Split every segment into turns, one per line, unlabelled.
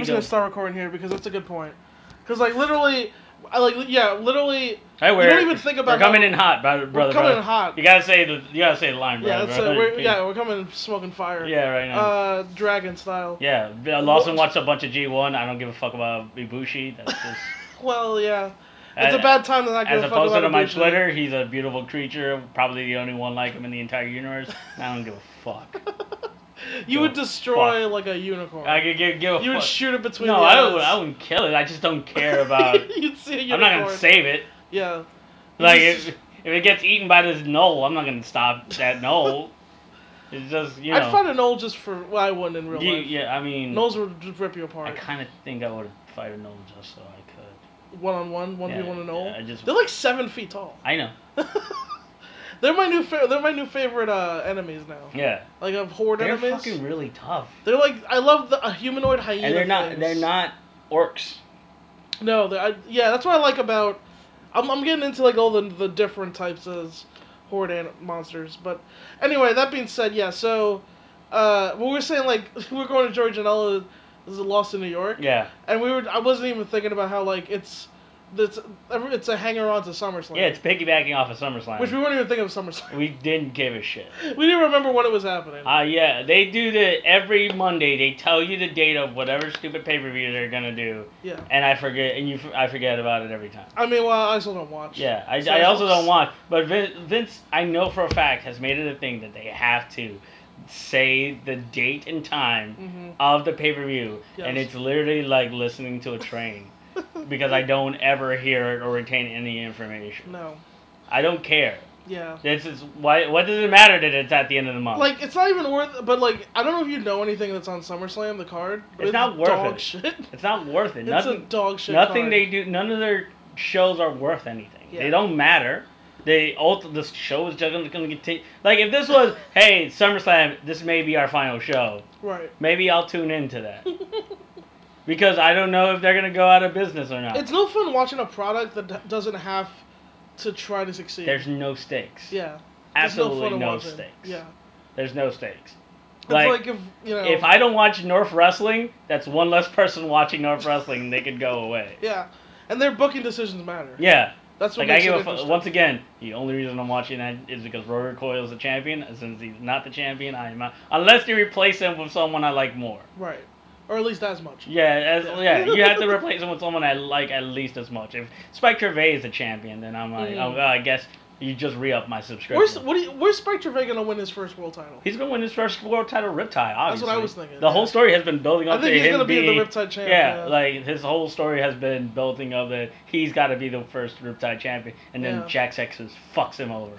just gonna start recording here because that's a good point. Because like literally, I like yeah, literally.
Hey,
You
we're,
don't even think about
we're coming
how-
in hot, brother.
We're
brother
coming in
brother.
hot.
You gotta say the you gotta say the line,
Yeah,
brother.
that's
brother.
it. We're, yeah, we're coming smoking fire.
yeah, right now.
Uh, dragon style.
yeah, B- uh, Lawson watched a bunch of G1. I don't give a fuck about Ibushi. That's just,
Well, yeah.
as,
It's a bad time to not give
as
a
a
fuck
poster
about
to my
Ibushi.
Twitter, he's a beautiful creature. Probably the only one like him in the entire universe. I don't give a fuck.
You
Go
would destroy like a unicorn.
I could give, give a
you would
fuck.
shoot it between.
no,
the
I would.
eyes.
I wouldn't kill it. I just don't care about.
You'd see a
I'm
unicorn.
not gonna save it.
Yeah.
Like
You
if,
just-
if it gets eaten by this knoll, I'm not gonna stop that knoll. It's just you know.
I'd find a knoll just for. Well, I wouldn't in real
Ye-
life.
yeah, I mean,
Knolls would just rip you
I
apart.
kind of think I would fight a knoll just so I could.
One on one, one
Yeah,
v one a knoll.
yeah, I just.
They're like seven feet tall.
I know.
they're my new. Fa- they're my new favorite uh, enemies now.
Yeah.
Like of horde
They're
enemies.
fucking really tough.
They're like I love the uh, humanoid hyena.
And they're not.
things.
They're not orcs.
No, they're, I, yeah, that's what I like about. I'm, I'm getting into like all the the different types of horde an- monsters, but anyway, that being said, yeah. So, uh, we were saying like we're going to George and Ella. This is Lost in New York,
Yeah.
and we were. I wasn't even thinking about how like it's, it's it's a hanger on to SummerSlam.
Yeah, it's piggybacking off of SummerSlam.
which we weren't even thinking of SummerSlam.
we didn't give a shit.
We didn't remember when it was happening.
Uh, yeah, they do the every Monday. They tell you the date of whatever stupid pay per view they're gonna do,
yeah,
and I forget, and you f- I forget about it every time.
I mean, well, I still don't watch.
Yeah, I,
So
I
it's-
also don't want, but Vince, Vince, I know for a fact has made it a thing that they have to say the date and time
hmm
of the pay per view, and
Yes.
it's literally like listening to a train because I don't ever hear it or retain any information.
No.
I don't care.
Yeah.
This is why. What does it matter that it's at the end of the month?
Like it's not even worth. But like I don't know if you know anything that's on SummerSlam the card. but
It's not worth
dog
it.
Shit. It's
it's not worth it. Nothing.
a dog shit.
nothing
card.
they do. None of their shows are worth anything.
Yeah.
They don't matter. They ult- the show is just going to continue. Like if this was, hey, SummerSlam, this may be our final show.
Right.
Maybe I'll tune into that because I don't know if they're going to go out of business or not.
It's no fun watching a product that d- doesn't have to try to succeed.
There's no stakes.
yeah. There's no
Absolutely
fun in
no,
watching.
stakes.
Yeah.
There's no stakes.
It's like,
Like,
if you know.
if I don't watch North wrestling, that's one less person watching North wrestling. and They could go away.
Yeah. And their booking decisions matter.
Yeah.
That's what
Like I
makes
give
it
a fu-
interesting.
once again. The only reason I'm watching that is because Rory Coyle is the champion. and Since he's not the champion, I am not. Unless they replace him with someone I like more.
Right. Or at least as much.
Yeah, as,
Yeah.
yeah. You have to replace him with someone I like at least as much. If Spike Gervais is the champion, then I'm like,
Mm.
oh, well, I guess you just re up my
Where's
subscription.
what do you, where's Spike Trevay gonna win his first world title?
he's gonna win his first world title, Riptide.
That's
Obviously,
what I was thinking,
The
yeah.
whole story has been building
I
up
think
to
he's
him
gonna be
being
the Riptide champ.
yeah, like his whole story has been building up that he's got to be the first Riptide champion, and then
Yeah.
Jack Sexus fucks him over.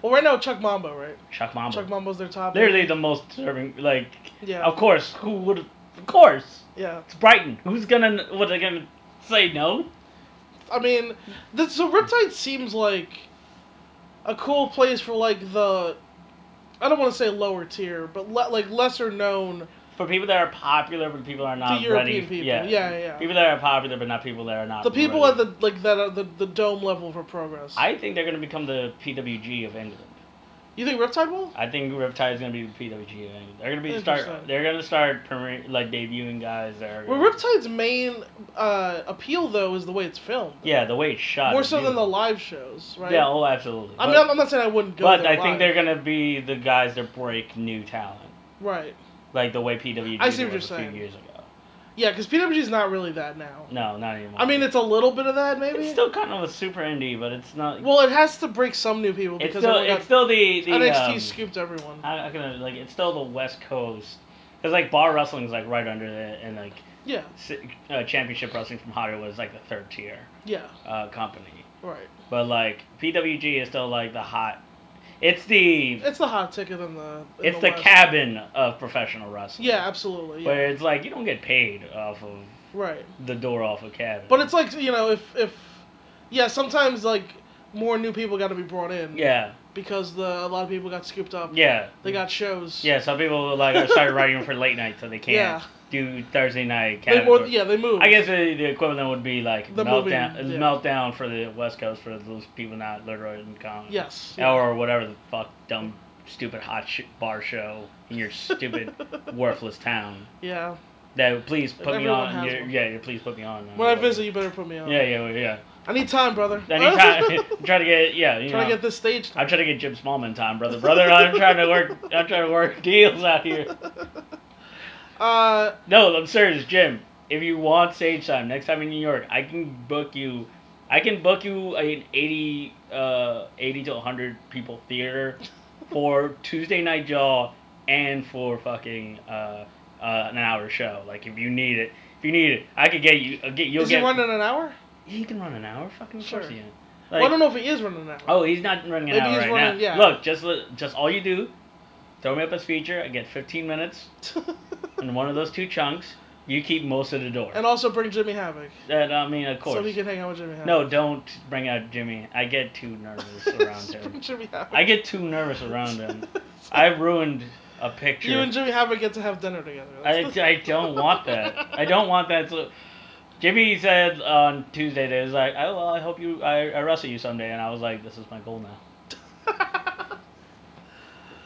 well, right now Chuck Mamba, right?
Chuck Mamba.
Chuck Mamba's their top.
Literally the most deserving. Like,
Yeah.
of course, who would? Of course,
Yeah.
it's Brighton. Who's gonna? What they gonna say? No.
I mean, this, so Riptide seems like a cool place for like the I don't want to say lower tier, but le- like lesser known
For people that are popular, but people that are
to
not
European
ready.
people.
Yeah.
Yeah, yeah.
People that are popular, but not people that are not.
the people at
ready.
the like that are the, the dome level for progress.
I think they're gonna become the PWG of England.
you think Riptide will?
I think Riptide is gonna be the PWG of England. They're gonna be start.
Interesting.
They're gonna start premier, like debuting guys that are.
Well, Riptide's main uh, appeal though is the way it's filmed.
Yeah, the way it's shot.
More
is
so than the
beautiful.
live shows, right?
Yeah. Oh, absolutely.
I mean,
But-
I'm, I'm not saying I wouldn't go.
But
there
I think
live.
they're gonna be the guys that break new talent,
right.
like the way PWG
I see what
was
you're
a
saying.
few years ago.
Yeah, because PWG's not really that now.
No, not anymore.
I mean, it's a little bit of that maybe.
it's still kind of a super indie, but it's not.
Well, it has to break some new people
it's
because
still
everyone
it's still the the
got- NXT
um,
scooped everyone.
I, I can like it's still the West Coast. Cause like bar wrestling's like right under it, and like
Yeah,
si- uh, championship wrestling from Hollywood is like the third tier
yeah,
uh, company.
right.
But like PWG is still like the hot. It's the
It's the hot ticket in the. In
it's the
West.
cabin of professional wrestling.
Yeah, absolutely. Yeah.
Where it's like you don't get paid off of
Right,
the door off of cabin.
but it's like you know if if yeah sometimes like more new people got to be brought in.
yeah,
Because the a lot of people got scooped up.
yeah,
They got shows.
yeah. Some people like are started writing for late night, so they can't
Yeah.
do Thursday night
They
cabin.
more,
tour.
yeah, they moved.
I guess the, the equivalent would be like
The movie,
meltdown, uh,
yeah.
meltdown for the West Coast for those people not literate in comedy.
Yes.
Or whatever the fuck dumb, stupid hot sh- bar show in your stupid worthless town.
Yeah.
Yeah, please put me
Everyone
on.
has
Yeah,
one.
yeah, yeah, please put me on. uh,
When I visit, you better put me on.
Yeah, yeah, yeah.
I need time, brother.
I need time. I'm trying to get yeah. You
Trying
know,
to get this stage time.
I'm trying to get Jim Smallman time, brother. Brother, I'm trying to work. I'm trying to work deals out here.
Uh,
No, I'm serious, Jim. If you want stage time next time in New York, I can book you. I can book you an 80, uh, 80 to 100 people theater for Tuesday Night Jaw and for fucking uh, uh, an hour show. Like if you need it, if you need it, I could get you. uh, Get you'll
is
get.
he running an hour?
He can run an hour. Fucking of
Sure.
course he can.
well, I don't know if he is running an hour.
Oh, he's not running an
Maybe
hour
he's
right
running-
now.
yeah.
Look, just li- just all you do, throw me up as feature. I get 15 minutes in one of those two chunks. You keep most of the door.
and also bring Jimmy Havoc.
That I mean, of course.
So he can hang out with Jimmy Havoc.
no, don't bring out Jimmy. I get too nervous around
Just bring
him.
Jimmy Havoc.
I get too nervous around him. I ruined a picture.
You and Jimmy Havoc get to have dinner together.
I, I don't want that. I don't want that. So, Jimmy said on Tuesday that he was like, oh, well, I hope you, I, I wrestle you someday. And I was like, this is my goal now.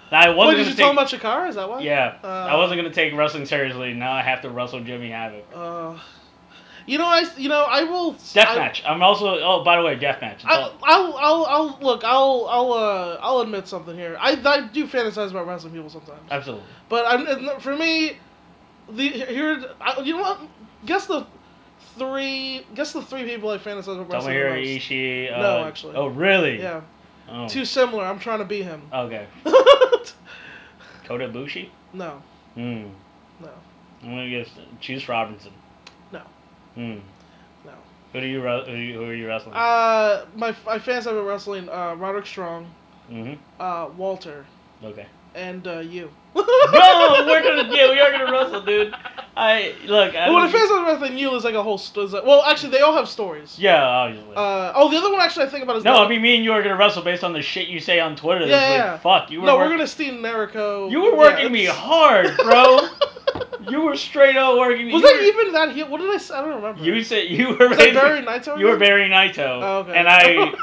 And I
What
wasn't
did you
gonna take,
tell him about Chikara? Is that why?
Yeah,
Uh,
I wasn't gonna take wrestling seriously. Now I have to wrestle Jimmy Havoc.
Uh, you know, I you know I will. I-
Deathmatch. I'm also. Oh, by the way, deathmatch. It's
I,
all-
I'll, I'll, I'll look. I'll, I'll, uh, I'll admit something here. I, I do fantasize about wrestling people sometimes,
absolutely.
but I'm it's not- for me, the here. I, you know what? Guess the three. Guess the three people I fantasize about wrestling the
Tomohiro
most.
Ishii. Uh,
No, actually.
Oh, really?
Yeah,
Oh. Uh.
too similar. I'm trying to be him.
Okay. Kota Ibushi.
no,
Hmm.
no,
I'm gonna guess. Choose Robinson.
No.
Hmm.
no.
Who do you re- who, you- who are you wrestling?
Uh, my I fantasize about wrestling uh, Roderick Strong,
mm-hmm.
uh, Walter,
Okay.
and uh, you.
no, we're gonna yeah, we are gonna wrestle, dude. I look. I
Well, when I
don't-
fantasize about wrestling you is like a whole. St- is like, well, actually, they all have stories.
Yeah, obviously.
Uh, oh, the other one actually I think about is
no,
Del-
I mean me and you are gonna wrestle based on the shit you say on Twitter. this
Yeah,
week.
yeah.
Fuck, you were.
no,
work-
we're gonna steal Nariko.
You were working me hard, bro.
was
you were straight up working me. you
that
were-
even that heel? What did I say? I don't remember.
You said you were
was that
basically-
Barry Naito?
You were
again?
Barry Naito,
Oh, okay.
and I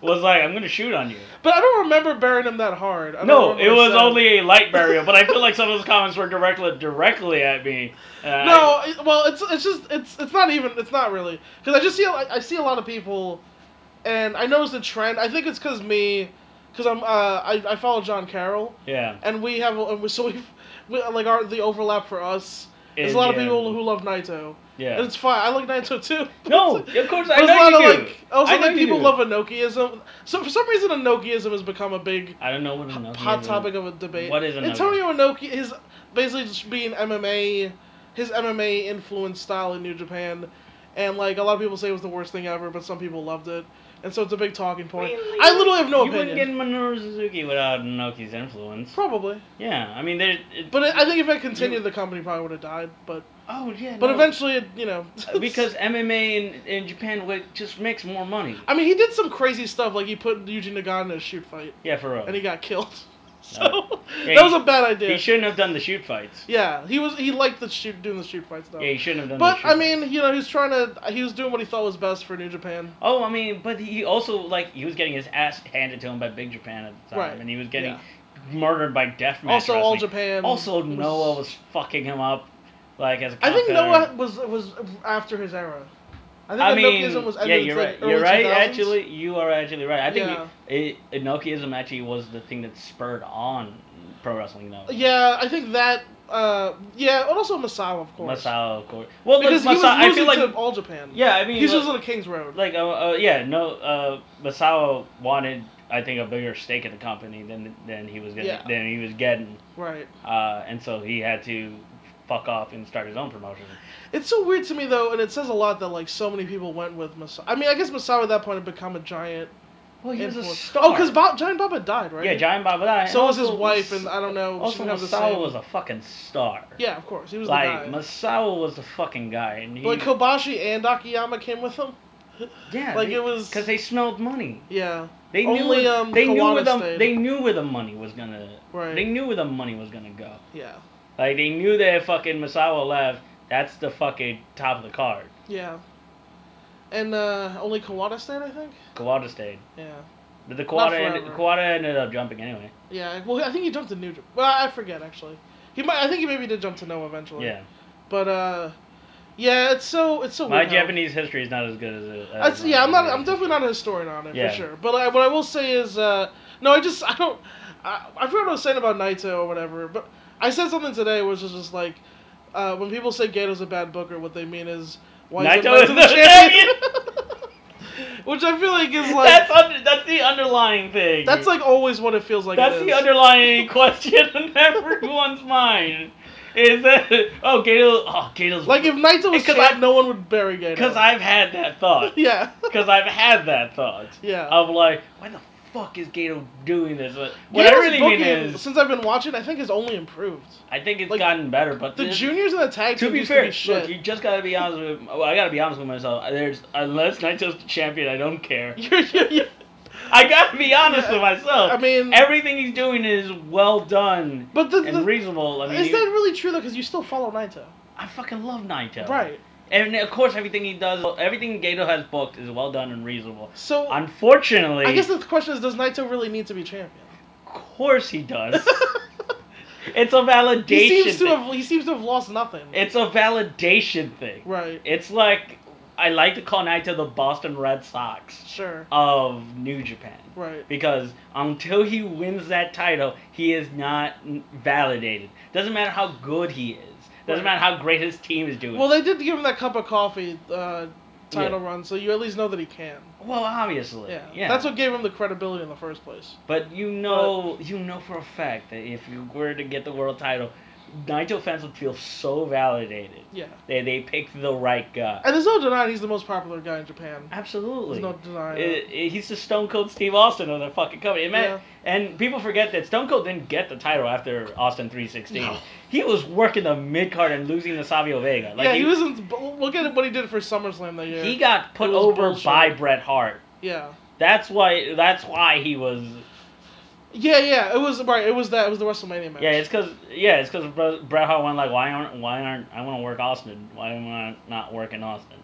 was like, I'm gonna shoot on you.
But I don't remember burying him that hard. I don't
No,
remember
it was
saying-
only a light burial, but I feel like some of those comments were directly directly at me. and I-
No, it, well, it's it's just it's it's not even it's not really because I just see a- I, I see a lot of people, and I notice the trend. I think it's because me, because I'm uh I, I follow John Carroll
yeah,
and we have a- and we, so we've we, like our the overlap for us. There's
and,
a lot of
yeah,
people who love Naito. And
Yeah.
it's fine. I like Naito too.
No, of course I
There's a
know
lot
you
of
do.
like also
I know
like
you
people
do.
love Enochism. So for some reason Enochism has become a big
I don't know what another
hot topic of a debate.
What is Enoki?
Antonio Inoki is basically just being MMA his MMA influenced style in New Japan and like a lot of people say it was the worst thing ever, but some people loved it. And so it's a big talking point. I literally have no
you
opinion.
You wouldn't get Minoru Suzuki without Inoki's influence.
Probably.
Yeah, I mean, there's. It,
But it, I think if it continued the company probably would have died, but
oh yeah.
but
no.
eventually it, you know
Uh, because MMA in, in Japan would just makes more money.
I mean, he did some crazy stuff. Like he put Eugene Nagano in a shoot fight,
Yeah, for real.
and he got killed. So
Oh.
that
Yeah, he-
was a bad
He
idea.
shouldn't have done the shoot fights.
yeah, he was. He liked the shoot doing the shoot fights though.
Yeah, he shouldn't have done.
but
the shoot
I
fights.
mean, you know, he was trying to. He was doing what he thought was best for New Japan.
Oh, I mean, but he also like he was getting his ass handed to him by Big Japan at the time,
Right,
and he was getting
yeah.
murdered by deathmatch.
also, all
wrestling.
Japan.
Also,
was-
Noah was fucking him up, like as a
I think
competitor.
Noah was was after his era. I think
I
Enochism
mean,
was
yeah,
ended
you're
like
right.
early
You're right.
2000s.
Actually, you are actually right. I think
Yeah.
it, it, Enochism actually was the thing that spurred on pro wrestling, though.
Yeah, I think that. Uh, yeah, and also Masao, of course.
Masao, of course. Well, look,
Because he was
Masao, I
losing
feel like
to All Japan.
yeah, I mean,
He's
like-
just on the King's Road.
like uh, uh, yeah no uh Masao wanted I think a bigger stake in the company than than he was getting
Yeah.
than he was getting
Right.
uh and so he had to fuck off and start his own promotion
It's so weird to me though, and it says a lot that like so many people went with Masao. I mean, I guess Masao at that point had become a giant.
well he was a
influence.
star
Oh, because Bob, Giant Baba died, right?
yeah Giant Baba died.
So was his
Also,
wife,
Mas-
and I don't know. she
also
didn't have the
Masao
same-
was a fucking star
Yeah, of course, he was
like
the guy.
Masao was the fucking guy and he
But, like Kobashi and Akiyama came with him.
yeah
like, it was-
because they smelled money
Yeah,
they knew
Only,
where,
um,
they knew
Kawada
where the
stayed.
they knew where the money was gonna
Right.
they knew where the money was gonna go
yeah,
Like they knew that fucking Masawa left. That's the fucking top of the card.
yeah. And uh, only Kawada stayed, I think.
Kawada stayed,
Yeah,
but the Kawada ended,
forever.
Kawada ended up jumping anyway.
yeah. Well, I think he jumped to New Japan. Well, I forget actually. He might. I think he maybe did jump to Noah eventually.
Yeah,
But uh, yeah, it's so it's so.
My
weird how-
Japanese history is not as good as it.
I'd
As
say- yeah, I'm not. I'm
American
definitely not a historian on it
Yeah.
for sure. But I, what I will say is, uh, no, I just I don't. I, I forgot what I was saying about Naito or whatever. But I said something today, which is just like, uh, when people say Gato's a bad booker, what they mean is why is
Naito is
Naito
the
which I feel like is
history.
like
that's
that's,
under, that's the underlying thing.
like always what it feels like.
that's
it
the
is.
underlying question in everyone's mind. Is that oh Gato? Oh Gato's
Like if Naito was
Because
champ,
I-
no one would bury Gato.
because I've had that thought.
yeah
Because I've had that thought.
yeah.
Of like, why the fuck is Gato doing this? But what I
Gato's
really mean
booking,
is,
since I've been watching, I think has only improved.
I think it's
like,
gotten better. But
The
this-
juniors and the tag
to
team
be
used
fair,
to be shit.
look, you just gotta be honest with. Well, I gotta be honest with myself. There's unless Naito's the champion, I don't care.
You're- you're- you're-
I gotta be honest
Yeah,
with myself.
I mean-
everything he's doing is well done
but the,
and
the-
reasonable. I mean,
is
he-
that really true though? Because you still follow Naito,
I fucking love Naito.
right?
And of course, everything he does, everything Gato has booked is well done and reasonable.
So
Unfortunately,
I guess the question is, does Naito really need to be champion?
of course he does. it's a validation.
he seems to
thing.
have he seems to have lost nothing.
It's a validation thing.
right.
It's like I like to call Naito the Boston Red Sox
Sure.
of New Japan.
Right.
Because until he wins that title, he is not n- validated. Doesn't matter how good he is. Doesn't
Right.
matter how great his team is doing.
Well, they did give him that cup of coffee uh, title
Yeah.
run, so you at least know that he can.
Well, obviously.
Yeah.
Yeah.
That's what gave him the credibility in the first place.
But you know, you know for a fact that if you were to get the world title, Nigel fans would feel so validated.
Yeah.
They they picked the right guy.
And there's no denying he's the most popular guy in Japan.
Absolutely.
There's no denying. it.
It- it- he's the Stone Cold Steve Austin of the fucking company. It meant- And people forget that Stone Cold didn't get the title after Austin 316.
No.
He was working the mid card and losing to Savio Vega. Like
yeah, he,
he,
was in. but Look at what he did for SummerSlam that year.
he got put
It was
over
bullshit.
by Bret Hart.
yeah.
That's why. That's why he was.
Yeah, yeah. It was right. It was that. It was the WrestleMania match.
Yeah, it's because yeah, it's because Bret Hart went like, why aren't why aren't I want to work Austin? Why am I not working Austin?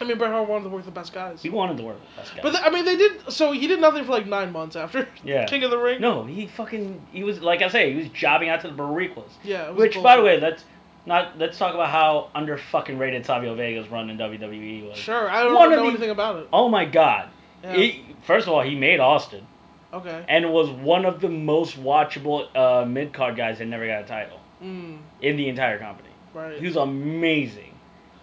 I mean, Bret Hart wanted to work the best guys.
He wanted to work with us guys.
But th- I mean, they did. So he did nothing for like nine months after
Yeah.
King of the Ring.
no, he fucking he was like I say, he was jobbing out to the Bariquas.
Yeah. it was
Which, by the
bullshit.
way, let's not let's talk about how under fucking rated Savio Vega's run in WWE was.
Sure, I don't
one
know
of the-
anything about it.
Oh my god!
Yeah.
He, first of all, he made Austin
okay.
and was one of the most watchable uh, mid card guys that never got a title
Mm,
in the entire company.
right.
He was amazing,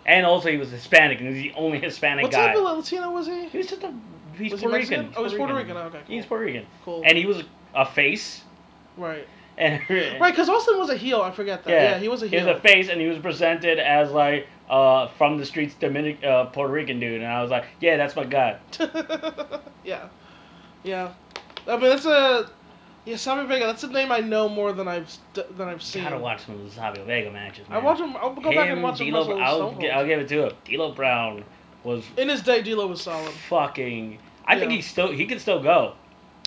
and also he was Hispanic and he was the only Hispanic
what
guy.
type of Latino was he?
He was just a he's
Was he
Puerto
Mexican?
Rican.
Oh, he's Puerto Rican. Okay, cool.
He's Puerto Rican,
Cool.
and he was a face.
right.
And
Right, because Austin was a heel. I forget that. Uh, Yeah, he was a heel.
He was a face, and he was presented as like uh, from the streets, Dominic, uh, Puerto Rican dude, and I was like, yeah, that's my guy.
yeah, yeah. I mean, that's a yeah, Savio Vega. That's a name I know more than I've st- than I've seen.
Gotta watch some of the Savio Vega matches. Man.
I watch him. I'll go back and watch him
D-Lo-
wrestle
I'll,
Stone Cold.
gi- I'll give it to him. D'Lo Brown was
In his day, D'Lo was solid.
fucking. I think
Yeah.
he still he can still go.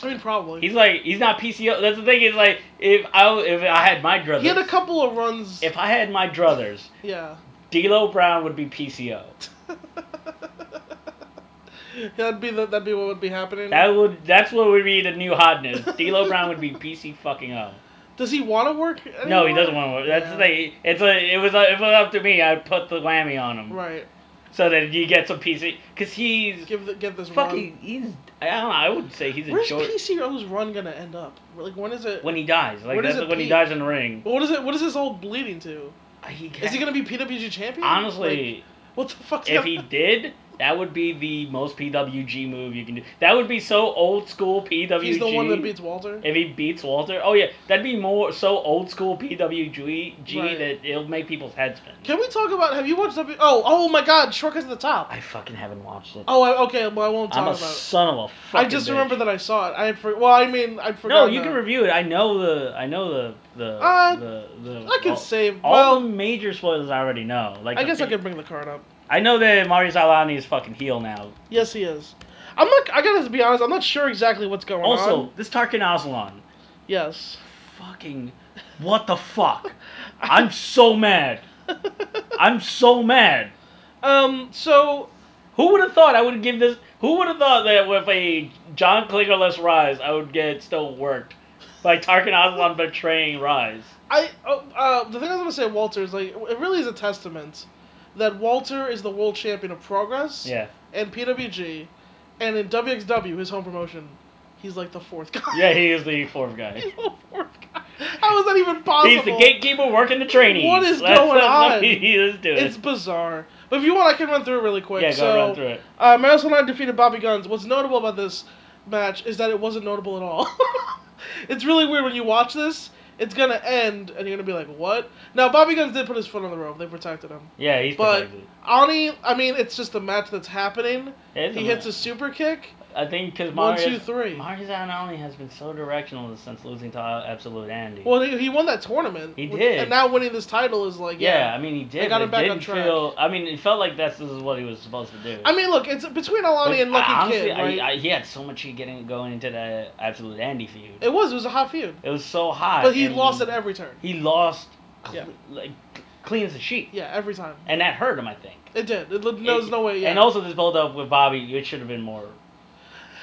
I mean, probably.
He's like he's not PCO. That's the thing is like if I w- if I had my druthers,
he had a couple of runs.
if I had my druthers,
yeah.
D'Lo Brown would be PCO.
that'd be the, that'd be what would be happening.
That would that's what would be the new hotness. D'Lo Brown would be PC fucking O.
Does he want to work? Anymore?
No, he doesn't want to work. That's the
Yeah.
thing. It's a, it was a, if it was up to me, I'd put the whammy on him
Right.
so that he gets a PC. Cause he's
Give the, get this
fucking. He's I don't know. I would say he's
run.
a
Where's
short
PCO's run gonna end up? Like when is it?
when he dies. Like
Where does
that's
it
when he
peak?
dies in the ring.
What is it? What is this all bleeding to?
He
Is he
can't-
gonna be PWG champion? Like,
Honestly,
what the fuck?
if he did. That would be the most PWG move you can do. That would be so old school PWG.
he's the one that beats Walter.
If he beats Walter, oh yeah, that'd be more so old school PWG G
Right.
that it'll make people's heads spin.
Can we talk about? Have you watched? W- oh, oh my God! Shortcuts to the top.
I fucking haven't watched it.
Oh, I, okay. Well, I won't
I'm
talk
a
about it.
son of a
I
fucking.
just
bitch.
remember that I saw it. I had for, well, I mean, I
No,
forgot.
you can review it. I know the. I know the the
Uh,
the, the.
I can
all,
save.
all
well,
the major spoilers I already know. Like
I
the
guess I
fi-
could bring the card up.
I know that Mario Zalani is fucking heel now.
Yes, he is. I'm not. I gotta be honest. I'm not sure exactly what's going on.
Also, this Tarkin Aslan,
yes.
fucking, what the fuck? I'm so mad. I'm so mad.
um. So
Who would have thought I would give this? Who would have thought that with a John Klinger less Rise, I would get still worked by Tarkin Aslan betraying Rise?
I oh, uh, the thing I was gonna say, Walter is like it really is a testament that Walter is the world champion of Progress
Yeah.
and PWG, and in WXW, his home promotion, he's like the fourth guy.
Yeah, he is the fourth guy.
he's the fourth guy. How is that even possible?
He's the gatekeeper working the trainees.
What is
That's
going
what
on?
He is doing.
It's bizarre. But if you want, I can run through it really quick.
yeah, go
so,
run through it.
Uh, Maris Knight defeated Bobby Guns. What's notable about this match is that it wasn't notable at all. it's really weird when you watch this. It's gonna end, and you're gonna be like, "What?" Now, Bobby Guns did put his foot on the rope. They protected him.
Yeah, he's
But-
protected.
Ani, I mean, it's just a match that's happening.
It is
He
a-
hits a super kick.
I think because
One,
Mario,
two, three.
Mario Zanelli has been so directional since losing to Absolute Andy.
Well, he, he won that tournament.
He
which-
did.
And now winning this title is like,
yeah,
yeah.
I mean he did.
got
but
him
it
back on
didn't
track.
feel. I mean, it felt like this, this is what he was supposed to do.
I mean, look, it's between Alani
But
and Lucky
I, honestly,
Kid, right?
I, I, he had so much heat getting going into that Absolute Andy feud. It,
it was. It was a hot feud.
was so hot.
But he
and
lost at every turn.
He lost, cl-
Yeah.
like clean as a sheet,
Yeah, every time.
and that hurt him. I think.
It did. It, no, there's
It-
no way. Yeah.
And also this build up with Bobby, it should have been more.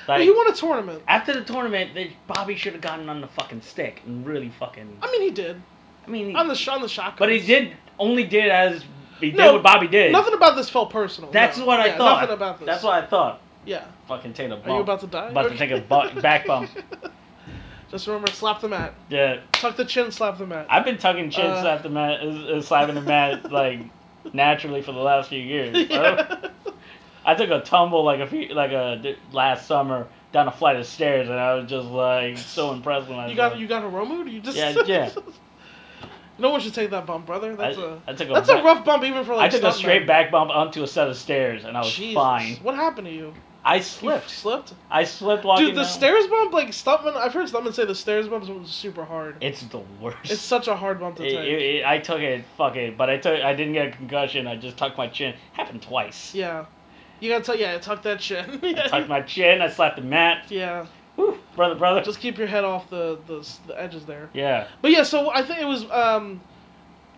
But
Like
he won a tournament.
after the tournament, they, Bobby should have gotten on the fucking stick and really fucking.
I mean, he did.
I mean,
On the sh- on the shotgun.
but he did only did as he did
No,
what Bobby did.
Nothing about this felt personal.
That's
no.
what I
Yeah,
thought.
Nothing about this.
That's what I thought.
Yeah.
Fucking take a bump.
Are you about to die?
About to take a bu- back bump.
Just remember, slap the mat.
Yeah,
Tuck the chin, slap the mat.
I've been tugging chin
Uh,
slap the mat, uh, uh, slapping the mat like naturally for the last few years. bro.
Yeah.
I took a tumble like a few, like a d- last summer down a flight of stairs, and I was just like so impressed when I
You
was
got
like-
you got Hiromu? You just
Yeah, yeah.
no one should take that bump, brother. That's a
I took a
that's a
ba-
rough bump even for like.
I took a
stuntmen.
straight back bump onto a set of stairs, and I was
Jesus.
fine.
What happened to you?
I
You
slipped.
slipped.
I slipped walking.
Dude, the
down.
stairs bump like stuntman. I've heard stuntmen say the stairs bump is super hard.
It's the worst.
It's such a hard bump to
It-
take.
it- it- I took it, fuck it, but I took, I didn't get a concussion. I just tucked my chin. Happened twice.
yeah, you gotta tell. Yeah, tuck that chin.
I tucked
yeah.
my chin. I slapped the mat.
yeah,
Whew, brother, brother.
just keep your head off the, the s- the edges there.
yeah.
But yeah, so I think it was. um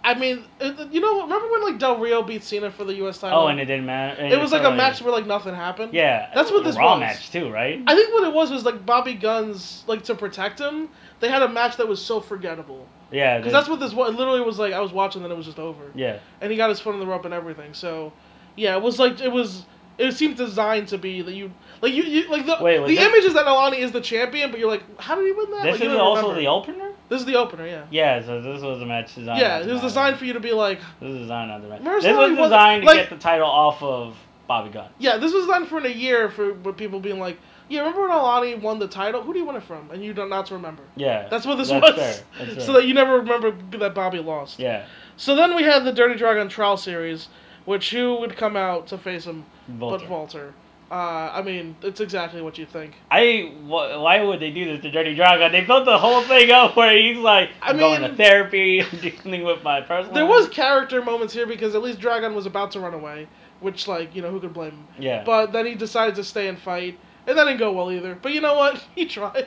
I mean, it, you know, what? remember when like Del Rio beat Cena for the U.S. title?
Oh, and it didn't matter. and
it was like a
felt
match where like nothing happened.
Yeah.
That's
it
what
was
this
a raw
was.
match too, right?
I think what it was was like Bobby Guns like to protect him. They had a match that was so forgettable
yeah.
because
the-
that's what this was. It literally was like I was watching, then it was just over,
Yeah.
and he got his foot on the rope and everything. So, yeah, it was like it was. It seemed designed to be that you like you, you like the
Wait, was
the
this-
image is that Alani is the champion, but you're like, how did he win that?
This
like,
is
you don't
also
remember.
the opener.
this is the opener, yeah.
Yeah. So this was a match designed.
Yeah,
not
it
to
was
matter.
designed for you to be like,
This is designed not to matter.
Mercenary
This
wasn't-
was designed to
like-
get the title off of Bobby Gunn.
yeah, this was designed for in a year for with people being like, yeah, remember when Alani won the title? Who do you win it from? And you don't not to remember.
Yeah.
That's what this
That's
was.
fair, that's fair.
So that you never remember that Bobby lost.
yeah.
So then we had the Dirty Dragon Trial Series, which who would come out to face him
Volter.
but Walter? Uh, I mean, it's exactly what you think.
I wh- why would they do this to Dirty Dragon? They built the whole thing up where he's like,
I
I'm going
mean-
to therapy, I'm dealing with my personal.
There was character moments here because at least Dragon was about to run away, which like you know who could blame him.
yeah,
But then he decided to stay and fight, and that didn't go well either. But you know what? He tried.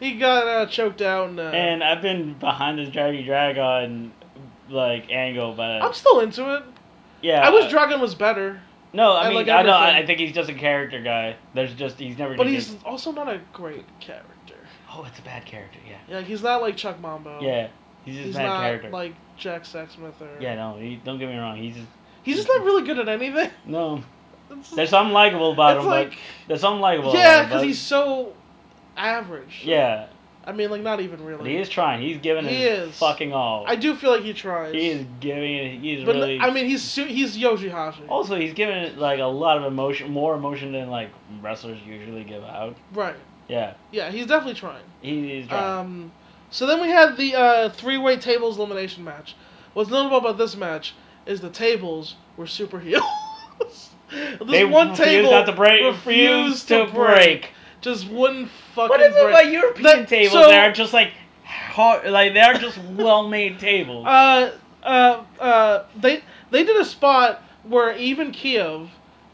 he got uh, choked out. And, uh,
and I've been behind this Dirty Dragon like angle, but
I'm still into it.
uh, yeah,
I wish
uh,
Dragon was better,
No, I
I
mean,
like
I know. I,
everything.
I think he's just a character guy. There's just he's never.
but
gonna
he's
get-
also not a great character.
oh, it's a bad character. Yeah,
Yeah, he's not like Chuck Mambo.
yeah, he's just
Oh. he's
a bad
not
character.
like Jack Sexsmith or.
yeah, no, he, don't get me wrong. He's just
He's just not really good at anything.
no.
It's
There's something likable about
it's
him,
like,
but there's something likable. about
yeah,
him,
because
but-
he's so average.
yeah.
I mean, like not even
But
really.
he is trying. He's giving
He
his
is.
fucking all.
I do feel like he tries.
He is giving it. He is
But
really.
I mean, he's su- he's Yoshihashi.
also, he's giving it like a lot of emotion, more emotion than like wrestlers usually give out.
Right.
Yeah,
Yeah, he's definitely trying.
he is trying.
Um, so then we had the uh, three-way tables elimination match. What's notable about this match is the tables were super heels. this
they
one
refuse
table
not to break.
refused to break. Just wouldn't fucking.
What is it
break.
about European
That-
tables?
so-
that are just like hard, like they're just well-made tables.
Uh, uh, uh, they they did a spot where even Kiev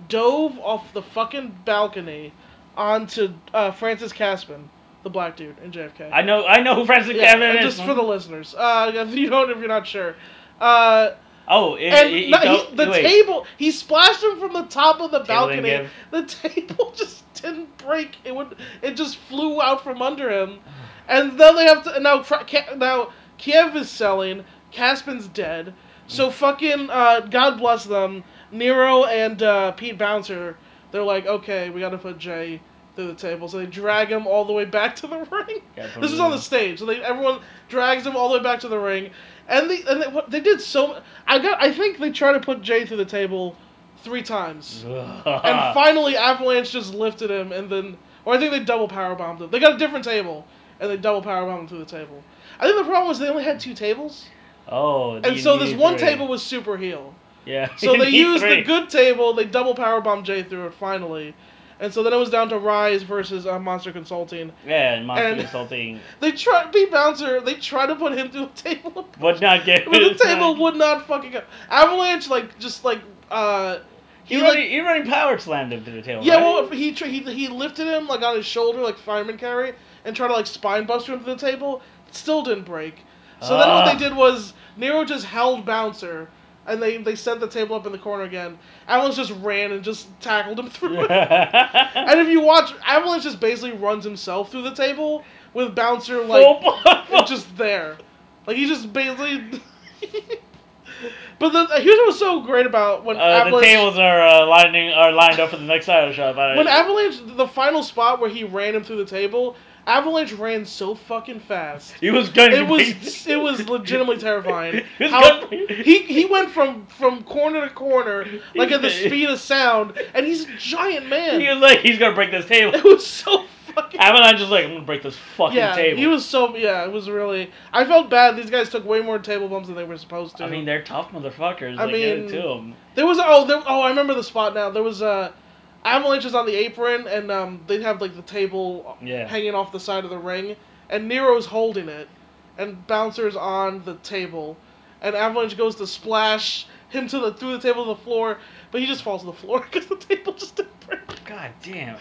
dove off the fucking balcony onto uh, Francis Caspin, the black dude in JFK.
I know, I know who Francis
yeah,
Kevin
and
is.
just for the listeners, uh, if you don't, if you're not sure, uh,
oh, it,
and
it-
no-
it-
he- the
wait.
table, he splashed him from the top of the
Table didn't
balcony. The table just didn't break. It would, it just flew out from under him, and then they have to now Fra- Ca- now Kiev is selling. Caspin's dead.
Mm.
So fucking uh, God bless them. Nero and uh, Pete Bouncer, they're like, okay, we gotta put Jay through the table. So they drag him all the way back to the ring.
Gotta put
This
him
is
in
on the stage, so they everyone drags him all the way back to the ring, and they and they, what, they did so. I got. I think they tried to put Jay through the table three times,
Mm-hmm. Ah.
and finally Avalanche just lifted him, and then or I think they double power bombed him. They got a different table, and they double power bombed him through the table. I think the problem was they only had two tables,
oh,
and
you
so this
need
one
three.
table was super heel.
Yeah.
So
you
they
need
used
three.
the good table. They double power bomb Jay through it finally, and so then it was down to Rise versus uh, Monster Consulting.
Yeah, and monster
and-
consulting,
They tried Pete Bouncer. They tried to put him through a table,
but not get.
but the table would not fucking go. Avalanche like just like uh,
He,
he
already,
like
he already power slammed him to the table.
yeah
right?
well he tr- he he lifted him like on his shoulder like fireman carry and tried to like spine buster him to the table. It still didn't break. So then what
Ah.
they did was Nero just held Bouncer. And they, they set the table up in the corner again. Avalanche just ran and just tackled him through it. And if you watch, Avalanche just basically runs himself through the table with Bouncer like it's just there, like he just basically. but the, uh, here's what was so great about when
uh, the
Avalanche
tables are uh, lining are lined up for the next title shot. but-
when Avalanche the final spot where he ran him through the table, Avalanche ran so fucking fast.
he was going.
It was it was legitimately terrifying.
He was
How,
gun-
he he went from from corner to corner like at the speed of sound, and he's a giant man.
He was like, he's gonna break this table.
It was so fucking.
Avalanche is like, I'm gonna break this fucking
yeah,
table.
he was so yeah. It was really. I felt bad. These guys took way more table bumps than they were supposed to.
I mean, they're tough motherfuckers.
I
I like, mean,
mean-
to them.
there was oh there, oh I remember the spot now. There was uh, avalanche was on the apron and um they'd have like the table
Yeah.
hanging off the side of the ring and Nero's holding it and bouncers on the table and avalanche goes to splash him to the through the table to the floor but he just falls to the floor because the table just didn't break.
God damn.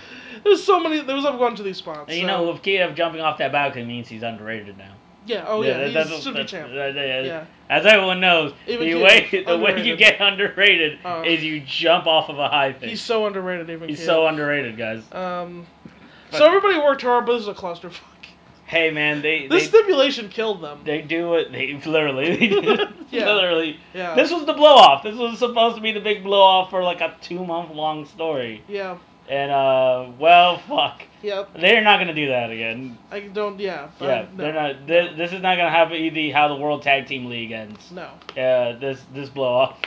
There's so many. There was a bunch of these spots.
And you
so-
know, with Kiev jumping off that balcony means he's underrated now.
yeah. Oh yeah.
that-
he
that's-
should be
that's-
champ.
that- that-
Yeah.
As everyone knows,
Even
the
Kiev,
way the way you
underrated.
get underrated
Uh,
is you jump off of a high pitch.
He's
He's,
so underrated, even. kid.
so underrated, guys.
Um, so everybody worked hard, but this is a clusterfuck.
Hey man, they
This
they,
stipulation killed them.
they do it. They literally, they do-
Yeah.
literally.
Yeah.
This was the blow off. This was supposed to be the big blow off for like a two month long story.
yeah.
And uh, well, fuck.
Yep.
They're not gonna do that again.
I don't. Yeah. I-
Yeah,
no.
they're not. This, this is not gonna have the how the World Tag Team League ends.
No.
Yeah, this this blow off.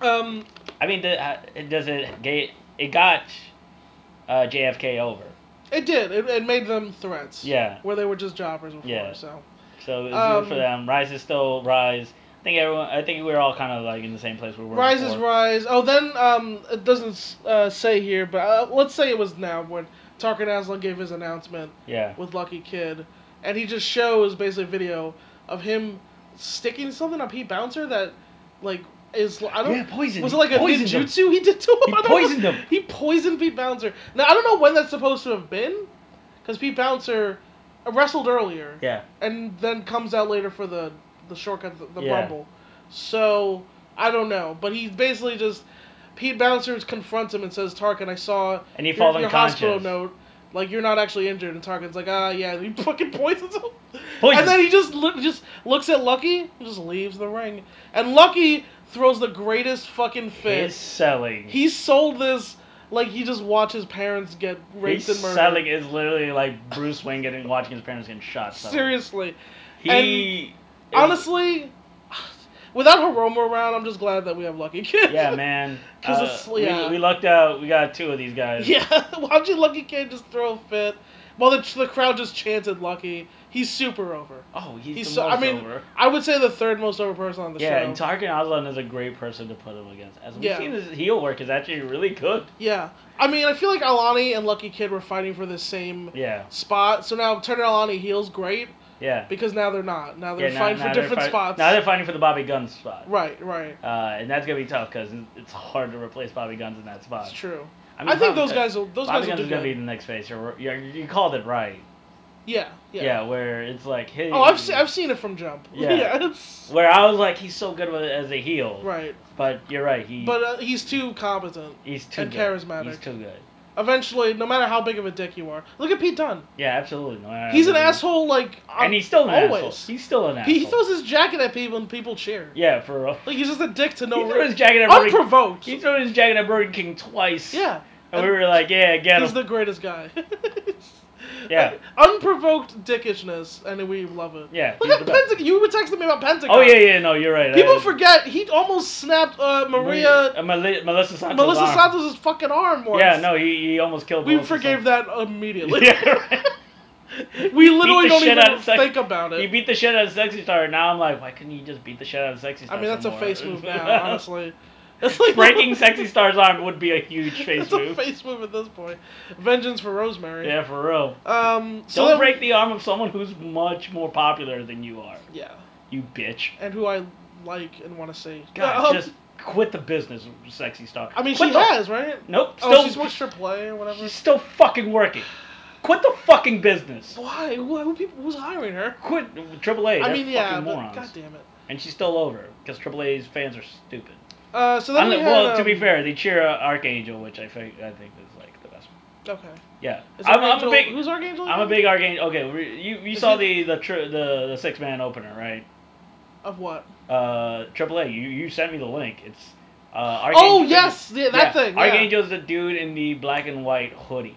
Um.
I mean, the, uh, it does it get it got uh, JFK over.
It did. It, it made them threats.
Yeah.
Where they were just jobbers before.
Yeah.
So.
So it's
Um,
good for them. Rise is still rise. I think everyone. I think we're all kind of like in the same place we were.
Rise
before.
is rise. Oh, then um, it doesn't uh, say here, but uh, let's say it was now when Tarkin Aslan gave his announcement
Yeah.
with Lucky Kid, and he just shows basically a video of him sticking something on Pete Bouncer that, like, is I don't.
Yeah, poison.
Was it
He
like a
poisoned him.
ninjutsu he did to him?
He
I don't know.
poisoned him.
He poisoned Pete Bouncer. Now I don't know when that's supposed to have been, because Pete Bouncer wrestled earlier
Yeah.
and then comes out later for the the shortcut, the, the
Yeah.
rumble. So I don't know, but he basically just Pete Bouncer confronts him and says, "Tarkin, I saw
And he
your-
falls
your,
unconscious.
hospital note. Like you're not actually injured." And Tarkin's like, "Ah, yeah." He fucking poisons him,
Poison.
and then he just look just looks at Lucky, and just leaves the ring, and Lucky throws the greatest fucking fit.
His selling.
He sold this like he just watched his parents get raped
His
and murdered.
selling is literally like Bruce Wayne getting watching his parents getting shot. So.
Seriously.
He.
Honestly, without Hiromu around, I'm just glad that we have Lucky Kid.
Yeah, man.
'Cause
Uh,
it's- yeah.
we, we lucked out. We got two of these guys.
Yeah, why'd you Lucky Kid just throw a fit? Well, the, the crowd just chanted Lucky. He's super over.
Oh, he's,
He's,
the
so,
most
I mean,
over.
I would say the third most over person on the
Yeah,
show.
and Tarkin Aslan is a great person to put him against. As we've
Yeah.
seen, his heel work is actually really good.
yeah, I mean, I feel like Alani and Lucky Kid were fighting for the same
Yeah,
spot. So now turning Alani heels great
yeah.
because now they're not. Now they're
yeah, now-
fighting
now
for
they're
different
fight-
spots.
Now they're fighting for the Bobby Guns spot.
right, right.
Uh, and that's gonna be tough because it's hard to replace Bobby Guns in that spot.
It's true. I,
Uh, mean,
think
Bobby
those
Gunn-
guys will. Those
Bobby
guys will
Guns
do
is gonna be
good.
the next face. Or you, you called it right.
Yeah, yeah.
Yeah. where it's like hey.
Oh, I've seen I've seen it from jump.
Yeah.
it's-
Where I was like, he's so good with as a heel.
right.
But you're right. He
But uh, he's too competent.
he's too
and
good.
charismatic.
He's too good.
Eventually, no matter how big of a dick you are, look at Pete Dunne.
Yeah, absolutely. No, I-
He's an
I-
asshole, like
Uh,
uh,
and he's still an
always.
asshole. He's still an asshole.
He, he throws his jacket at people and people cheer.
yeah, for real.
Like he's just a dick to no
he threw
reason.
his jacket at Burger.
Unprovoked.
He threw his jacket at Burger King twice.
yeah.
and we were like, yeah, get
He's
him.
the greatest guy.
Yeah.
Unprovoked dickishness, and we love it.
Yeah,
Look
he's
at
the best.
Pentagon. You were texting me about Pentagon.
Oh yeah, yeah, no, you're right.
People
I-
forget he almost snapped uh, Maria
uh, Meli- Melissa Santos.
Melissa
arm.
Santos' fucking arm once.
Yeah, no, he, he almost killed.
We
Melissa
forgave
Santos.
that immediately.
Yeah, right.
we literally
the
don't
shit
even
out of sex-
think about
He
it.
beat the shit out of Sexy Star. Now I'm like, why couldn't you just beat the shit out of Sexy Star?
I mean, that's
some
a
more?
face move now, honestly. It's like
Breaking Sexy Star's arm would be a huge face
it's a
move.
face move at this point. Vengeance for Rosemary.
Yeah, for real.
Um. So
Don't
then-
break the arm of someone who's much more popular than you are.
Yeah,
You bitch.
and who I like and want to see.
God,
Um,
just quit the business, sexy star.
I mean, she
Quit the-
has, right?
Nope. Still,
Oh, she's worked for play or whatever.
she's still fucking working. Quit the fucking business.
Why? Who, who people, who's hiring her?
Quit Triple A.
I mean, yeah,
fucking
but
morons.
god damn it.
And she's still over because Triple A's fans are stupid.
Uh, so then
Unle-
we had,
well, to be
um,
fair, they cheer uh, Archangel, which I think I think is like the best. one.
Okay.
Yeah,
Is
I'm, I'm a
Archangel-
big.
Who's Archangel?
I'm a
again?
big Archangel. Okay, we, you you
Is
saw
he-
the the tri- the, the six man opener, right?
Of what?
Uh, Triple A. You you sent me the link. It's. Uh,
Oh
Archangel-
yes, yeah, that thing. yeah.
Archangel's the dude in the black and white hoodie.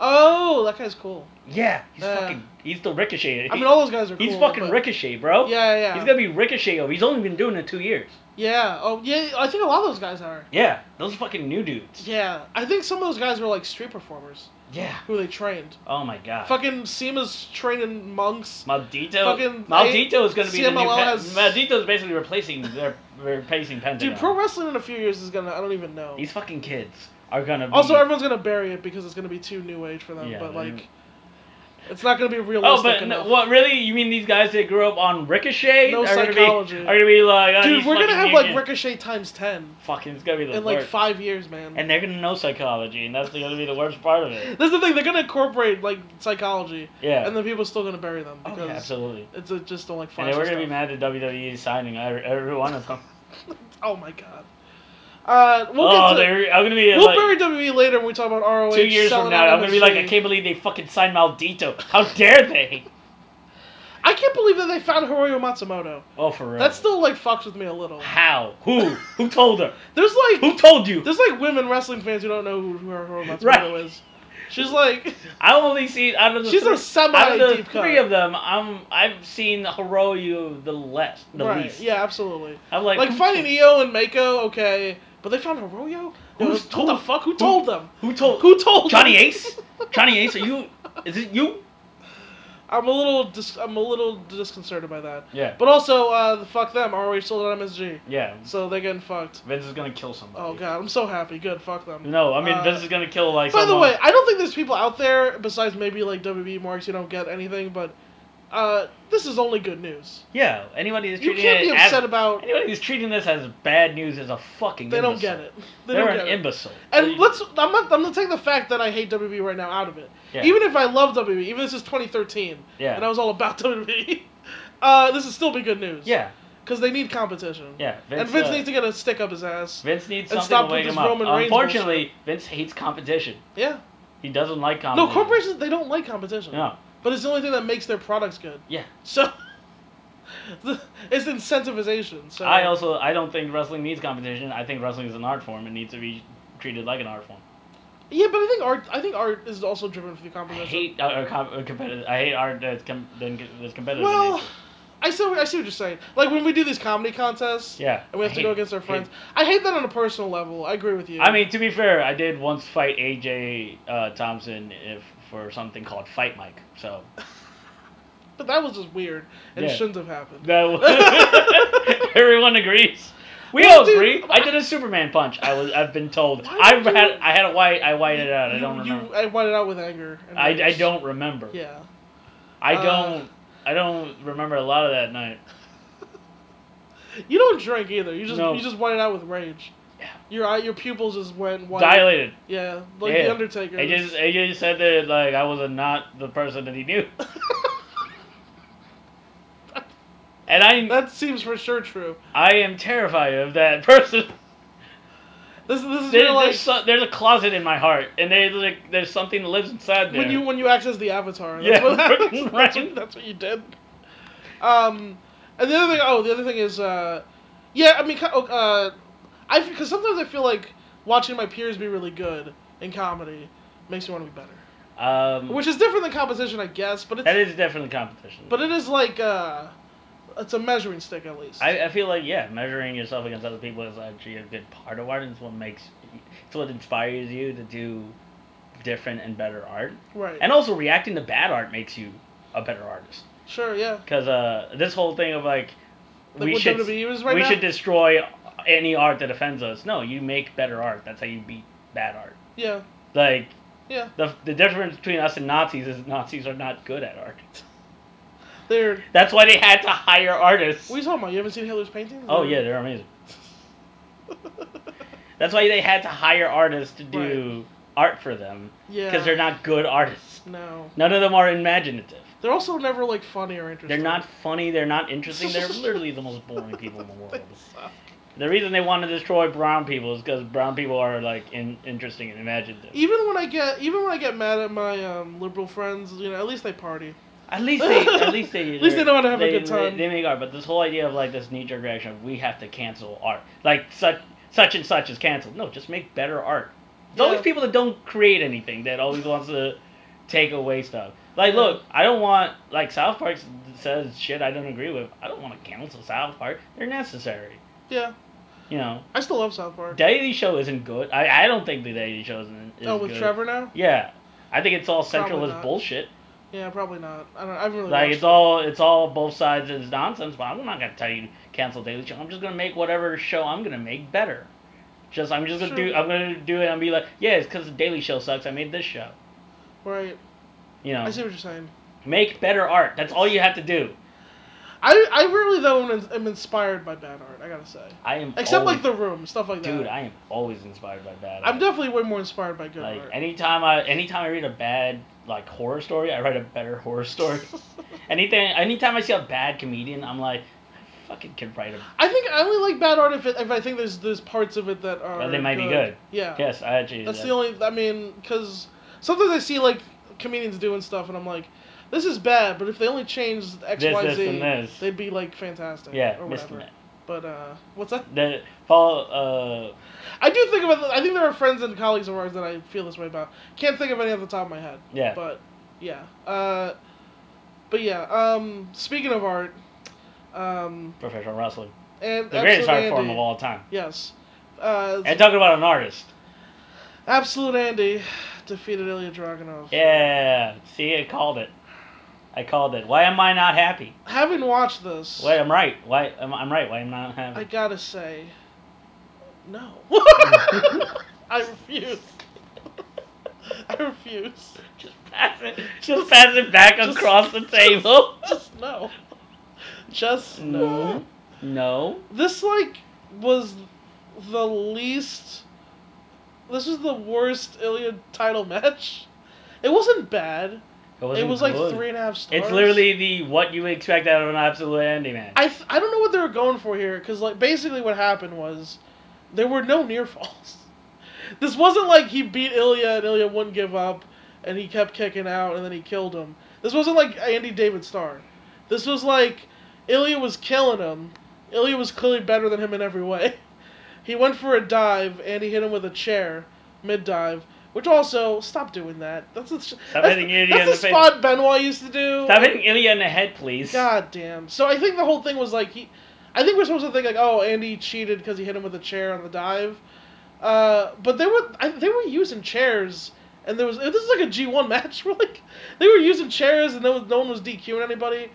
Oh, that guy's cool.
Yeah, he's
Yeah.
fucking. He's the Ricochet.
I mean, all those guys are.
he's
cool,
fucking
but-
Ricochet, bro.
Yeah, yeah.
He's gonna be Ricochet over. He's only been doing it two years.
Yeah. Oh, yeah. I think a lot of those guys are.
Yeah, those fucking new dudes.
Yeah, I think some of those guys were like street performers
Yeah.
who they trained.
Oh my god.
Fucking Seema's training monks.
Maldito.
Fucking-
Maldito is gonna be the new.
CMLL
Pe-
has-
Maldito's basically replacing their replacing Pentagon.
Dude, pro wrestling in a few years is gonna. I don't even know.
These fucking kids are gonna. Be...
Also, everyone's gonna bury it because it's gonna be too new age for them.
Yeah,
but
they-
like, it's not gonna be realistic
Oh, but no,
enough.
what really? You mean these guys that grew up on Ricochet
No
are gonna be are
psychology.
gonna be like, oh,
Dude,
these
we're gonna
fucking
have like
union-
Ricochet times ten
Fucking, it's gonna be the
in like
worst.
five years, man.
And they're gonna know psychology, and that's gonna be the worst part of it.
That's the thing. They're gonna incorporate like psychology,
Yeah.
and then people are still gonna bury them
oh,
because
yeah, absolutely.
it's a, just don't like.
And they were
Fox
gonna be
stuff.
mad at WWE signing every, every one of them.
Oh my god. Uh, we'll
oh,
get to.
they're, I'm gonna be
We'll
like
bury WWE later when we talk about ROH.
two years from
selling
now.
out
I'm gonna be like, I
MSG.
can't believe they fucking signed Maldito. How dare they?
I can't believe that they found Hiroyo Matsumoto.
Oh, for real.
That still like fucks with me a little.
how? Who? Who told her?
There's like
Who told you?
There's like women wrestling fans who don't know who, who Hiroyo Matsumoto
Right.
is. She's like,
I only seen out of the
she's
three,
a semi
out of the
deep cut.
three of them. I'm I've seen Hiroyu the less, the
right?
least.
Yeah, absolutely.
I'm like,
Like, E
who
finding Io
told-
and Mako, okay, but they found Hiroyo.
Who's
what the
told-
fuck? Who told them?
Who told?
Who told
Johnny
them?
Ace? Johnny Ace, are you? Is it you?
I'm a little dis- I'm a little disconcerted by that.
Yeah.
But also, uh, the fuck them. ROH sold out MSG,
Yeah.
so they're getting fucked.
Vince is gonna kill somebody.
Oh god, I'm so happy. Good, fuck them.
No, I mean
Uh,
Vince is gonna kill like.
By the
someone.
way, I don't think there's people out there besides maybe like WB marks who don't get anything, but uh, this is only good news.
Yeah. Anybody who's
You
treating
can't
it
be
as-
upset about
Anybody who's treating this as bad news is a fucking.
they don't
imbecile.
get it. They
They are
don't
an
get it.
imbecile. They-
And let's. I'm not. I'm not taking the fact that I hate WB right now out of it.
Yeah.
Even if I love WB, even this is 2013,
Yeah.
and I was all about WB, uh, this would still be good news.
Yeah.
Because they need competition.
Yeah.
and Vince
uh,
needs to get a stick up his ass.
Vince needs
and
something
stop with
to wake
this
him up.
Roman Reigns
Unfortunately, Vince hates competition.
Yeah.
He doesn't like
No,
competition.
corporations they don't like competition.
No.
But it's the only thing that makes their products good.
Yeah.
So it's incentivization. So
I also I don't think wrestling needs competition. I think wrestling is an art form and needs to be treated like an art form.
Yeah, but I think art I think art is also driven through
I
competition.
hate uh, uh, com- uh, competitive. I hate art that's, com- than- that's competitive. in
well,
nature.
I see, I see what you're saying. Like when we do these comedy contests
yeah.
and we have
I
to
hate
go
it.
against our
Hate
friends. I hate that on a personal level. I agree with you.
I mean, to be fair, I did once fight AJ uh, Thompson if for something called Fight Mike. So
but that was just weird and
Yeah.
shouldn't have happened.
that was- everyone agrees. We
Well,
all
dude,
agree. I did a Superman punch. I was. I've been told.
Why
I
would you-
had. I had a white. I white it out. I
You-
don't
you,
remember.
I wanted out with anger. and
I, I
rage.
don't remember.
Yeah.
I
uh,
don't. I don't remember a lot of that night.
You don't drink either. You just
No.
you just wanted out with rage.
Yeah.
Your eye, your pupils just went white.
Dilated.
Yeah, like
Yeah.
the Undertaker.
AJ. AJ said that like I was not the person that he knew, and I.
that seems for sure true.
I am terrified of that person.
This, this is
There-
your, like
there's, so, there's a closet in my heart, and there's like there's something that lives inside there.
when you when you access the avatar. That's
Yeah,
what happens.
right.
That's, what, that's what you did. Um, and the other thing. Oh, the other thing is, uh, yeah. I mean, co- uh, I because sometimes I feel like watching my peers be really good in comedy makes me want to be better,
um,
which is different than competition, I guess. But
that
it's
is definitely competition.
but it is like uh, it's a measuring stick at least.
I, I feel like yeah, measuring yourself against other people is actually a good part of art, and it's what makes it's what inspires you to do different and better art,
right.
and also reacting to bad art makes you a better artist.
sure. Yeah.
Because uh, this whole thing of like,
Like
we
what
should
WWE is right
we
now?
should destroy any art that offends us. No, you make better art. That's how you beat bad art.
Yeah.
Like
Yeah.
the the difference between us and Nazis is Nazis are not good at art.
They're.
That's why they had to hire artists.
What are you talking about? You haven't seen Hitler's paintings?
oh yeah, they're amazing. That's why they had to hire artists to do art for them
yeah.
because they're not good artists.
No.
None of them are imaginative.
They're also never like funny or
They're
interesting.
not funny. They're not interesting. They're literally the most boring people in the world.
uh,
The reason they want to destroy brown people is because brown people are like in- interesting and imaginative.
Even when I get even when I get mad at my um, liberal friends, you know, at least they party.
At least they, at least they,
At least they know how to have a
they-
good time.
They, they make art, but this whole idea of like this knee-jerk reaction, of, we have to cancel art, like such, such and such is canceled. No, just make better art. There's always
Yeah.
people that don't create anything that always wants to take away stuff. Like,
Yeah.
look, I don't want like South Park says shit I don't agree with. I don't want to cancel South Park. They're necessary.
Yeah,
You know,
I still love South Park.
Daily Show isn't good. I, I don't think the Daily Show isn't. Is
oh, with
good.
Trevor now?
Yeah, I think it's all centralist
not.
bullshit.
Yeah, probably not. I don't. I haven't really.
Like
watched
it's all it's all both sides is nonsense, but I'm not gonna tell you to cancel Daily Show. I'm just gonna make whatever show I'm gonna make better. Just I'm just gonna
Sure.
do I'm gonna do it and be like, yeah, it's because the Daily Show sucks. I made this show.
right.
You know,
I see what you're saying.
make better art. That's all you have to do.
I I rarely though am, am inspired by bad art. I gotta say.
I am
Except
always,
like the room stuff like that.
dude. I am always inspired by bad.
I'm
art.
definitely way more inspired by good
like
art.
anytime I anytime I read a bad like horror story, I write a better horror story. Anything anytime I see a bad comedian, I'm like, I fucking could write a
I think I only like bad art if, it, if I think there's there's parts of it that are.
Well, they might be good.
Yeah.
yes. I actually
That's
that-
the only. I mean, because sometimes I see like comedians doing stuff, and I'm like, this is bad. But if they only changed X,
This,
Y,
this,
Z,
and this.
they'd be like fantastic.
yeah
or
missed
whatever.
that.
But uh, what's that?
The Paul. Uh,
I do think about. I think there are friends and colleagues of ours that I feel this way about. Can't think of any off the top of my head.
yeah.
But yeah. Uh, but yeah. Um, speaking of art, um,
professional wrestling,
and
the greatest art
Absolute
form
Andy-
of all time.
Yes. Uh,
And talking about an artist.
Absolute Andy defeated Ilya Dragunov.
Yeah. See, I called it. I called it. Why am I not happy?
Having watched this,
Why I'm right. Why I'm, I'm right. Why am I not
I
happy?
gotta say, no. I refuse. I refuse.
Just pass it. Just pass it back
Just-
across the table.
Just no. Just no.
no. No.
This like was the least. This was the worst Iliad title match. It wasn't bad.
It,
It
wasn't
was like
good.
three and a half stars.
It's literally the what you expect out of an absolute Andy man.
I, th- I don't know what they were going for here because like basically what happened was there were no near falls. This wasn't like he beat Ilya and Ilya wouldn't give up and he kept kicking out and then he killed him. This wasn't like Andy David Starr. This was like Ilya was killing him. Ilya was clearly better than him in every way. He went for a dive and he hit him with a chair mid dive, which also stop doing that. That's a, Stop that's,
hitting Ilya
that's
in
a
the face.
spot Benoit used to do.
Stop hitting Ilya in the head, please.
God damn. So I think the whole thing was like he. I think we're supposed to think like, oh, Andy cheated because he hit him with a chair on the dive, uh, but they were I, they were using chairs, and there was this is like a G one match. We're like, they were using chairs, and there was, no one was DQing anybody.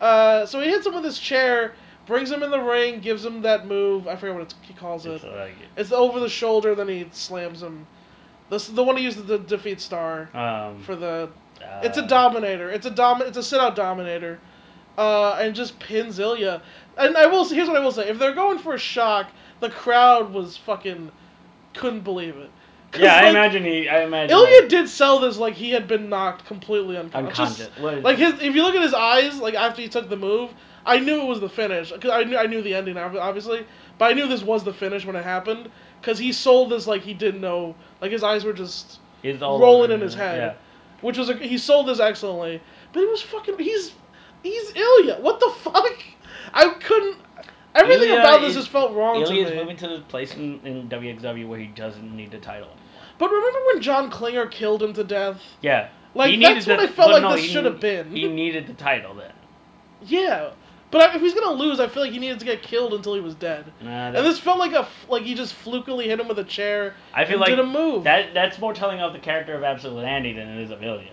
Uh, so he hits him with his chair, brings him in the ring, gives him that move. I forget what it's, he calls it.
It's like,
It's over the shoulder, then he slams him. This the one he used to defeat Star
um,
for the
uh,
it's a dominator. It's a dom. It's a sit out dominator, uh, and just pins Ilya. And I will. say- Here's what I will say: if they're going for a shock, the crowd was fucking couldn't believe it. 'Cause,
Yeah, I
like,
imagine he. I imagine
Ilya
that.
did sell this like he had been knocked completely unconscious.
unconscious. What is-
Like his, if you look at his eyes, like after he took the move, I knew it was the finish. 'Cause I knew I knew the ending, ob- obviously, but I knew this was the finish when it happened because he sold this like he didn't know. Like his eyes were just,
He's all
rolling
over
in
the-
his head.
Yeah.
which was a, he sold this excellently. But it was fucking. He's he's Ilya. What the fuck? I couldn't. Everything
Ilya
about this
is-
just felt wrong
Ilya's
to me.
moving to the place in, in WXW where he doesn't need the title.
But remember when John Klinger killed him to death?
Yeah.
Like
He
that's
needed
what
the-
I felt
but
like
no,
this
he
should have
need-
been.
He needed the title then.
yeah, but I, if he's gonna lose, I feel like he needed to get killed until he was dead.
Nah, that-
And this felt like a f- like he just flukily hit him with a chair.
I feel
and
like
did a move.
that that's more telling of the character of Absolute Andy than it is of Ilya.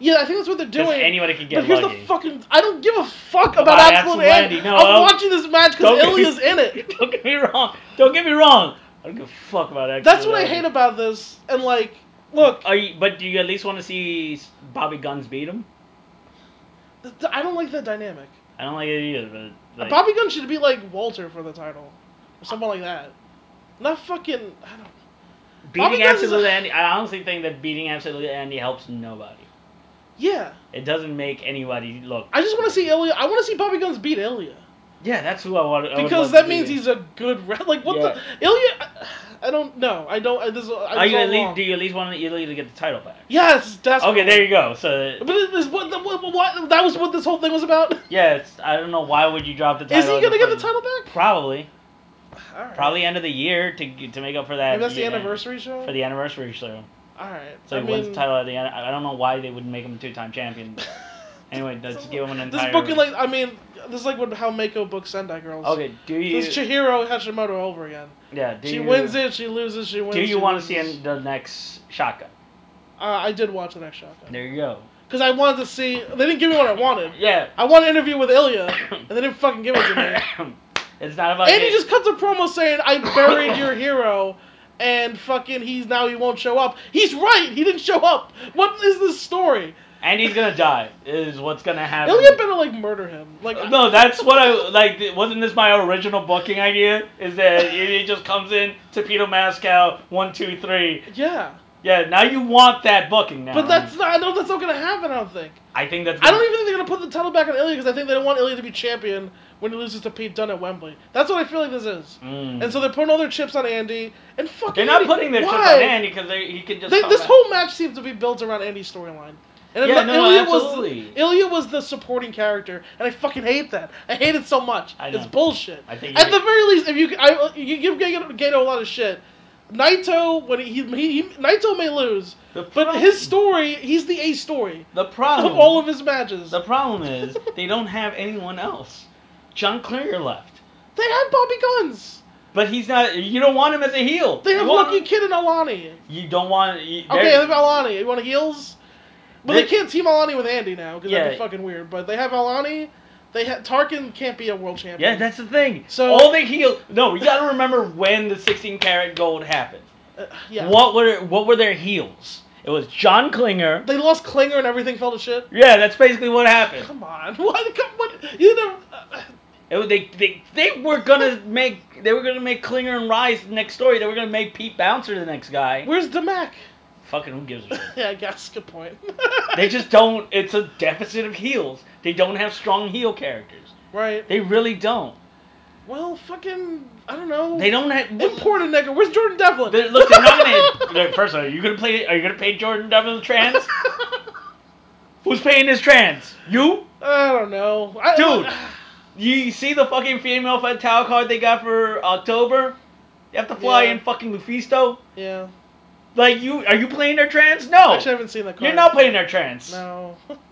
Yeah, I think that's what they're
Because
doing.
anybody could get
but here's
lucky.
the fucking. I don't give a fuck about
About
Absolute
Absolute
Andy.
Andy, no,
I'm
I'll-
watching this match
Don't
because
get-
Ilya's in it.
Don't get me wrong. Don't get me wrong. I don't give a fuck about that.
That's what I hate about this. And like, look,
Are you, but do you at least want to see Bobby Guns beat him?
th- th- I don't like that dynamic.
I don't like it either. But like,
Bobby Gunn should be like Walter for the title, or someone like that. Not fucking. I don't.
beating
Bobby Guns is
Absolute
a-
Andy, I honestly think that beating Absolute Andy helps nobody.
Yeah,
It doesn't make anybody look.
I just want to see Ilya. I want to see Bobby Guns beat Ilya
Yeah, that's who I want. I would love
because
to
that
see.
means he's a good. Re- like what
Yeah.
the Ilya? I, I don't know. I don't. I, this. is- I,
Are
this
you
all
at least,
wrong.
do you at least want Ilya to get the title back?
Yes, that's
Okay, there you go. So
But it is what, the, what, what that was what this whole thing was about.
yeah, it's, I don't know why would you drop the title.
Is he
in
gonna get the
first-
title back?
Probably.
All right.
Probably end of the year to g- to make up for that.
Maybe that's the
yeah,
anniversary show.
for the anniversary show.
All right.
So
I
he wins
mean-
the title at the end. I I don't know why they wouldn't make him two time champion. but Anyway, let's give him an
This
entire.
is booking like I mean, this is like what, how Mako books Sendai Girls.
Okay, do you?
This is Chihiro Hashimoto over again.
yeah, do
she
you,
wins it, she loses, she wins.
Do you
want to
see in the next shotgun?
Uh, I did watch the next shotgun
There you go.
because I wanted to see. They didn't give me what I wanted.
Yeah.
I want an interview with Ilya, and they didn't fucking give it to me.
it's not about.
and he
it.
just cuts a promo saying, "I buried your hero." And fucking, he's now he won't show up. He's right, he didn't show up. What is this story?
and he's gonna die. Is what's gonna happen.
Ilya better like murder him. Like
uh, No, that's what I like. th- Wasn't this my original booking idea? Is that it just comes in torpedo Moscow one two three?
yeah,
Yeah, now you want that booking now.
but that's not. I know that's not gonna happen. I don't think.
I think that's.
I don't even think they're gonna put the title back on Ilya because I think they don't want Ilya to be champion when he loses to Pete Dunne at Wembley. That's what I feel like this is.
Mm.
And so they're putting all their chips on Andy and fucking.
They're not
Andy.
putting their
Why?
chips on Andy because he can just.
They,
come
this
back.
whole match seems to be built around Andy's storyline. And
Yeah,
I'm
no,
Ilya was
absolutely.
Ilya was the supporting character, and I fucking hate that. I hate it so much.
I
It's
know.
bullshit.
I think
At
you-
the very least, if you c- I, you give Gato, Gato a lot of shit, Naito when he, he, he Naito may lose,
The
but
problem-
his story he's the A story
The
of
problem.
all of his matches.
Oh. the problem is they don't have anyone else. John Clear left,
They had Bobby Guns.
but he's not. You don't want him as a heel.
They
You
have
want-
Lucky Kid and Alani.
You don't want. You,
Okay, they
they're-
have Alani. You want heels? But they,
They-
can't team Alani with Andy now because that'd be
Yeah.
fucking weird. But they have Alani. They ha- Tarkin can't be a world champion.
Yeah, that's the thing.
So-
So all the heel. No, we gotta remember when the 16 karat gold happened.
Uh, yeah.
What were what were their heels? It was John Klinger.
They lost Klinger and everything fell to shit.
Yeah, that's basically what happened.
Come on, what? Come, what? You know, uh,
It was, they, they they were gonna make they were gonna make Klinger and Rise the next story. They were gonna make Pete Bouncer the next guy.
where's Demac?
Fucking who gives a shit?
yeah, I guess good point.
they just don't. It's a deficit of heels. They don't have strong heel characters.
right.
They really don't.
Well, fucking, I don't know.
They don't have.
Important nigga. Where's Jordan Devlin?
They- look, they're not gonna. they're- First of all, are you gonna play? Are you gonna pay Jordan Devlin trans? Who's paying his trans? You?
I don't know, I,
Dude. You see the fucking female fatal card they got for October? You have to fly
Yeah.
in fucking Lufisto?
yeah.
Like you are you playing their trans? No.
Actually, I haven't seen that. Card.
You're not playing their trans.
No.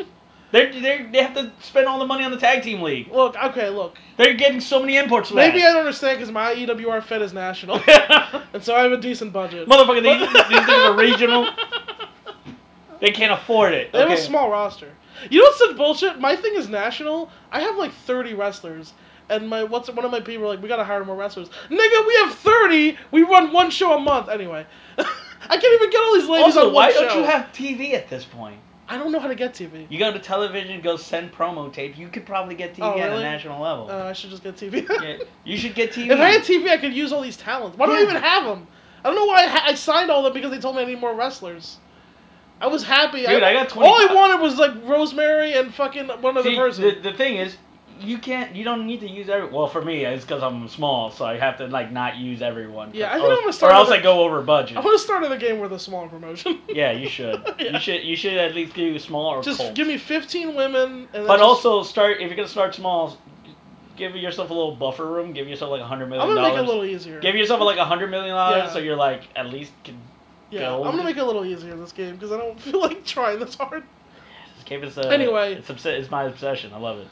They're, they're, they have to spend all the money on the tag team league.
look, okay, look.
They're getting so many imports. for
Maybe I
that.
don't understand because my EWR Fed is national, and so I have a decent budget.
Motherfucker, these, these things are regional. They can't afford it.
They have a
okay?
small roster. You know what's some bullshit? My thing is national. I have like thirty wrestlers, and my what's one of my people are like we gotta hire more wrestlers. Nigga, we have thirty. We run one show a month anyway. I can't even get all these ladies
Also,
on one
why
show.
don't you have TV at this point?
I don't know how to get TV.
You go to television, go send promo tape. You could probably get TV
Oh,
at
really?
a national level.
Uh, I should just get TV.
yeah, you should get TV.
If I had TV, I could use all these talents. Why do I
Yeah.
even have them? I don't know why I, ha- I signed all them because they told me I need more wrestlers. I was happy.
Dude, I got
All I
25
wanted was like Rosemary and fucking one other
See,
person.
the, the thing is, you can't. You don't need to use every. Well, for me, it's because I'm small, so I have to like not use everyone. 'cause-
Yeah, I think
or,
I'm gonna start
Or else
with
I
a-
go over budget.
I want to start at the game with a small promotion.
Yeah, you should.
Yeah.
You should. You should at least do small or
just
Colts.
give me 15 women. And then
But
just-
also start if you're gonna start small. Give yourself a little buffer room. Give yourself like a hundred
I'm
million
gonna make it a
dollars.
little easier.
Give yourself like a hundred million dollars,
Yeah.
so you're like at least can,
yeah,
gold.
I'm gonna make it a little easier this game because I don't feel like trying this hard.
Cave is a,
Anyway.
It's, obs- it's my obsession. I love it.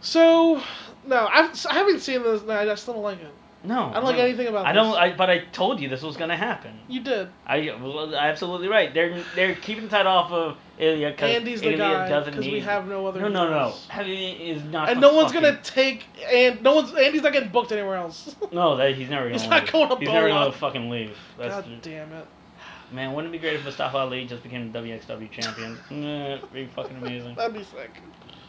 So, no, I've, I haven't seen this. No, I just don't like it.
No,
I don't like
no.
anything about.
I
this.
don't. I, but I told you this was gonna happen.
You did.
I well, absolutely right. They're they're keeping tight off of Ilya because
Andy's the
Ilya
guy
doesn't
because
need.
we have no other.
no, no, no.
guys.
Ilya is not.
And
the
no one's
fucking-
gonna take and no one's Andy's not getting booked anywhere else.
No, that he's never gonna.
He's not
leave.
going to
He's never
Bola.
gonna fucking leave. That's
God damn it!
man. Wouldn't it be great if Mustafa Ali just became the WXW champion? nah, it'd be fucking amazing.
That'd be sick.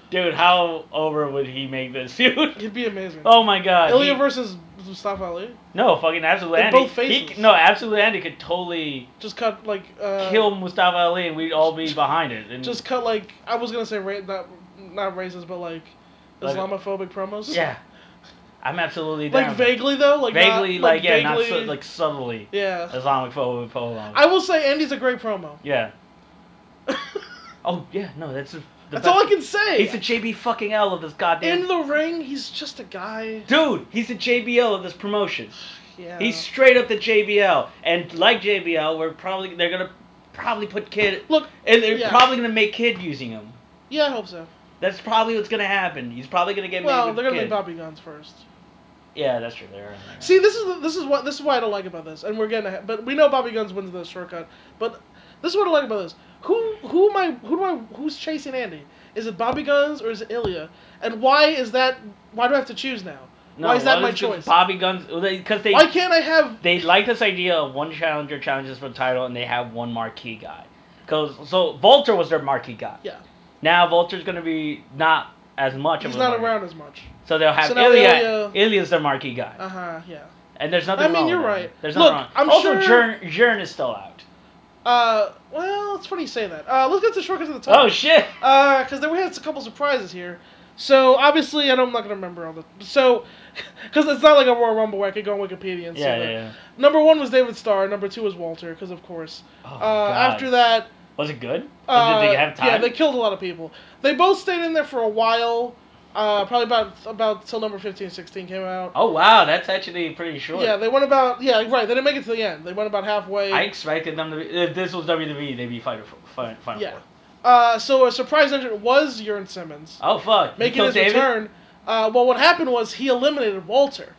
Dude, how over would he make this dude?
It'd be amazing.
Oh my god.
Ilya
he-
versus Mustafa Ali.
No, fucking absolutely.
They're
Andy.
both faces.
He, no, absolutely. Andy could totally
Just cut like. Uh,
kill Mustafa Ali, and we'd all be behind it. And
Just cut like I was gonna say ra- not not racist, but like
Like-
Islamophobic promos.
yeah, I'm absolutely down.
Like vaguely though, like not-
vaguely, like, yeah, not
vaguely-
su- like uh, subtly
yeah.
Islamic phobic phobic.
I will say Andy's a great promo.
yeah.
That's
Oh yeah, no, that's the best-
all I can say.
He's the JB fucking L of this goddamn.
in the ring, he's just a guy.
Dude, he's the JBL of this promotion.
Yeah.
He's straight up the JBL, and like JBL, we're probably they're gonna probably put Kid,
look.
and they're
yeah.
probably gonna make Kid using him.
Yeah, I hope so.
That's probably what's gonna happen. He's probably gonna get.
Well,
made with
they're gonna make
Kid.
Bobby guns first.
Yeah, that's true. They're. they're-
See, this is this is what this is why I don't like about this, and we're getting ahead, but we know Bobby Guns wins the shortcut. But this is what I like about this. Who who am I? Who do I? Who's chasing Andy? Is it Bobby Guns or is it Ilya? And why is that? Why do I have to choose now?
No,
why is that
well,
my
it's just
choice?
Bobby Guns, because they
why can't I have?
they like this idea of one challenger challenges for the title, and they have one marquee guy. Cause so Volter was their marquee guy.
Yeah,
Now Volter's gonna be not as much.
he's
of a
not
marquee.
around as much.
So they'll have
So now
Ilya.
Ilya-
Ilya's their marquee guy,
Uh huh. Yeah.
and there's nothing.
I mean,
wrong
you're
with that.
right.
There's
Look,
nothing wrong.
I'm
also,
sure-
Jern, Jern is still out.
Uh, well, it's funny you say that. Uh, let's get to the shortcut to the top.
Oh shit!
because then we had a couple surprises here. So obviously, I don't, I'm not gonna remember all the. So, because it's not like a Royal Rumble where I could go on Wikipedia and see.
Yeah,
the-
yeah. yeah.
Number one was David Starr. Number two was Walter, because of course.
Oh,
Uh,
God.
after that,
was it good?
uh,
did they have time?
yeah, they killed a lot of people. They both stayed in there for a while, uh, probably about about till number 15, 16 came out.
Oh wow, that's actually pretty short.
Yeah, they went about yeah right. They didn't make it to the end. They went about halfway.
I expected them to. be... If this was WWE, they'd be final four. Final, final
Yeah.
four.
Uh, so a surprise entrant was Urine Simmons.
Oh fuck!
making
Until
his
David?
return. Uh, well, what happened was he eliminated Walter.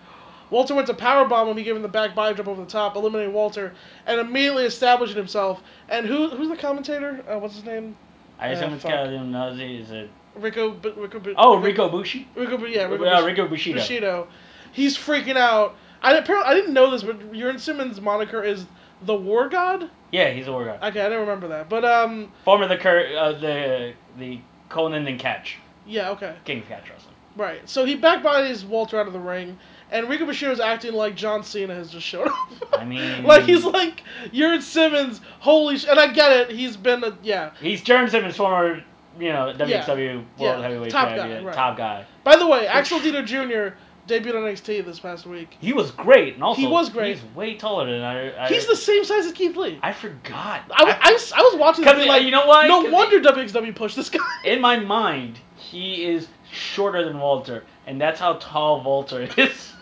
Walter went to powerbomb him. He gave him the back body drop over the top, eliminated Walter, and immediately established himself. And who who's the commentator? Uh, what's his name?
I
Uh,
assume it's
fuck.
kind of Nazi. Is it?
Rico. B- Rico. B-
Oh, Rico Bushi.
Rico. B- yeah. Rico.
Uh,
Bush-
Rico Bushido.
Bushido. He's freaking out. I apparently I didn't know this, but Urine Simmons' moniker is the War God.
Yeah, he's a war guy.
Okay, I didn't remember that, but um,
Former the Cur- uh, the the Conan and Catch
yeah, okay.
King of Catch Wrestling.
Right. So he backbodies Walter out of the ring, and Rico Bushido's acting like John Cena has just showed up.
I mean-
like he's like Yurt Simmons. Holy sh! And I get it. He's been a yeah.
He's Jern Simmons, former you know WXW World
Yeah.
Heavyweight
Top guy,
Champion,
right.
top guy.
By the way, Axel Dieter Jr. debuted on NXT this past week.
He was great, and also
He was great.
He's way taller than I. I
He's the same size as Keith Lee. I,
I forgot.
I, I was- I was watching this
Because uh,
being like
you know why?
no
'Cause
wonder WXW pushed this guy.
In my mind, he is shorter than Walter, and that's how tall Walter is.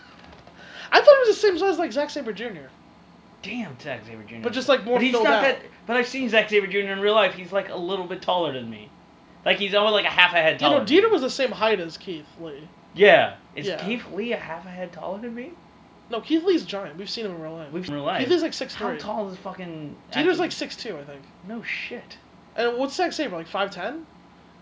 I thought he was the same size like Zack Saber Jr.
Damn, Zack Saber Jr.
But just, like, more
But he's
filled
not
out.
that. But I've seen Zack Saber Jr. in real life. He's like a little bit taller than me. Like he's almost like a half a head
You know,
taller.
Dieter was the same height as Keith Lee.
Yeah. Is
Yeah.
Keith Lee a half a head taller than me?
No, Keith Lee's giant. We've seen him in real life.
We've seen in real life.
Keith Lee's like six
How
three.
tall is fucking?
Dieter's like six two, I think.
No shit.
And what's Zack Saber like five ten?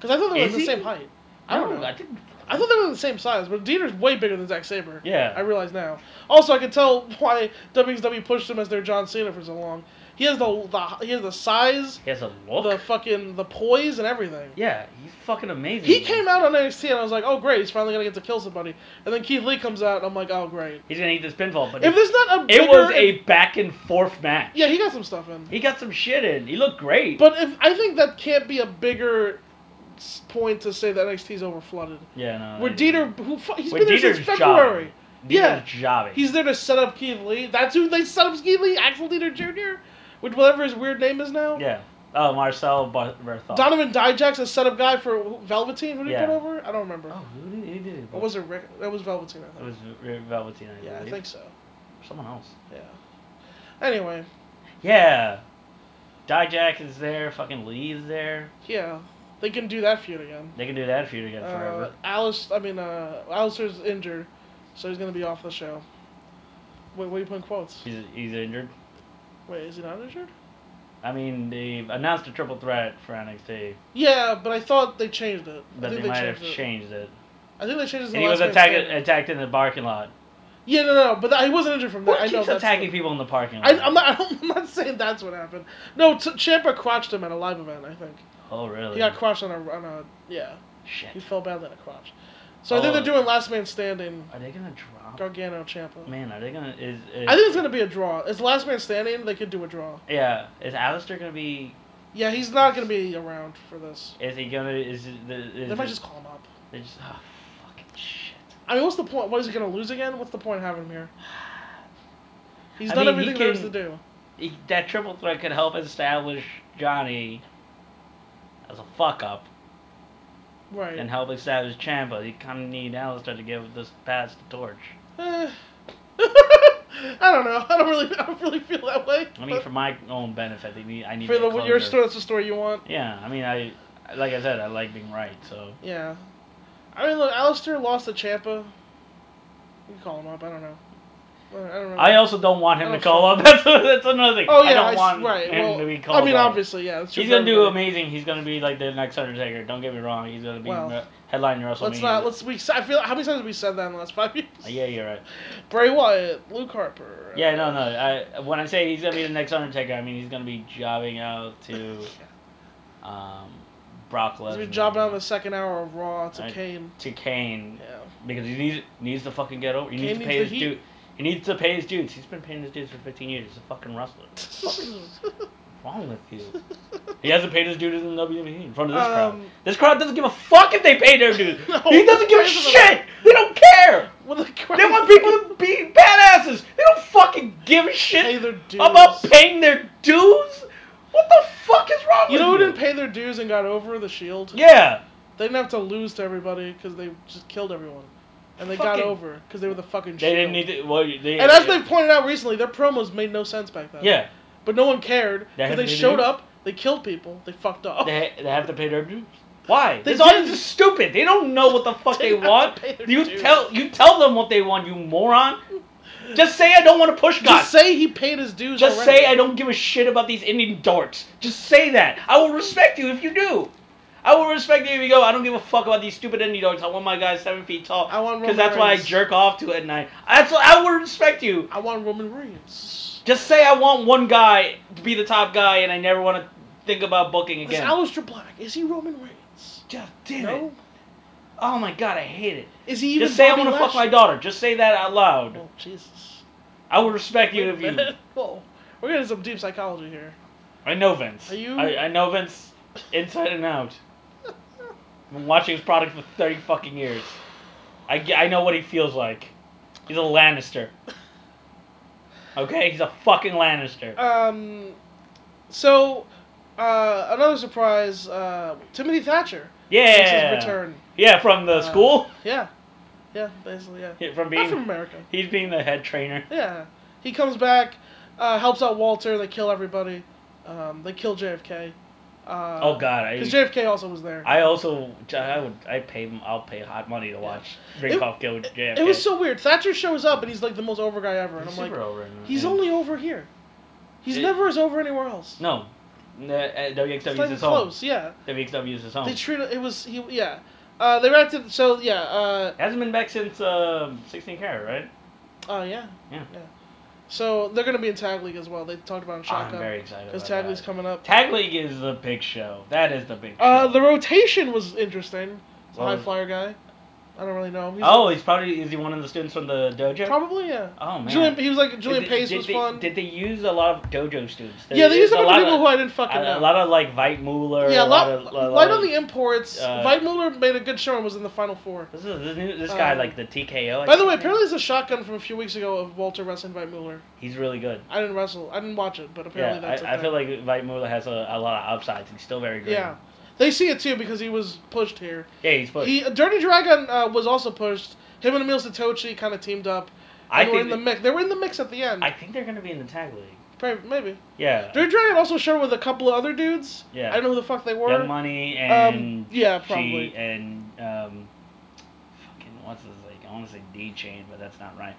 Because I thought they were
Is
the
he?
same height. I
I
don't
don't
know.
know. I didn't.
I thought they were the same size, but Dieter's way bigger than Zack Saber.
Yeah.
I realize now. Also, I can tell why WXW pushed him as their John Cena for so long. He has the, the he has the size,
He has a look.
the fucking the poise and everything.
yeah, he's fucking amazing.
He came out on NXT and I was like, oh great, he's finally gonna get to kill somebody. And then Keith Lee comes out and I'm like, oh great.
He's gonna eat this pinfall, but
If there's not a
it
bigger,
was a back and forth match.
yeah, he got some stuff in.
He got some shit in. He looked great.
But if I think that can't be a bigger s- point to say that NXT's over flooded.
Yeah, no.
Where
that-
Dieter, who fu- he's
Where
been there
Dieter's
since February.
jobbing. Dieter's
yeah.
jobbing.
He's there to set up Keith Lee. That's who they set up as Keith Lee, Axel Dieter Jr., which whatever his weird name is now.
Yeah. Oh, Marcel Bar- Barthol.
Donovan Dijak's a setup guy for who- Velveteen. Who did
Yeah.
he put over? I don't remember.
Oh, who did, who did it?
Or was it Rick? That was Velveteen, I
It
think.
was Re- Velveteen, I
yeah, I
believe.
think so.
Someone else.
Yeah. Anyway,
Yeah. Dijak is there. Fucking Lee is there.
yeah. They can do that feud again.
They can do that feud again
Uh,
forever.
Alice, I mean, uh, Alistair's injured, so he's going to be off the show. Wait, what are you putting quotes?
He's, he's injured.
Wait, is he not injured?
I mean, they've announced a triple threat for NXT,
Yeah, but I thought they changed it. I
but
think
they might have
it.
changed it.
I think they changed it. to
And he
last
was
man
attacked
standing.
attacked in the parking lot.
Yeah, no, no, but that, he wasn't injured from
Who
that. I know
keeps
that's
attacking
the-
people in the parking lot?
I, I'm not. I'm not saying that's what happened. No, t- Champa crotched him at a live event. I think
Oh really?
he got crotched on a on a yeah.
Shit.
He fell badly on a crotch. So I think
Oh.
they're doing last man standing.
Are they gonna drop?
Gargano Champa.
Man, are they gonna? Is, is
I think it's gonna be a draw. It's last man standing. They could do a draw.
Yeah. Is Alistair gonna be?
Yeah, he's not gonna be around for this.
Is he gonna? Is it the? Is
They might
it-
just call him up.
They just. Oh, fucking shit.
I mean, what's the point? What is he gonna lose again? What's the point of having him here? He's
I
done
mean, he
everything there is to
can-
do.
He, that triple threat could help establish Johnny as a fuck up,
Right.
and help establish Champa. You kind of need Alistair to give this pass the torch.
Eh. I don't know. I don't really. I don't really feel that way.
I mean,
but
for my own benefit, I need. I need
for
that
the your
closure.
story, that's the story you want.
Yeah, I mean, I like I said, I like being right. So
Yeah. I mean, look, Alistair lost to Champa. You can call him up. I don't know. I I don't know.
I also don't want him
I don't
to call
feel-
up. That's that's another thing.
Mm. oh yeah,
I don't
s-
want
right.
him
well,
to be called
I mean,
up.
obviously, yeah. That's true
He's
for
gonna do
everybody.
amazing. He's gonna be like the next Undertaker. Don't get me wrong. He's gonna be
Well,
re- headline WrestleMania.
Let's not. Let's. We. I feel. How many times have we said that in the last five years?
Uh, Yeah, you're right.
Bray Wyatt, Luke Harper.
Yeah, no, no. I when I say he's gonna be the next Undertaker, I mean he's gonna be jobbing out to um, Brock Lesnar.
He's been jobbing on the second hour of Raw to
Right.
Kane.
to Kane
Yeah.
because he needs needs to fucking get over. He
Kane
needs to
needs
pay
the
his
heat.
dues. He needs to pay his dues. He's been paying his dues for 15 years. He's a fucking wrestler. What the fuck is wrong with you? He hasn't paid his dues in WWE E in front of this crowd.
Um,
This crowd doesn't give a fuck if they pay their dues.
No,
he doesn't give a
who cares about
shit.
that?
They don't care.
Well, the
They want people to be badasses. They don't fucking give a
pay
shit
their dues.
about paying their dues. What the fuck is wrong
You
with
know who
you?
didn't pay their dues and got over the Shield?
Yeah.
They didn't have to lose to everybody because they just killed everyone, and they got
Fucking-
over because they were the fucking.
They
Shield.
didn't need to. Well, they,
And as they pointed out recently, their promos made no sense back then.
Yeah.
But no one cared
They had
because they
to do
showed
it.
up, they killed people, they fucked up.
They, they have to pay their dues. Oh. Why?
They
this audience
didn't.
is stupid. They don't know what the fuck
They
they,
have to
want.
pay their
You
dues.
tell you tell them what they want, you moron. Just say I don't want to push God.
Just say he paid his dues.
Just
already.
say I don't give a shit about these Indian dorks. Just say that. I will respect you if you do. I will respect you if you go. I don't give a fuck about these stupid Indian dorks. I want my guys seven feet tall.
I want
because
Roman
that's why I
Reigns.
jerk off to at night. That's I will respect you.
I want Roman Reigns.
Just say I want one guy to be the top guy, and I never want to think about booking
Is
again.
Aleister Black? Is he Roman Reigns?
God damn it.
no.
Oh my god, I hate it.
Is he even?
Just say I
Bobby
want to fuck my
Lashley?
daughter. Just say that out loud.
Oh Jesus.
I will respect
Wait
you
a
if you.
minute. Whoa. We're getting some deep psychology here.
I know Vince.
Are you-
I, I know Vince inside and out. I've been watching his product for 30 fucking years. I, ge- I know what he feels like. He's a Lannister. Okay? He's a fucking Lannister.
Um, so uh, another surprise, uh, Timothy Thatcher makes
yeah.
his return.
Yeah, from the
Uh,
school?
Yeah, yeah, basically, yeah.
Yeah, From
Not from
being.
America.
He's being the head trainer.
Yeah, he comes back, uh, helps out Walter. They kill everybody. Um, they kill JFK. Uh,
Oh god, I.
Because JFK also was there.
I also, I would, I pay, I'll pay hot money to watch Rinkoff kill JFK.
It was so weird. Thatcher shows up and he's like the most over guy ever, and I'm
He's
like,
super over in-
he's
in-
only over here. He's
It-
never as over anywhere else.
no. The, uh,
it's not
WXW is
even
his home. Oh.
close. Yeah,
WXW is his
they
home.
treat it was he. Yeah, uh, they acted so. Yeah, uh,
Hasn't been back since um 16 karat, right?
Oh yeah.
Yeah.
So they're gonna be in tag league as well. They talked about in
I'm
shotgun
very excited.
because
Because
tag league's coming up.
Tag League is the big show. That is the big show.
Uh, the rotation was interesting. It's a
Well,
high flyer guy. I don't really know. He's
oh, he's probably is he one of the students from the dojo?
probably yeah.
Oh man.
Julian, he was like Julian
Did they-
Pace
did
was
they-
fun.
Did they use a lot of dojo students? There
yeah, they used
is
a bunch of people
of,
who I didn't fucking
a,
know.
a lot of like Veit Mueller.
yeah,
a lot, of, a lot
light
of-
on the imports.
uh,
Veit Mueller made a good show and was in the final four.
This is this, new, this guy
Um,
like the TKO.
By the
I think
way,
his name.
apparently there's a shotgun from a few weeks ago of Walter wrestling Veit Mueller.
he's really good.
I didn't wrestle. I didn't watch it, but apparently
Yeah,
that's. a
I, I
thing.
feel like Veit Mueller has a, a lot of upsides. He's still very good.
Yeah. They see it too because he was pushed here.
yeah, he's pushed.
He Dirty Dragon uh, was also pushed. Him and Emil Satochi kind of teamed up.
I
and were in
think
the mix. They were in the mix at the end.
I think they're gonna be in the tag league.
Probably, maybe.
Yeah,
Dirty Dragon also showed with a couple of other dudes.
Yeah.
I don't know who the fuck they were.
Young Money and
um, yeah,
G
probably.
and um, fucking what's his like? I want to say D Chain, but that's not right.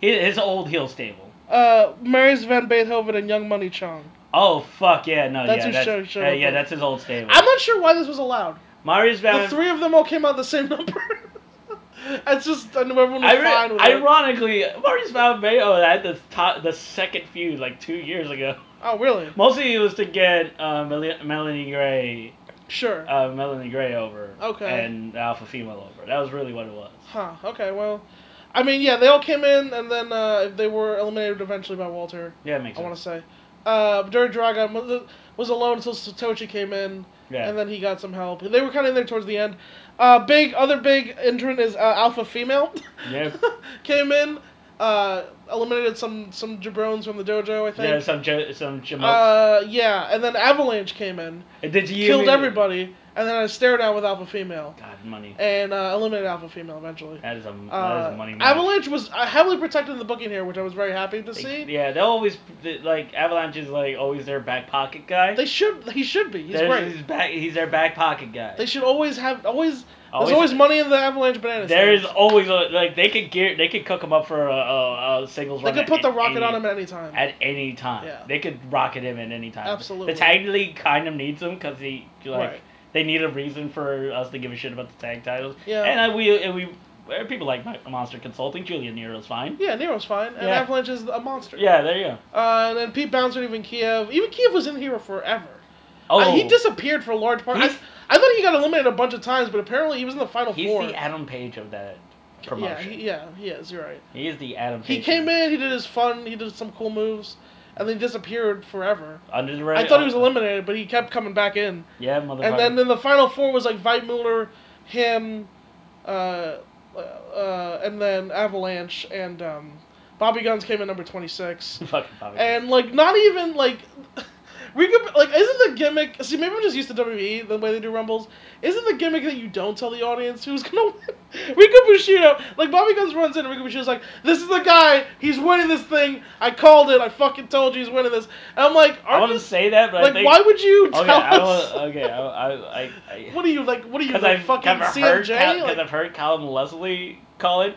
His, his old heel stable.
Uh, Marius Van Beethoven and Young Money Chong.
Oh fuck yeah, no
That's
yeah,
who
that's,
showed- showed
yeah,
up
yeah,
with.
that's his old stable.
I'm not sure why this was allowed.
Marius Van.
The three of them all came out the same number. It's just I knew everyone was
I re-
fine with it.
ironically, Marius Van Mayo had the top, the second feud like two years ago.
Oh really?
Mostly it was to get uh, Mel- Melanie Gray,
Sure.
uh, Melanie Gray over,
Okay.
and Alpha Female over. That was really what it was.
Huh. Okay. Well, I mean, yeah, they all came in, and then uh, they were eliminated eventually by Walter.
Yeah, it makes
I
sense.
want to say, uh, Dirty Dragon was- was alone until Satoshi came in,
yeah,
and then he got some help. They were kind of in there towards the end. Uh, big other big entrant is uh, Alpha Female.
Yep.
came in, uh, eliminated some some jabrones from the dojo, I
yeah,
think.
some jo- some jamokes.
uh, yeah, and then Avalanche came in,
And Did you
killed
mean-
everybody, and then I stare down with Alpha Female,
God, money.
and uh, eliminated Alpha Female eventually.
That is a that
Uh,
is a money. match.
Avalanche was uh, heavily protected in the booking here, which I was very happy to see.
Yeah, they always like Avalanche is like always their back pocket guy.
They should. He should be. He's
There's-
great.
He's back. He's their back pocket guy.
They should always have always. there's always money in the Avalanche bananas.
there is always a, like they could gear. They could cook him up for a, a, a singles
They
run.
could
at
put the
any-
rocket on him at any time.
at any time.
Yeah.
They could rocket him at any time.
Absolutely.
The tag league kind of needs him because he like
Right.
they need a reason for us to give a shit about the tag titles.
Yeah.
And I, we and we uh, people like Mon- Monster Consulting. Julian Nero's fine.
yeah, Nero's fine, and
Yeah.
Avalanche is a monster.
Yeah, there you go.
Uh, and then Pete Bouncer, even Kiev, even Kiev was in here forever.
Oh,
Uh, he disappeared for a large part. I,
He's-
I thought he got eliminated a bunch of times, but apparently he was in the final
he's
four.
the Adam Page of that
yeah,
promotion.
he, yeah, he is. You're right.
He is the Adam
He
Page.
came in, he did his fun, he did some cool moves, and then he disappeared forever.
under the
I thought he was eliminated, but he kept coming back in.
Yeah, motherfucker.
And then in the final four was like Veit Mueller, him, uh, uh, and then Avalanche and um, Bobby Guns came in number twenty six.
fucking Bobby.
And like not even like we could like isn't the gimmick? See, maybe I'm just used to WWE the way they do rumbles. Isn't the gimmick that you don't tell the audience who's gonna win? Rico Bushido, like Bobby Guns runs in, and Rico Bushido's like, "This is the guy. He's winning this thing. I called it. I fucking told you he's winning this." And I'm like,
I
"Are
want
you
to say that, but I
like
think.
why would you tell
Okay, I
us?"
don't. Okay, I. I. I, I
What are you like? What are you
Because
like,
I've,
fucking
I've heard
CMJ?
Cal-
Like,
I've heard Colin Leslie call it.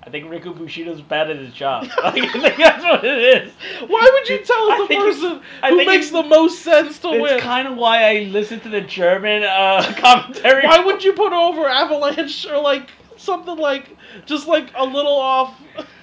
I think Riku Bushido's bad at his job. Like, I think that's what it is.
why would you tell
I
the
think it's-
person
I
who
think
makes
it's-
the most sense to win?
It's kind of why I listen to the German uh, commentary.
Why would you put over Avalanche or like something like just like a little off?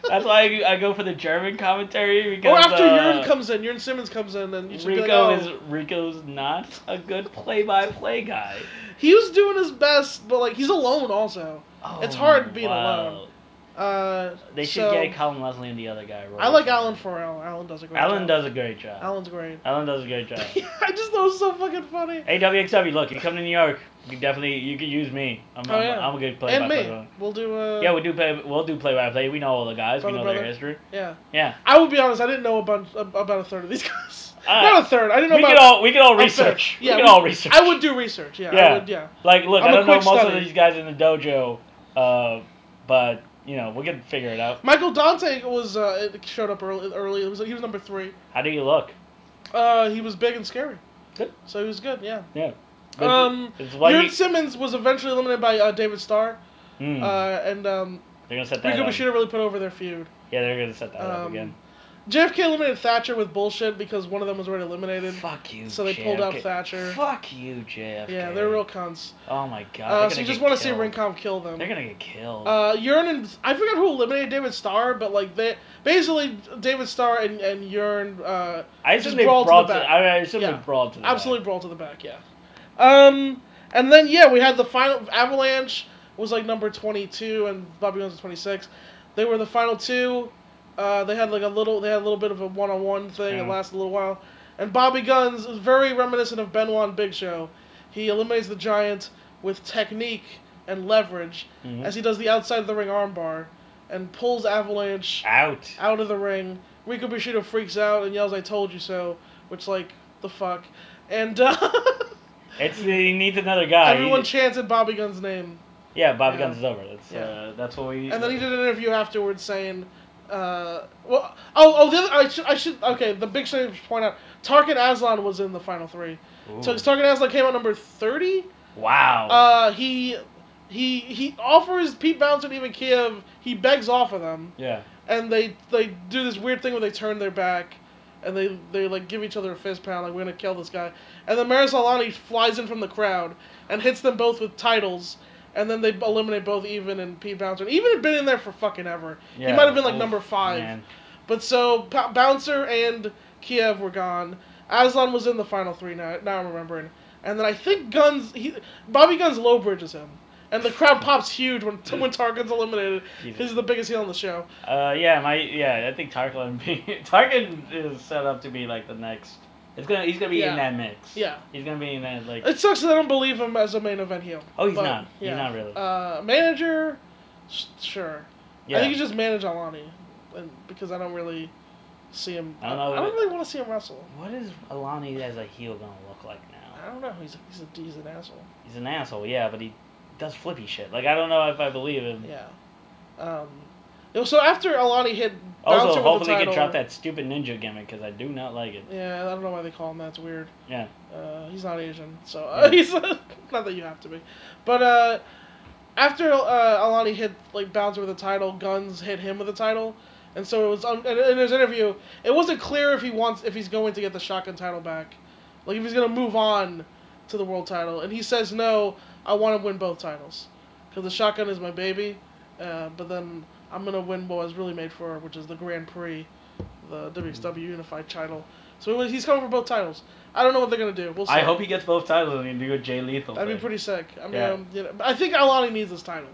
That's why I, I go for the German commentary
or
because.
after
uh,
Yurn comes in, Yurn Simmons comes in, and you should
Rico
be like, oh,
is Rico's not a good play-by-play guy.
he was doing his best, but like he's alone also.
Oh,
It's hard being
wow.
alone. Uh,
They should
so,
get Colin Leslie and the other guy.
I like Alan Farrell. Alan does a great.
Alan
job.
does a great job. Alan,
Alan's great.
does a great job.
I just thought it was so fucking funny.
hey WXW, look, you come to New York, you definitely you can use me. I'm,
Oh,
I'm,
yeah.
I'm a good play
And
by
me,
play.
we'll do. Uh,
Yeah, we do play. We'll do play by play. We know all the guys.
Brother,
we know
brother.
their history.
yeah.
Yeah,
I will be honest. I didn't know about about a third of these guys.
Uh,
Not a third. I didn't know
we
about.
could all we could all
a third.
research.
Yeah,
we could
we-
all research.
I would do research. Yeah. I
Yeah.
would, yeah.
Like, look,
I'm
I
a
don't know
quick
most of
study.
these guys in the dojo, uh, but you know we can figure it out.
Michael Dante was uh, it showed up early. Early, it was, he was number three.
How do you look?
Uh, he was big and scary.
Good.
So he was good. Yeah.
Yeah.
Um,
it's why
Yurt
you-
Simmons was eventually eliminated by uh, David Starr,
Hmm,
uh, and um,
they're gonna set that
Rico
up.
Machida really put over their feud.
Yeah, they're gonna set that up
um,
again.
JFK eliminated Thatcher with bullshit because one of them was already eliminated.
Fuck you.
So they pulled out
JFK.
Thatcher.
Fuck you, JFK.
Yeah, they're real cunts.
Oh my god.
Uh,
they're
so
gonna
you just
get
want to see
killed.
Rincom kill them.
They're gonna get killed.
Uh, Yearn and I forgot who eliminated David Starr, but like they basically David Starr and and Yearn uh,
I
just
assume they
brawl
brawled
to
to.
the
The,
back.
I, mean, I assume
Yeah.
they brawled to. The
absolutely brawl to the back. Yeah. Um, and then yeah, we had the final Avalanche, was like number 22 and Bobby Guns was 26. They were the final two. Uh, they had like a little, they had a little bit of a one-on-one thing. It
Yeah.
lasted a little while. And Bobby Guns is very reminiscent of Benoit and Big Show. He eliminates the Giant with technique and leverage
Mhm.
as he does the outside of the ring armbar and pulls Avalanche
Out.
out of the ring. Rico Bushido freaks out and yells, "I told you so," which like the fuck. And uh,
It's he needs another guy.
everyone
He-
chanted Bobby Gunn's name.
yeah, Bobby
Yeah.
Guns is over. That's
Yeah.
uh, that's what we.
And then he did an interview afterwards saying, uh, "Well, oh, oh, the other, I should, I should, okay." The big thing to point out: Tarkin Aslan was in the final three.
Ooh. Oh.
So Tarkin Aslan came out number thirty.
wow.
Uh, he. He, he offers Pete Bounce and even Kiev. He begs off of them,
yeah.
and they they do this weird thing where they turn their back and they they like give each other a fist pound like we're gonna kill this guy and then Maris Alani flies in from the crowd and hits them both with titles and then they eliminate both even and Pete Bouncer and even had been in there for fucking ever
yeah.
he might have been like
Oof,
number five
man.
but so P- Bouncer and Kiev were gone Aslan was in the final three now now I'm remembering and then I think Guns he Bobby Guns low bridges him and the crowd pops huge when when Tarkin's eliminated
Jesus.
he's the biggest heel on the show
Uh, yeah, my yeah, I think Tarkin be, Tarkin is set up to be like the next. It's gonna he's gonna be
Yeah.
in that mix.
Yeah.
He's gonna be in that like.
It sucks that I don't believe him as a main event heel.
Oh, he's
But,
not. He's not really.
Uh, manager, s- sure.
yeah.
I think you just manage Alani, and because I don't really see him.
I don't know
I don't
what-
really want to see him wrestle.
what is Alani as a heel gonna look like now?
I don't know. He's he's a he's an asshole.
He's an asshole, yeah, but he does flippy shit. Like I don't know if I believe him.
Yeah. Um. it was- So after Alani hit Bouncer
Also,
with the
hopefully he
title,
can drop that stupid ninja gimmick because I do not like it.
Yeah, I don't know why they call him that. It's weird.
Yeah.
Uh, he's not Asian, so uh, he's not that you have to be. But uh, after uh, Alani hit like Bouncer with the title, Guns hit him with the title, and so it was. Um, and in his interview, it wasn't clear if he wants if he's going to get the Shotgun title back, like if he's gonna move on to the world title. And he says no, I want to win both titles, because the Shotgun is my baby. Uh, but then I'm gonna win what I was really made for, which is the Grand Prix, the WXW
Mm-hmm.
Unified title. So he's coming for both titles. I don't know what they're gonna do. We'll see.
I hope he gets both titles and he do a Jay Lethal.
That'd be
thing.
pretty sick. I mean,
Yeah.
um, you know, but I think Alani needs this title.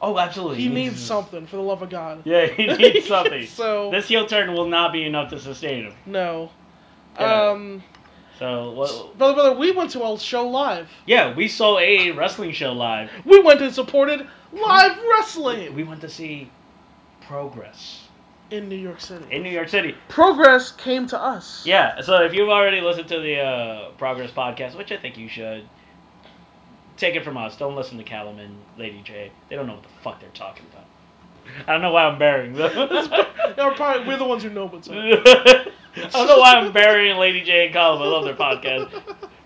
Oh, absolutely.
He needs
this-
something, for the love of God.
Yeah, he needs something.
so
This heel turn will not be enough to sustain him.
no.
Yeah.
Um,
So what?
brother, brother, we went to a show live.
Yeah, we saw a wrestling show live.
We went and supported live wrestling
We went to see Progress
in New York City.
in New York City.
Progress came to us.
Yeah, so if you've already listened to the uh, Progress podcast, which I think you should, take it from us. Don't listen to Callum and Lady J. They don't know what the fuck they're talking about. I don't know why I'm burying them. I
They were probably we're the ones who know what's up.
don't know why I'm burying Lady J and Callum. I love their podcast.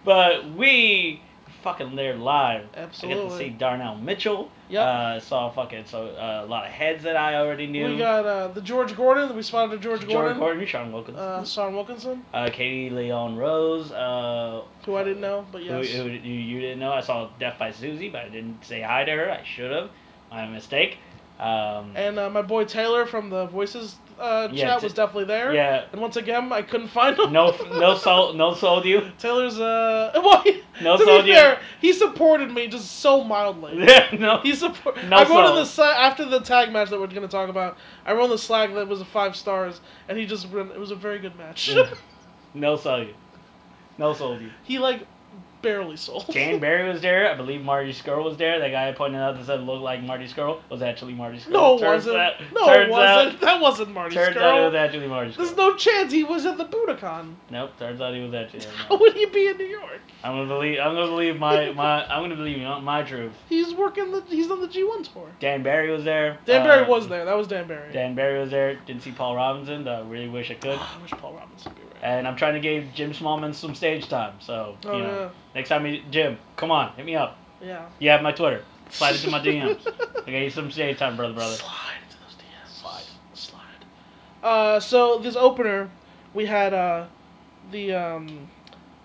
But we fucking there live. I get to
Absolutely.
see Darnell Mitchell.
Yep.
Uh, saw fucking so uh, a lot of heads that I already knew.
We got uh, the George Gordon. We spotted George, Gordon.
Jordan Gordon, Sean Wilkins,
Uh,
uh,
Sean Wilkinson,
Katie Leon Rose, uh,
who I didn't know, but yes.
who, who you, you didn't know. I saw Death by Susie, but I didn't say hi to her. I should have. My mistake. Um,
And uh, my boy Taylor from the Voices uh,
Yeah,
chat
t-
was definitely there.
yeah,
And once again, I couldn't find him.
no, no sold, no sold you.
Taylor's uh. Well, he-
No
to be
sodium.
fair, he supported me just so mildly.
Yeah, no.
He support.
No
I wrote in
salt.
the si- after the tag match that we're gonna talk about. I wrote in the Slack that it was a five stars, and he just wrote- it was a very good match.
no sold you. No sold you.
he like barely sold.
Jane Barry was there. I believe Marty Skrull was there. That guy I pointed out that said looked like Marty Skrull was actually Marty Skrull.
no, it
Turns
wasn't.
out-
no, it
turns
wasn't.
Out,
that wasn't Marty
turns out it was
Skrull.
actually Marty
There's
Skrull.
no chance he was at the Budokan.
Nope, turns out he was actually.
How would he be in New York?
I'm gonna believe. I'm gonna believe my my. I'm gonna believe my, my truth.
He's working the. He's on the G1 tour.
Dan Barry was there.
Dan
Uh,
Barry was there. That was Dan Barry.
Dan Barry was there. Didn't see Paul Robinson. Though I really wish I could.
I wish Paul Robinson would be around.
And I'm trying to give Jim Smallman some stage time. So
Oh,
you know, next time, you, Jim, come on, hit me up.
yeah.
You have my Twitter. Slide into my DMs. I gave you some stage time, brother, brother.
Slide into those DMs.
Slide.
Slide. Uh, so this opener, we had uh, the um,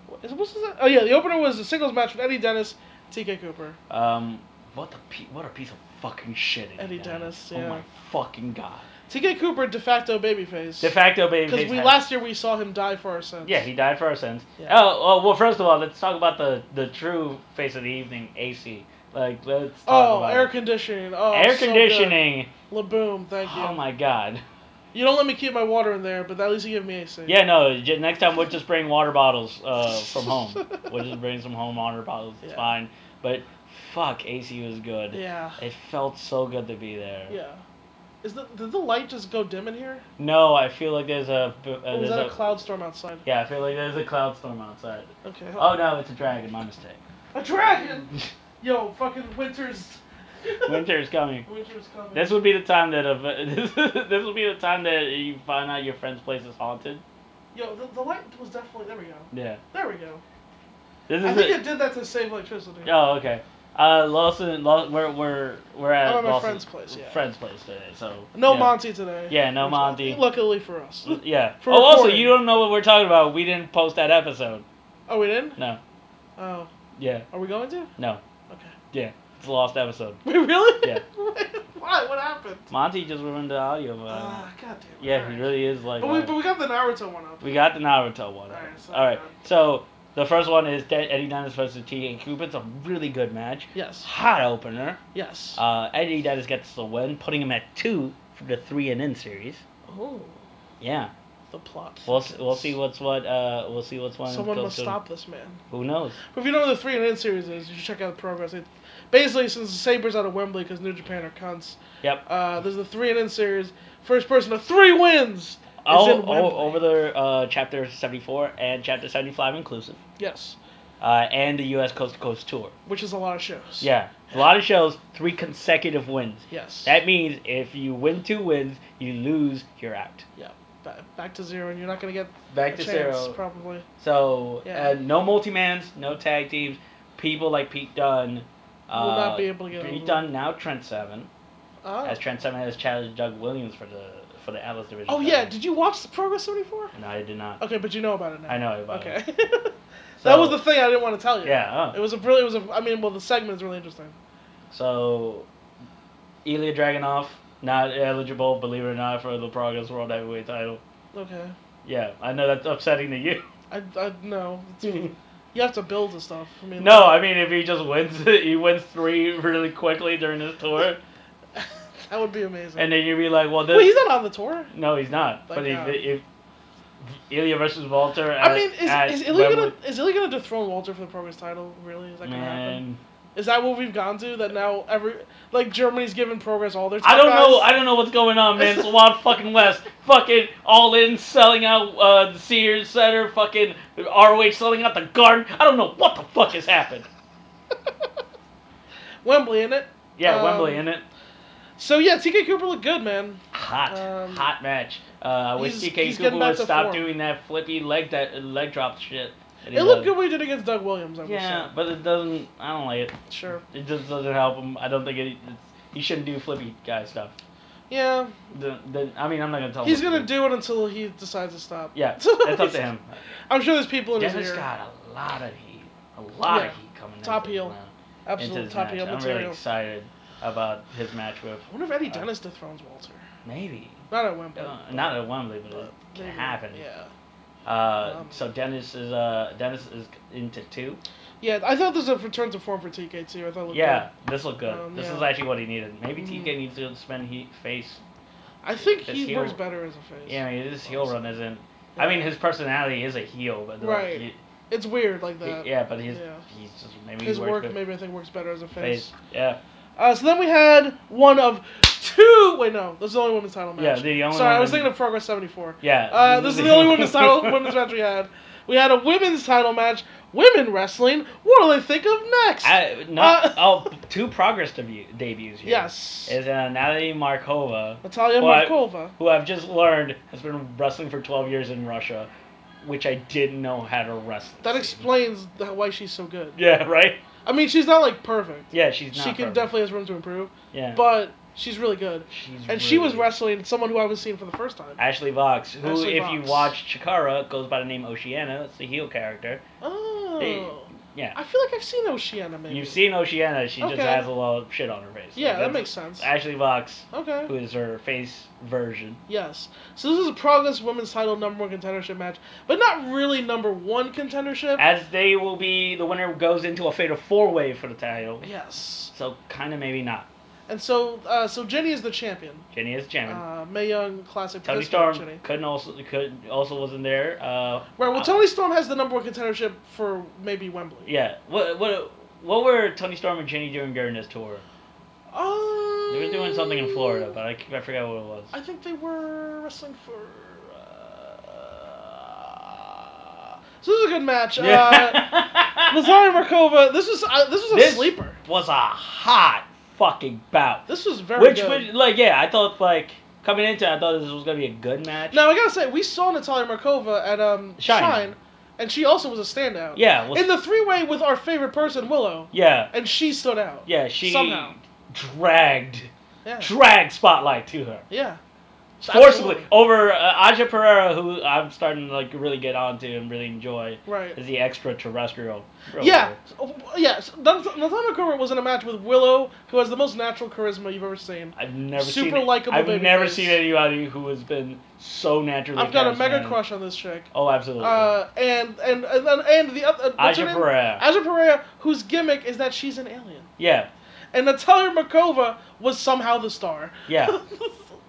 what is what's that? Oh yeah, the opener was a singles match with Eddie Dennis, T.K. Cooper.
Um, what the pe- what a piece of fucking shit.
Eddie Dennis, yeah.
Oh my fucking god.
T.K. Cooper de facto babyface.
De facto baby.
Because we last year we saw him die for our sins.
Yeah, he died for our sins.
Yeah.
Oh, oh, well, first of all, let's talk about the, the true face of the evening, AC. Like let's talk
Oh,
about
air
it.
conditioning. Oh,
air
so good.
conditioning.
Laboom, thank you.
Oh my god.
You don't let me keep my water in there, but at least you give me AC.
Yeah, no. j- Next time we'll just bring water bottles uh, from home. we'll just bring some home water bottles. It's
Yeah.
fine. But fuck, AC was good.
Yeah.
It felt so good to be there.
Yeah. Is the did the light just go dim in here?
No, I feel like there's a. Uh,
Or was
there's
Oh, that a
a-
cloud storm outside?
Yeah, I feel like there's a cloud storm outside.
Okay.
Oh no, it's a dragon. My mistake.
A dragon! Yo, fucking winter's
Winter's coming.
winter's coming.
This would be the time that a, this this would be the time that you find out your friend's place is haunted.
Yo, the, the light was definitely there we go.
Yeah.
There we go.
This is
I think
it.
it did that to save electricity.
Oh, okay. Uh, Lawson, Law, we're we're we're at,
I'm at Oh, my friend's
Lawson's-
place, yeah.
Friend's place today, so
No
yeah.
Monty today.
Yeah, no Monty.
Luckily for us.
Yeah.
For
oh, also,
recording.
you don't know what we're talking about. We didn't post that episode.
Oh, we didn't?
No.
Oh,
Yeah.
are we going to?
No.
Okay.
Yeah. It's a lost episode.
Wait, really?
Yeah.
Why? What happened?
Monty just ruined the audio. But, uh,
Ah, God damn it.
yeah,
All
he
right.
really is like.
But we,
that.
but we got the Naruto one up.
We got the Naruto one.
Alright, so-
All right. So the first one is De- Eddie Dennis versus T.J. Cooper. It's a really good match.
Yes.
Hot opener.
Yes.
Uh, Eddie Dennis gets the win, putting him at two for the three and in series.
oh,
Yeah.
the plot.
We'll s- we'll see what's what. Uh, we'll see what's one.
Someone
goes
must
to-
stop this man.
Who knows?
But if you know what the three and in series is, you should check out the progress. It, basically, since the Sabers out of Wembley because New Japan are cunts,
Yep.
uh, there's the three and in series. First person to three wins is
Oh,
in Wembley.
oh, over the uh, chapter seventy four and chapter seventy five inclusive,
Yes,
uh, and the U.S. coast to coast tour.
which is a lot of shows.
Yeah, a lot of shows, three consecutive wins.
Yes.
That means if you win two wins, you lose, you're out.
yeah. Ba- back to zero, and you're not gonna get
Back
a
to
chance,
zero.
probably.
So
Yeah.
uh, no multi-mans, no tag teams. People like Pete Dunne. Uh,
Will not be able to get
Pete
over.
Dunne now Trent Seven,
Oh.
as Trent Seven has challenged Doug Williams for the for the Atlas division.
Oh
title.
yeah, did you watch the Progress 74?
no, I did not.
Okay, but you know about it now.
I know about it.
Okay. that was
So-
the thing I didn't want to tell you.
Yeah.
It
Oh.
was a really, it was a, I mean, well, the segment's really interesting.
So Ilya Dragunov not eligible, believe it or not, for the Progress World Heavyweight Title.
Okay.
Yeah, I know that's upsetting to you.
I, I no. It's, you have to build the stuff. I mean.
no, I mean if he just wins, he wins three really quickly during this tour,
that would be amazing.
and then you'd be like, well, this,
Wait, he's not on the tour.
No, he's not.
Like,
but if,
uh,
if Ilya versus Walter, at,
I mean, is,
at
is Ilya gonna
Wembley-
is Ilya gonna dethrone Walter for the Progress title? Really? Is that gonna happen?
Man,
Is that what we've gone to? That now every like Germany's giving Progress all their.
I don't
guys?
know. I don't know what's going on, man. It's a wild fucking west. Fucking all in, selling out uh, the Sears Center. Fucking ROH selling out the Garden. I don't know what the fuck has happened.
Wembley in it.
Yeah,
Um,
Wembley in it.
So yeah, TK Cooper looked good, man.
Hot,
um,
hot match. Uh, I wish
he's-
TK
he's
Cooper
getting back
would
to
stop
form.
doing that flippy leg that leg drop shit. that he
It looked
does.
good when he did against Doug Williams. I would
Yeah, but it doesn't. I don't like it.
say. Sure.
It just doesn't help him. I don't think it. It's, he shouldn't do flippy guy stuff.
Yeah,
The, the, I mean, I'm not gonna tell.
he's
him
gonna do it until he decides to stop.
Yeah, that's up to him.
I'm sure there's people in his
Dennis
ear.
got a lot of heat, a lot
Yeah.
of heat coming.
Top
into
heel.
His, uh, into
Absolute
his
top
match.
heel
I'm
material.
really excited about his match with
I wonder if Eddie
Uh,
Dennis dethrones Walter.
maybe
Not at Wembley.
uh, not at Wembley, but it
but
can
maybe.
happen.
Yeah.
Uh,
Um,
so Dennis is uh Dennis is into two.
Yeah, I thought there's a return to form for TK too. I thought it looked
Yeah,
good.
this look good.
Um,
this
yeah.
is actually what he needed. Maybe
Mm.
TK needs to spend heat face.
I think
His
he
heel-
works better as a face.
Yeah, I mean his heel run isn't.
Yeah.
I mean his personality is a heel, but like,
Right.
he-
It's weird like
he-
that.
yeah, but he's
yeah.
he's just maybe he
His
worked
work
with-
maybe I think works better as a face.
face. Yeah.
Uh, so then we had one of two. Wait, no, this is the only women's title match.
Yeah, the only
Sorry, I was
woman-
thinking of Progress '74.
Yeah.
Uh, this is the only women's title women's match we had. We had a women's title match. Women wrestling. What do they think of next?
I, no,
Uh,
oh, two progress debu- debuts here.
yes.
Is uh, Natalie Markova,
Natalia
Well, I-
Markova.
who I've just learned has been wrestling for 12 years in Russia, which I didn't know how to wrestle.
That explains the, why she's so good.
Yeah, right?
I mean, she's not like perfect.
Yeah, she's
she
not.
can
perfect.
definitely has room to improve,
Yeah.
but she's really good.
She's
And she was
really-
wrestling someone who I was seeing for the first time.
Ashley Vox, who,
Ashley
if you
Vox.
watch Chikara, goes by the name Oceana. It's the heel character.
Oh.
Yeah.
I feel like I've seen Oceana maybe.
You've seen Oceana. She
Okay.
just has a lot of shit on her face.
Yeah,
Like,
that
that's-
makes sense.
Ashley Vox,
Okay.
who is her face version.
Yes. So this is a Progress women's title number one contendership match, but not really number one contendership.
As they will be, the winner goes into a fatal four way for the title.
yes.
So kind of maybe not.
And so, uh, so Jenny is the champion.
Jenny is champion.
Uh, Mae Young Classic.
Tony
participant,
Storm
Jenny.
couldn't also could also wasn't there. Uh,
Right. Well,
uh,
Tony Storm has the number one contendership for maybe Wembley.
Yeah. What what what were Tony Storm and Jenny doing during this tour?
Um,
They were doing something in Florida, but I, I forgot what it was.
I think they were wrestling for. Uh, so this is a good match. Uh, Lazari Markova. This was uh, this was a
This-
sleeper.
was a hot fucking bout.
This was very
Which
good.
would like yeah, I thought like coming into it, I thought this was gonna be a good match.
Now I gotta say, we saw Natalia Markova at um Shine,
Shine.
and she also was a standout.
Yeah. Was,
In the three way with our favorite person Willow,
yeah.
and she stood out.
Yeah. She
Somehow.
dragged
Yeah.
dragged spotlight to her.
Yeah.
Forcibly
Absolutely.
over uh, Aja Pereira, who I'm starting to like really get onto and really enjoy,
Right.
is the extraterrestrial.
Yeah. Yeah. so Nat- Natalia Markova was in a match with Willow, who has the most natural charisma you've ever seen.
I've never
Super
seen it-
likable
I've
baby
never
face.
seen anybody who has been so naturally.
I've got a
charismatic.
mega crush on this chick.
Oh, absolutely.
Uh, and and and, then- and the other uh, what's her
Aja
name?
Pereira.
Aja Pereira, whose gimmick is that she's an alien,
yeah,
and Natalia Markova was somehow the star.
yeah.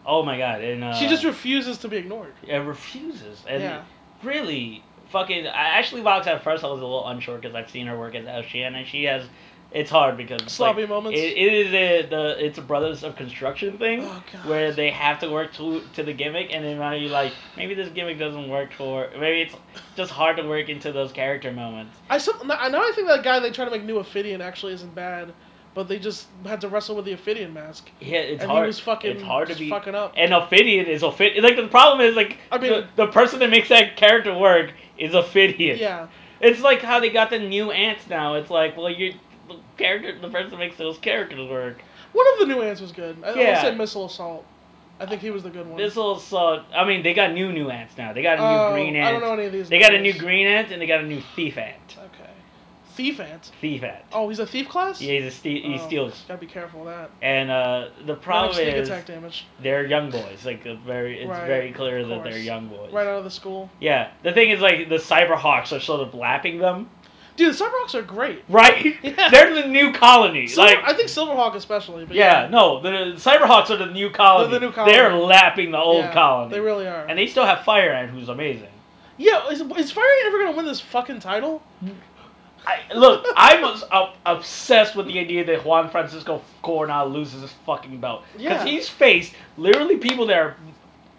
Oh my god, and uh,
she just refuses to be ignored.
it refuses, and
Yeah.
really, fucking. I actually, Vox at first I was a little unsure because I've seen her work as Oceana. She has. It's hard because it's
Sloppy
like,
moments.
It, it is a, the it's a Brothers of Construction thing
Oh, God.
where they have to work to to the gimmick, and then you like maybe this gimmick doesn't work for maybe it's just hard to work into those character moments.
I some now now I think that guy they try to make new Ophidian actually isn't bad, but they just had to wrestle with the Ophidian mask.
Yeah, it's
and
hard.
he was fucking
it's hard to
just
be.
fucking up.
And Ophidian is Ophidian. Like the problem is like
I mean-
the, the person that makes that character work is Ophidian.
Yeah.
It's like how they got the new ants now. It's like well you the character the person that makes those characters work.
One of the new ants was good. I, I
Yeah.
would say Missile Assault. I think he was the good one.
This little saw. I mean they got new new ants now. They got a new
Oh,
green
I don't
ant.
know any of these.
They got a new
names.
green ant and they got a new thief ant.
Okay. Thief ant.
Thief ant.
Oh, he's a thief class.
Yeah, he's a ste- he
Oh,
steals.
Gotta be careful of that.
And uh, the problem
Sneak
is
attack damage
they're young boys. Like a very, it's
Right,
very
of
clear that
course.
they're young boys.
right out of the school.
Yeah, the thing is, like, the Cyberhawks are sort of lapping them,
Dude, the Cyberhawks are great.
right?
Yeah.
They're the new colony.
Silver,
like,
I think Silverhawk especially. But
yeah, no, the Cyberhawks are the new colony.
They're the new colony.
They're lapping the old
yeah,
colony.
They really are.
and they still have Fire Ant, who's amazing.
yeah, is, is Fire Ant ever gonna win this fucking title?
I, look, I'm obs- ob- obsessed with the idea that Juan Francisco Coronado loses his fucking belt. Because
Yeah.
he's faced literally people that are.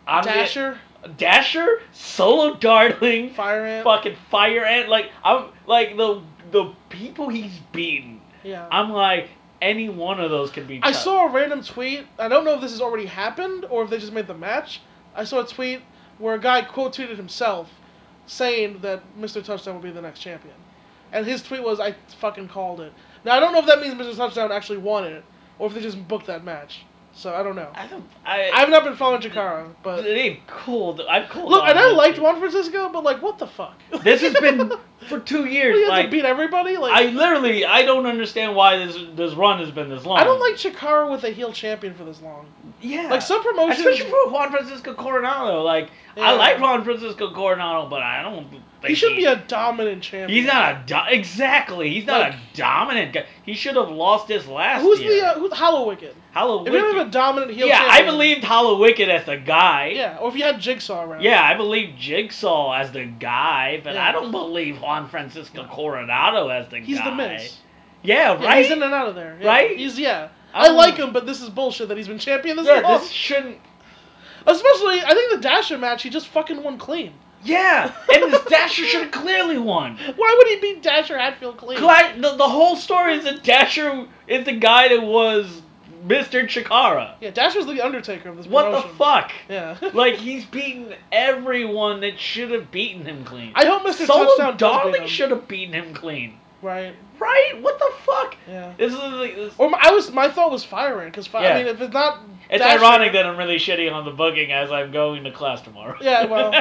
on the-
Dasher,
Dasher, Solo Darling,
Fire Ant.
fucking Fire Ant. Like, I'm. Like, the, the people he's beaten.
Yeah.
I'm like, any one of those could be.
I
tough.
saw a random tweet. I don't know if this has already happened or if they just made the match. I saw a tweet where a guy quote tweeted himself saying that Mr. Touchdown will be the next champion. And his tweet was, I fucking called it. Now, I don't know if that means Mr. Touchdown actually won it or if they just booked that match. So I don't know.
I don't. I.
I've not been following Chikara, but.
it ain't cool. I'm cool.
Look, and I liked Juan Francisco, but like, what the fuck?
This has been for two
He
years.
had to
like,
beat everybody? Like,
I literally, I don't understand why this this run has been this long.
I don't like Chikara with a heel champion for this long.
Yeah.
Like, some promotions.
Especially for Juan Francisco Coronado. Like,
Yeah.
I like Juan Francisco Coronado, but I don't think
he should
he-
be a dominant champion.
He's not a do- exactly. He's not
Like-
a dominant guy. He should have lost this last
Who's
year.
the uh, who's Hollow Wicked?
Hollow
If you don't
Wicked-
have a dominant heel,
yeah, I
champion-
believed Hollow Wicked as the guy.
Yeah, or if you had Jigsaw around.
Yeah, I believe Jigsaw as the guy, but
Yeah.
I don't believe Juan Francisco Coronado as the
he's
guy.
the Miz.
Yeah,
Yeah,
right.
He's in and out of there. Yeah.
Right?
He's yeah.
I
I
don't
like
know.
him, but this is bullshit that he's been champion this
yeah,
long.
this shouldn't.
Especially, I think the Dasher match, he just fucking won clean.
Yeah, and this Dasher should have clearly won.
Why would he beat Dasher Hatfield clean?
Cla- the, the whole story is that Dasher is the guy that was Mister Chikara.
yeah, Dasher's the Undertaker of this
What the
promotion.
fuck?
Yeah.
Like he's beaten everyone that should have beaten him clean.
I hope Mr.
Solo
Touchdown does beat
Darling
him.
should have beaten him clean.
right.
Right? What the fuck?
Yeah.
This is like, this,
Or my, I was my thought was firing because fi-
Yeah.
I mean if it's not
It's
Dasher-
ironic that I'm really shitty on the booking as I'm going to class tomorrow.
Yeah, well.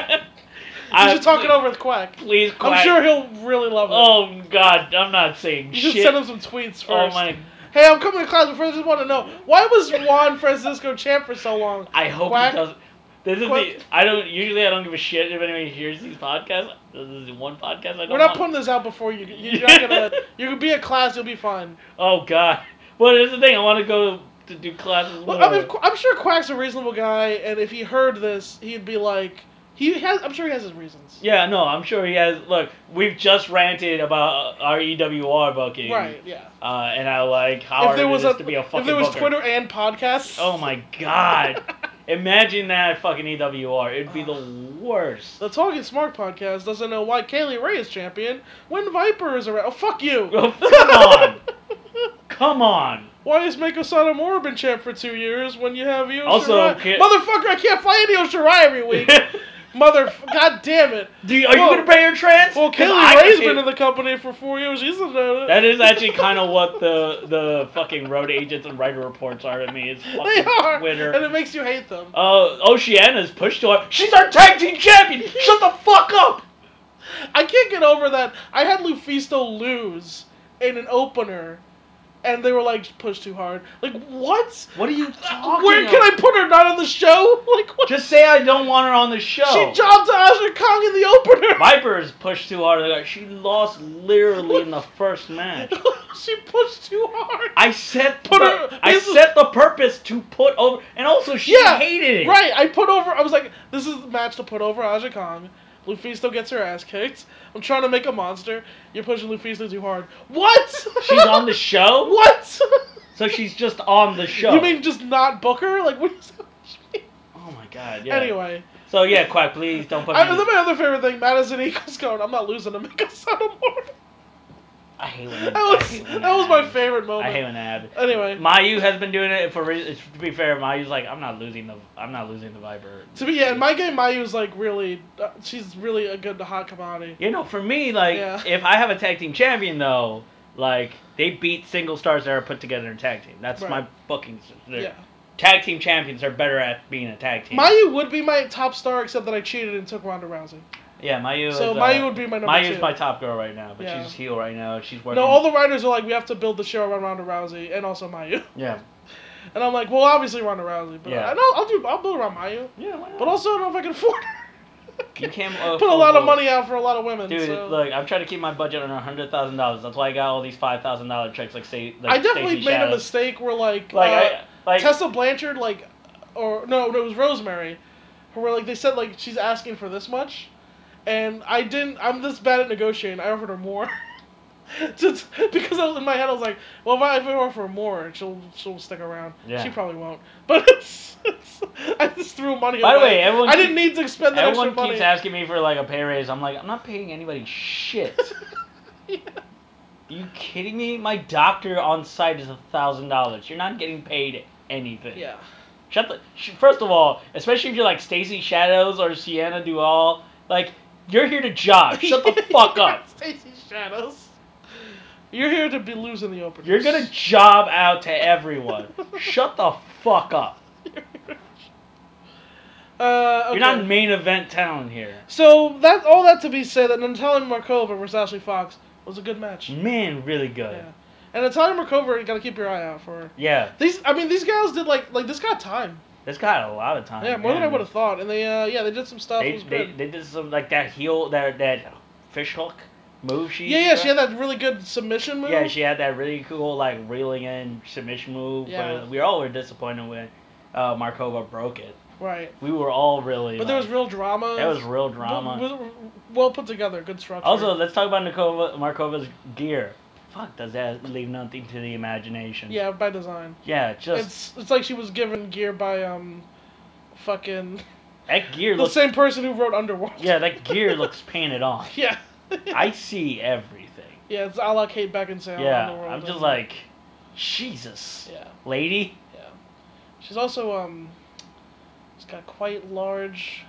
You
I-
should talk it over with Quack.
Please, Quack.
I'm sure he'll really love it.
Oh God, I'm not saying
you should
shit.
send him some tweets first.
oh my.
Hey, I'm coming to class, but first I just want to know why was Juan Francisco champ for so long?
I hope
Quack.
he doesn't. This is
Quack.
the. I don't usually. I don't give a shit if anybody hears these podcasts. This is the one podcast I don't.
We're not
want.
putting this out before you. You're not gonna. You can be a class. You'll be fine.
Oh God. Well, here's the thing. I want to go to do classes.
Well,
more.
I mean, Qu- I'm sure Quack's a reasonable guy, and if he heard this, he'd be like, he has. I'm sure he has his reasons.
yeah, no, I'm sure he has. Look, we've just ranted about uh, our EWR booking.
Right. Yeah.
Uh, and I like how
if there was
it is
a,
to be a fucking
if there was
booker.
Twitter and podcasts.
Oh my God. Imagine that fucking EWR. It'd be the worst.
The Talking Smart podcast doesn't know why Kaylee Ray is champion when Viper is around. Oh, fuck you!
Oh, come on. Come on.
Why has Mako Sada Mora been champ for two years when you have Io
Also,
Shirai?
can't-
Motherfucker, I can't fly Io Shirai every week! Mother, god damn it!
Do you, are
Well-
you gonna pay your trans?
Well,
'Cause
Kaylee
I can
Ray's
see-
been in the company for four years. She's not
That is actually kind of what the the fucking road agents and writer reports are to me. It's
They
fucking
are!
Twitter.
And it makes you hate them.
Uh, Oceana's pushed to her. She's our tag team champion. Shut the fuck up.
I can't get over that. I had Lufisto lose in an opener, and they were like, push too hard. Like, what?
What are you
Where can I put her? Not on the show? Like, what?
Just say I don't want her on the show.
She dropped Aja Kong in the opener.
Viper is pushed too hard. Like, She lost literally in the first match.
she pushed too hard.
I set
Put
the,
her-
I
this is-
set the purpose to put over, and also she
Yeah,
hated it.
Right, I put over. I was like, this is the match to put over Aja Kong. Lufisto gets her ass kicked. I'm trying to make a monster. You're pushing Lufisto too hard. What?
She's on the show,
What?
so she's just on the show.
You mean just not book her? Like, what is
Oh my god. Yeah.
Anyway,
So yeah, Quack, please don't put me.
I,
in-
then my other favorite thing, Madison Eagles going, I'm not losing to Mika Satomura.
I hate when
That
that, I
was
hate when
that was my
happens.
favorite moment.
Mm-hmm. I hate when that happens.
Anyway,
Mayu has been doing it for. re- it's- To be fair, Mayu's like, I'm not losing the, I'm not losing the Viper.
to me, yeah, in my game, Mayu's like really, uh, she's really a good hot commodity.
You know, for me, like,
Yeah.
if I have a tag team champion though, like they beat single stars that are put together in tag team. That's
Right.
my booking.
Yeah.
Tag team champions are better at being a tag team.
Mayu would be my top star, except that I cheated and took Ronda Rousey.
Yeah, Mayu.
so
is, uh,
Mayu would be my number
Mayu's
two.
my top girl right now, but
Yeah.
she's heel right now. She's working.
no, all the writers are like, we have to build the show around Ronda Rousey and also Mayu.
yeah,
And I'm like, well, obviously Ronda Rousey, but
Yeah.
I know I'll do, I'll build around Mayu.
yeah. why not?
But also, I don't know if I can afford her.
you can't uh,
Put a lot of
afford-
money out for a lot of women.
Dude,
so.
look, I'm trying to keep my budget under hundred thousand dollars. That's why I got all these five thousand dollar checks. Like, say, like
I definitely
Stacey
made a
Shadow.
mistake where like,
Like,
uh,
I, like,
Tessa Blanchard, like, or no, no, it was Rosemary, who were like they said like she's asking for this much, and I didn't. I'm this bad at negotiating. I offered her more, just because I was, in my head I was like, well, if I, if I offer her more, she'll she'll stick around.
Yeah.
She probably won't. But it's, it's, I just threw money
By the
away.
way, everyone
I
keep-
didn't need to spend that
everyone
extra
keeps
money.
asking me for like a pay raise. I'm like, I'm not paying anybody shit. you kidding me? My doctor on site is a thousand dollars. You're not getting paid anything.
yeah.
Shut the. Sh- first of all, especially if you're like Stacy Shadows or Sienna Duval, like you're here to job. Ah, Shut the fuck up.
Stacy Shadows. You're here to be losing the opener.
You're gonna job out to everyone. Shut the fuck up.
Uh, okay.
You're not main event talent here.
So that all that to be said that Natalia Markova versus Ashley Fox was a good match.
Man, really good.
Yeah. And Natalia Markova, you gotta keep your eye out for her.
Yeah,
These, I mean, these gals did like like this got time.
this got a lot of time.
Yeah, more than I
man.
would have thought. And they, uh, yeah, they did some stuff. it
They,
was
they,
good.
they did some like that heel that that fish hook move she.
yeah, yeah, she had that really good submission move.
Yeah, she had that really cool like reeling in submission move.
Yeah.
But we all were disappointed when uh, Markova broke it.
right.
We were all really.
But there was
like,
real drama.
that was real drama.
Well, well- well put together, good structure.
also, let's talk about Nikova, Markova's gear. Fuck, does that leave nothing to the imagination?
yeah, by design.
Yeah, just
It's it's like she was given gear by um, fucking
that gear
the
looks.
same person who wrote Underworld.
Yeah, that gear looks painted on.
yeah.
I see everything.
Yeah, it's a la Kate Beckinsale.
Yeah,
Underworld
I'm just
and-
like, Jesus,
Yeah,
lady.
yeah. She's also um, she's got quite large.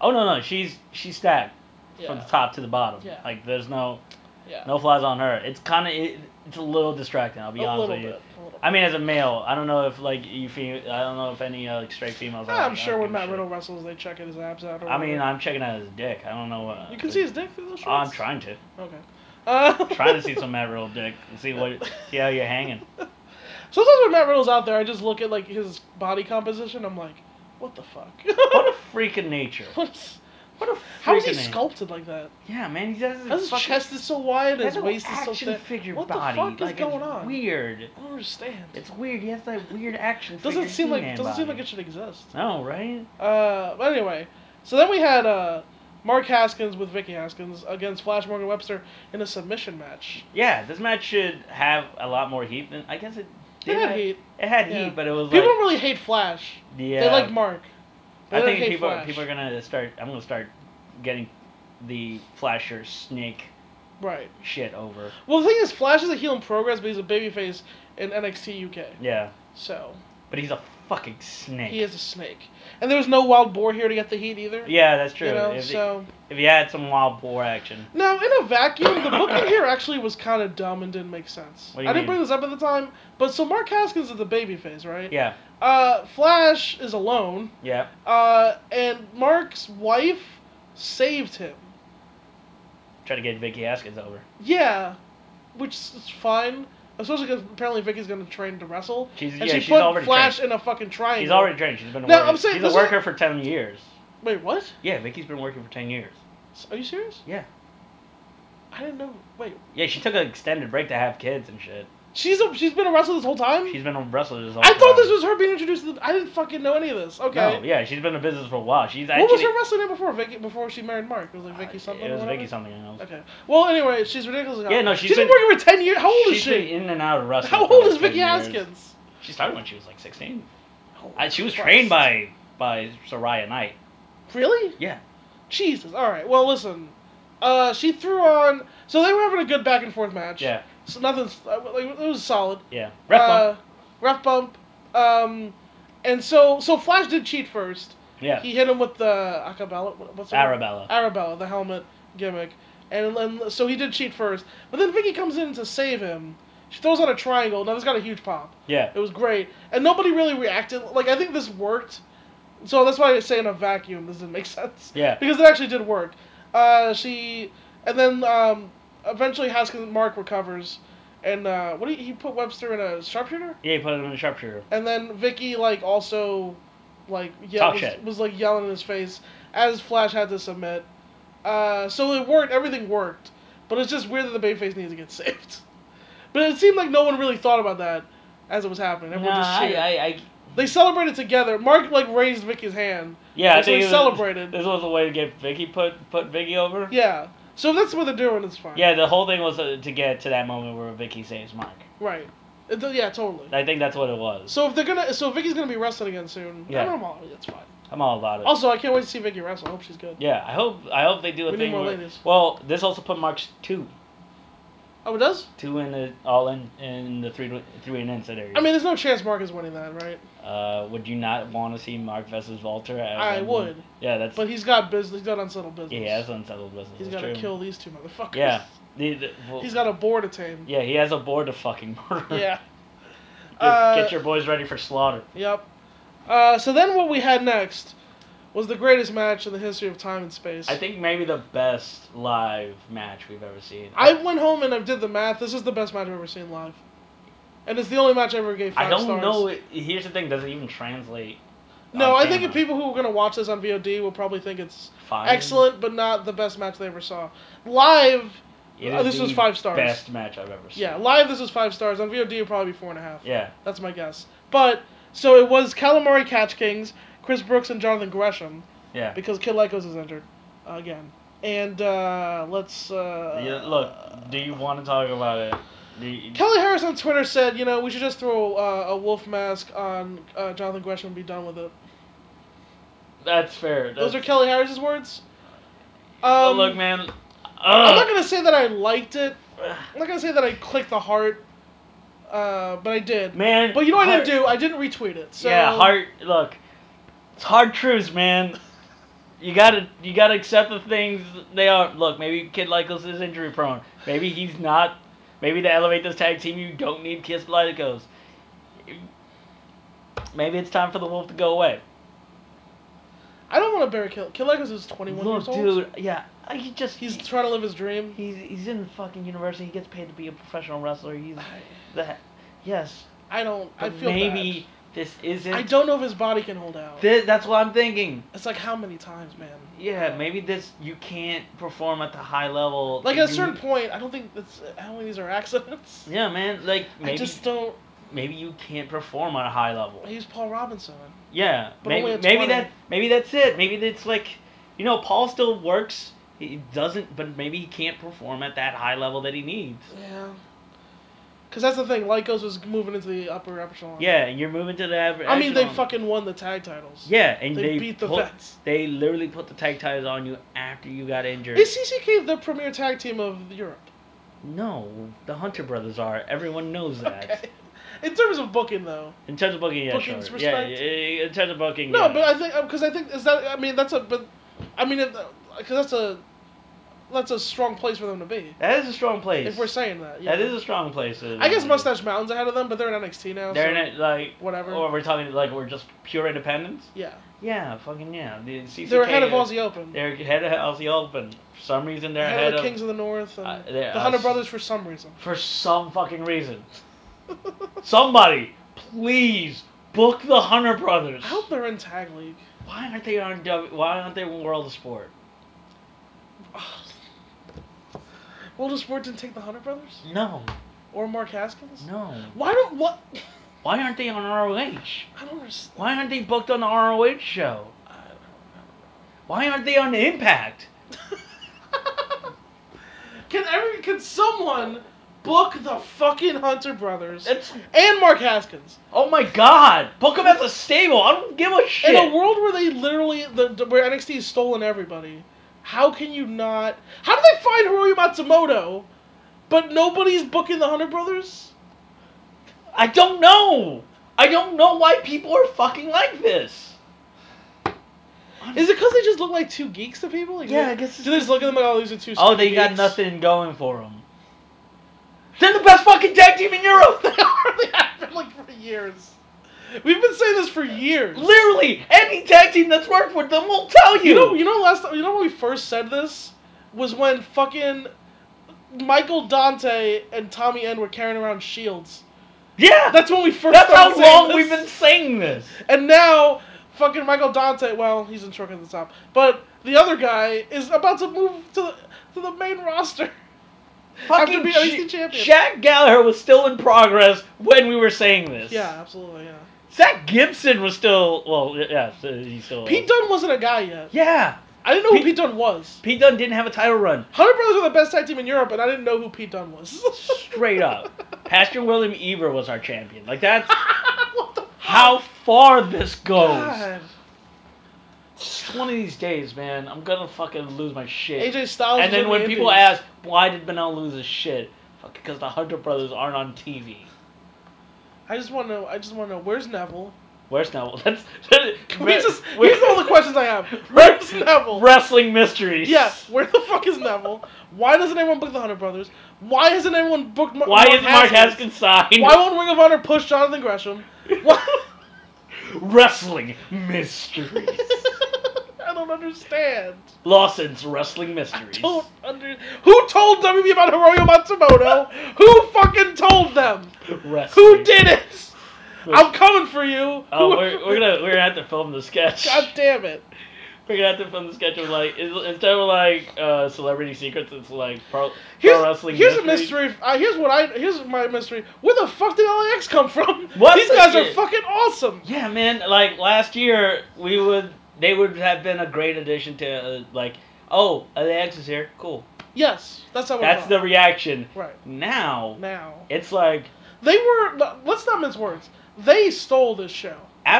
Oh no no, she's she's stacked
Yeah.
from the top to the bottom.
Yeah.
Like there's no,
Yeah.
No flies on her. It's kind of it, it's a little distracting. I'll be
a
honest
little
with you.
bit. a little
I mean, as a male, I don't know if like you feel. I don't know if any uh, like straight females.
bit.
are
I'm
like, I
sure
don't
when
give a
Matt
shit.
Riddle wrestles, they check his abs out. Or
I mean,
whatever.
I'm checking out his dick. I don't know. Uh,
you can see his dick through those shorts.
I'm trying to.
Okay. Uh,
trying to see some Matt Riddle dick. and See what. See how you're hanging.
Sometimes when Matt Riddle's out there, I just look at like his body composition. I'm like, what the fuck?
What a freak of nature.
What's,
What a freak
how is he
of nature.
sculpted like that?
Yeah, man, he does
His
fucking-
chest is so wide,
he has
his
no
waist is so
action
thin.
figure
what
body.
the fuck
like,
is going
it's
on?
Weird.
I don't understand.
It's weird. He has that weird action.
doesn't
figure
seem like
He-Man
doesn't seem like
body.
it should exist.
No, right?
Uh, but anyway, so then we had uh, Mark Haskins with Vicky Haskins against Flash Morgan Webster in a submission match.
Yeah, this match should have a lot more heat than I guess it.
They
did
had
have-
heat.
It had
Yeah.
heat, but it was
People
like
don't really hate Flash.
yeah.
They like Mark. They
I
don't
think
hate
people
Flash.
people are gonna start. I'm gonna start getting the Flasher snake
Right.
shit over.
Well, the thing is, Flash is a heel in progress, but he's a babyface in NXT UK.
Yeah,
So
but he's a fucking snake.
he is a snake, and there was no wild boar here to get the heat either.
Yeah, that's true.
You know,
if,
so
if he had some wild boar action,
now in a vacuum, the booking here actually was kind of dumb and didn't make sense.
What do you
I didn't
mean?
bring this up at the time, but so Mark Haskins is the babyface, right?
yeah,
Uh, Flash is alone,
yeah.
uh, and Mark's wife saved him.
Try to get Vicky Haskins over.
Yeah, which is fine, especially because apparently Vicky's gonna train to wrestle,
She's
and
yeah,
she
she's
put
already
Flash
trained.
in a fucking triangle.
She's already trained. She's been a
No,
worker.
I'm saying
she's
this
a
is-
worker for ten years.
Wait, what?
Yeah, Vicky's been working for ten years.
Are you serious?
Yeah,
I didn't know. Wait,
yeah. She took an extended break to have kids and shit.
she's a, she's been a wrestler this whole time.
She's been a wrestler this whole
I thought
time.
this was her being introduced. to the, I didn't fucking know any of this. Okay.
No, yeah, she's been in business for a while. She's actually
What was her wrestling name before Vicky? Before she married Mark, it was like Vicky
Uh,
something.
It
or
was
whatever?
Vicky something else.
Okay. Well, anyway, she's ridiculously. hot.
Yeah, no, she's
she's been,
been-
working for ten years. How old is
She's been
she?
in and out of wrestling.
How
for
old
like
is
10
Vicky
years.
Haskins?
She started when she was like 16.
Holy
Uh, she was
Christ.
trained by by Soraya Knight.
Really?
Yeah.
Jesus. All right. Well, listen. Uh, she threw on. So they were having a good back and forth match.
Yeah.
So nothing's. Uh, like, it was solid.
Yeah. Ref
uh,
bump.
Ref bump. Um, and so so Flash did cheat first.
Yeah.
He hit him with the acapella. what- What's her name?
Arabella.
Arabella, the helmet gimmick. And then so he did cheat first, but then Vicky comes in to save him. She throws out a triangle. Now this got a huge pop.
yeah.
It was great, and nobody really reacted. Like I think this worked, so that's why I say in a vacuum this didn't make sense.
Yeah.
Because it actually did work. Uh, she and then um, eventually Haskins and Mark recovers, and uh, what do you, he put Webster in a sharpshooter,
Yeah, he put him in a sharpshooter.
and then Vicky like also like yeah
Talk
was,
shit.
was like yelling in his face as Flash had to submit. Uh, so it worked. Everything worked, but it's just weird that the babyface needs to get saved. But it seemed like no one really thought about that as it was happening.
Nah,
Everyone just
I,
cheered.
I, I,
They celebrated together. Mark like raised Vicky's hand.
yeah, I
That's when
think
he
it was-
celebrated.
This was the way to get Vicky put put Vicky over.
Yeah. So if that's what they're doing, it's fine.
Yeah, the whole thing was uh, to get to that moment where Vicky saves Mike.
Right. It, yeah, totally.
I think that's what it was.
So if they're gonna, so Vicky's gonna be wrestling again soon.
Yeah.
I don't know. That's fine.
I'm all about it.
Also, I can't wait to see Vicky wrestle. I hope she's good.
yeah, I hope I hope they do a
We need
thing
more
where.
ladies.
Well, this also put marks two
Oh, it does.
Two in the all in in the three three and in scenario.
I mean, there's no chance Mark is winning that, right?
uh, would you not want to see Mark versus Walter? As
I
a-
would.
Yeah, that's
But he's got business. He's got unsettled business.
yeah, that's unsettled business.
He's
that's
got to
true.
kill these two motherfuckers.
Yeah, the, the, well,
He's got a board to tame.
yeah, he has a board to fucking murder.
Yeah.
Get-
Uh,
get your boys ready for slaughter.
Yep. Uh, so then what we had next was the greatest match in the history of time and space.
I think maybe the best live match we've ever seen.
I went home and I did the math. This is the best match I've ever seen live, and it's the only match I ever gave five
I don't
stars.
know. it- Oh, Here's the thing: does it even translate?
No,
on
I think if
camera?
people who are gonna watch this on VOD will probably think it's
Fine.
excellent, but not the best match they ever saw. Live,
It
uh,
is
this
the
was five stars.
Best match I've ever seen.
yeah, live this was five stars. On VOD, it'd probably be four and a half.
Yeah.
That's my guess. But so it was Calamari Catch Kings, Chris Brooks and Jonathan Gresham
Yeah.
because Kid Lycos is injured uh, again. And uh, let's uh,
Yeah, look, do you want to talk about it? Do you-
Kelly Harris on Twitter said, you know, we should just throw uh, a wolf mask on uh, Jonathan Gresham and be done with it.
that's fair.
Those are
that's-
Kelly Harris's words. Um,
Well, Oh, look, man.
I'm not
Ugh.
gonna say that I liked it. I'm not gonna say that I clicked the heart, uh, but I did.
man.
But you know what I
heart-
didn't do? I didn't retweet it. So
Yeah, heart. Look, it's hard truths, man. You gotta you gotta accept the things they are. Look, maybe Kid Lycos is injury prone. Maybe he's not. Maybe to elevate this tag team, you don't need Kiss Lycos. Maybe it's time for the Wolf to go away.
I don't want to bury Kill. Killegos is 21
Look,
years old.
dude, yeah, I- he just
He's
he-
trying to live his dream.
he's he's in fucking university. He gets paid to be a professional wrestler. He's
I-
that. Yes,
I don't. I
but
feel
maybe this isn't.
bad. I don't know if his body can hold out.
Thi- that's what I'm thinking.
It's like how many times, man.
Yeah, maybe this you can't perform at the high level.
Like at a
You-
certain point, I don't think that's how many of these are accidents.
Yeah, man. Like maybe
I just don't.
maybe you can't perform at a high level.
He's Paul Robinson.
Yeah,
But only
maybe
at
maybe
20.
that maybe that's it. Maybe that's like, you know, Paul still works. He doesn't, but maybe he can't perform at that high level that he needs.
Yeah. Because that's the thing. Lycos was moving into the upper echelon.
Yeah, and you're moving to the average.
I mean, they fucking won the tag titles.
Yeah, and
They,
they,
beat the
put-
Vets.
They literally put the tag titles on you after you got injured.
Is CCK the premier tag team of Europe?
No, the Hunter brothers are. Everyone knows that.
Okay. In terms of booking, though.
In terms of booking, yeah,
Booking's
sure. Yeah,
respect.
yeah, yeah, in terms of booking.
No,
yeah.
but I think because I think is that I mean that's a but I mean because that's a that's a strong place for them to be.
that is a strong place.
If we're saying that, yeah.
That is a strong place. uh,
I guess Mustache Mountain's ahead of them, but they're in NXT now.
They're
so
not like
whatever.
Or we're talking like we're just pure independence.
yeah,
Yeah, fucking yeah. The CCK,
they're ahead of
uh,
Aussie Open.
They're ahead of Aussie Open. For some reason, they're
ahead,
ahead
of
of
the Kings of the North and
uh, they're
the Hunter
us.
Brothers for some reason.
for some fucking reason. Somebody, please book the Hunter Brothers.
I hope they're in tag league.
Why aren't they on W? Why aren't they on World of Sport?
World of Sport didn't take the Hunter Brothers
No,
or Mark Haskins.
no.
Why don't what?
Why aren't they on ROH?
I don't understand.
Why aren't they booked on the ROH show? Why aren't they on Impact?
Can every can someone book the fucking Hunter Brothers
That's
and Mark Haskins?
oh my god! Book them as a stable. I don't give a shit.
In a world where they literally the, the- where NXT has stolen everybody, how can you not? How do they find Hiroyu Matsumoto, but nobody's booking the Hunter Brothers?
I don't know. I don't know why people are fucking like this.
Is it because they just look like two geeks to people? Like,
Yeah,
they-
I guess it's-
Do they just look at them like, oh, these are two.
Oh,
stupid
they got
geeks?
nothing going for them. They're the best fucking tag team in Europe.
they are. They have been like for years. We've been saying this for years.
Literally, any tag team that's worked with them will tell you.
You know, you know, last time, you know when we first said this was when fucking Michael Dante and Tommy End were carrying around shields.
yeah, that's,
That's when we first. started
how
saying
long
this.
we've been saying this.
And now, fucking Michael Dante. Well, he's in truck at the top, but the other guy is about to move to the, to the main roster.
Fucking
being
Sh-
NXT champion.
Shaq Gallagher was still in progress when we were saying this.
Yeah, absolutely. Yeah.
Zach Gibson was still well. Yeah, so he's still.
Pete Dunne wasn't a guy yet.
Oh. Yeah,
I didn't know who Pete
Pete-
Dunne was.
Pete Dunne didn't have a title run.
Hunter Brothers were the best tag team in Europe, and I didn't know who Pete Dunne was.
Straight up, Pastor William Eber was our champion. Like that's
what the
how far this goes.
God.
Just one of these days, man, I'm gonna fucking lose my shit.
AJ Styles. was
and then
in
when
the
people
Indies.
ask why did Benel lose his shit, fuck, because the Hunter brothers aren't on TV.
I just want to know. I just want to know where's Neville.
Where's Neville? That's
Can we just? Here's all the questions I have. Where's Neville?
Wrestling mysteries.
Yeah, where the fuck is Neville? Why doesn't anyone book the Hunter Brothers? Why hasn't anyone booked Mar-
Why is Mark Haskins signed?
Why won't Ring of Honor push Jonathan Gresham? Why-
Wrestling mysteries.
I don't understand.
Lawson's wrestling
I
mysteries.
don't under. Who told WWE about Hiroyo Matsumoto? Who fucking told them?
Wrestling.
Who did it? I'm coming for you.
Oh,
Who-
we're, we're gonna we're gonna have to film the sketch.
God damn it.
We're gonna have to film the sketch of like is- instead of like uh, celebrity secrets, it's like pro,
Here's,
pro wrestling.
here's a
mysteries.
mystery. Uh, here's what I. Here's my mystery. Where the fuck did LAX come from?
What
These
the
guys are
shit?
fucking awesome.
Yeah, man. Like last year, we would they would have been a great addition to uh, like oh LAX is here, cool.
Yes, that's how.
That's
I
the reaction.
right
Now
now.
it's like
They were. Let's not mince words. They stole this show.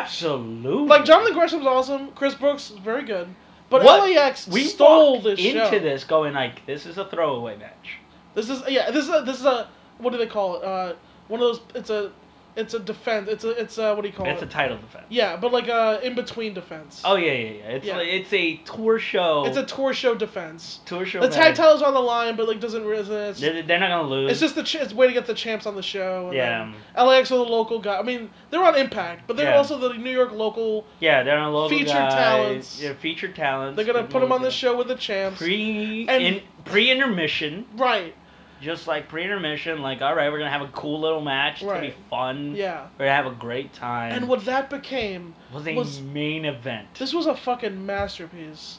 absolutely
Like Jonathan Gresham's awesome. Chris Brooks is very good. But
What?
LAX
we
stole
walked
this
into
show.
this going like this is a throwaway match.
This is yeah. This is a, this is a what do they call it? Uh, one of those. It's a It's a defense. It's a it's a what do you call
That's a
it?
title defense.
yeah, but like a in between defense.
Oh yeah, yeah, yeah. It's
Yeah.
Like, it's a tour show.
It's a tour show defense.
tour show.
The tag
match.
title's on the line, but like doesn't resist.
They're, they're not gonna lose.
It's just the ch- it's way to get the champs on the show. and
yeah,
then
um,
LAX are the local guy. I mean, they're on Impact, but they're
Yeah.
also the New York local.
yeah. They're on local
Featured
guys.
talents.
Yeah, featured talents.
They're gonna put them on the
the
show with the champs.
Pre
And-
in pre intermission,
right.
just like pre intermission, like all right, we're gonna have a cool little match. It's gonna
Right.
be fun.
Yeah.
We're gonna have a great time.
And what that became
was a
was-
main event?
This was a fucking masterpiece.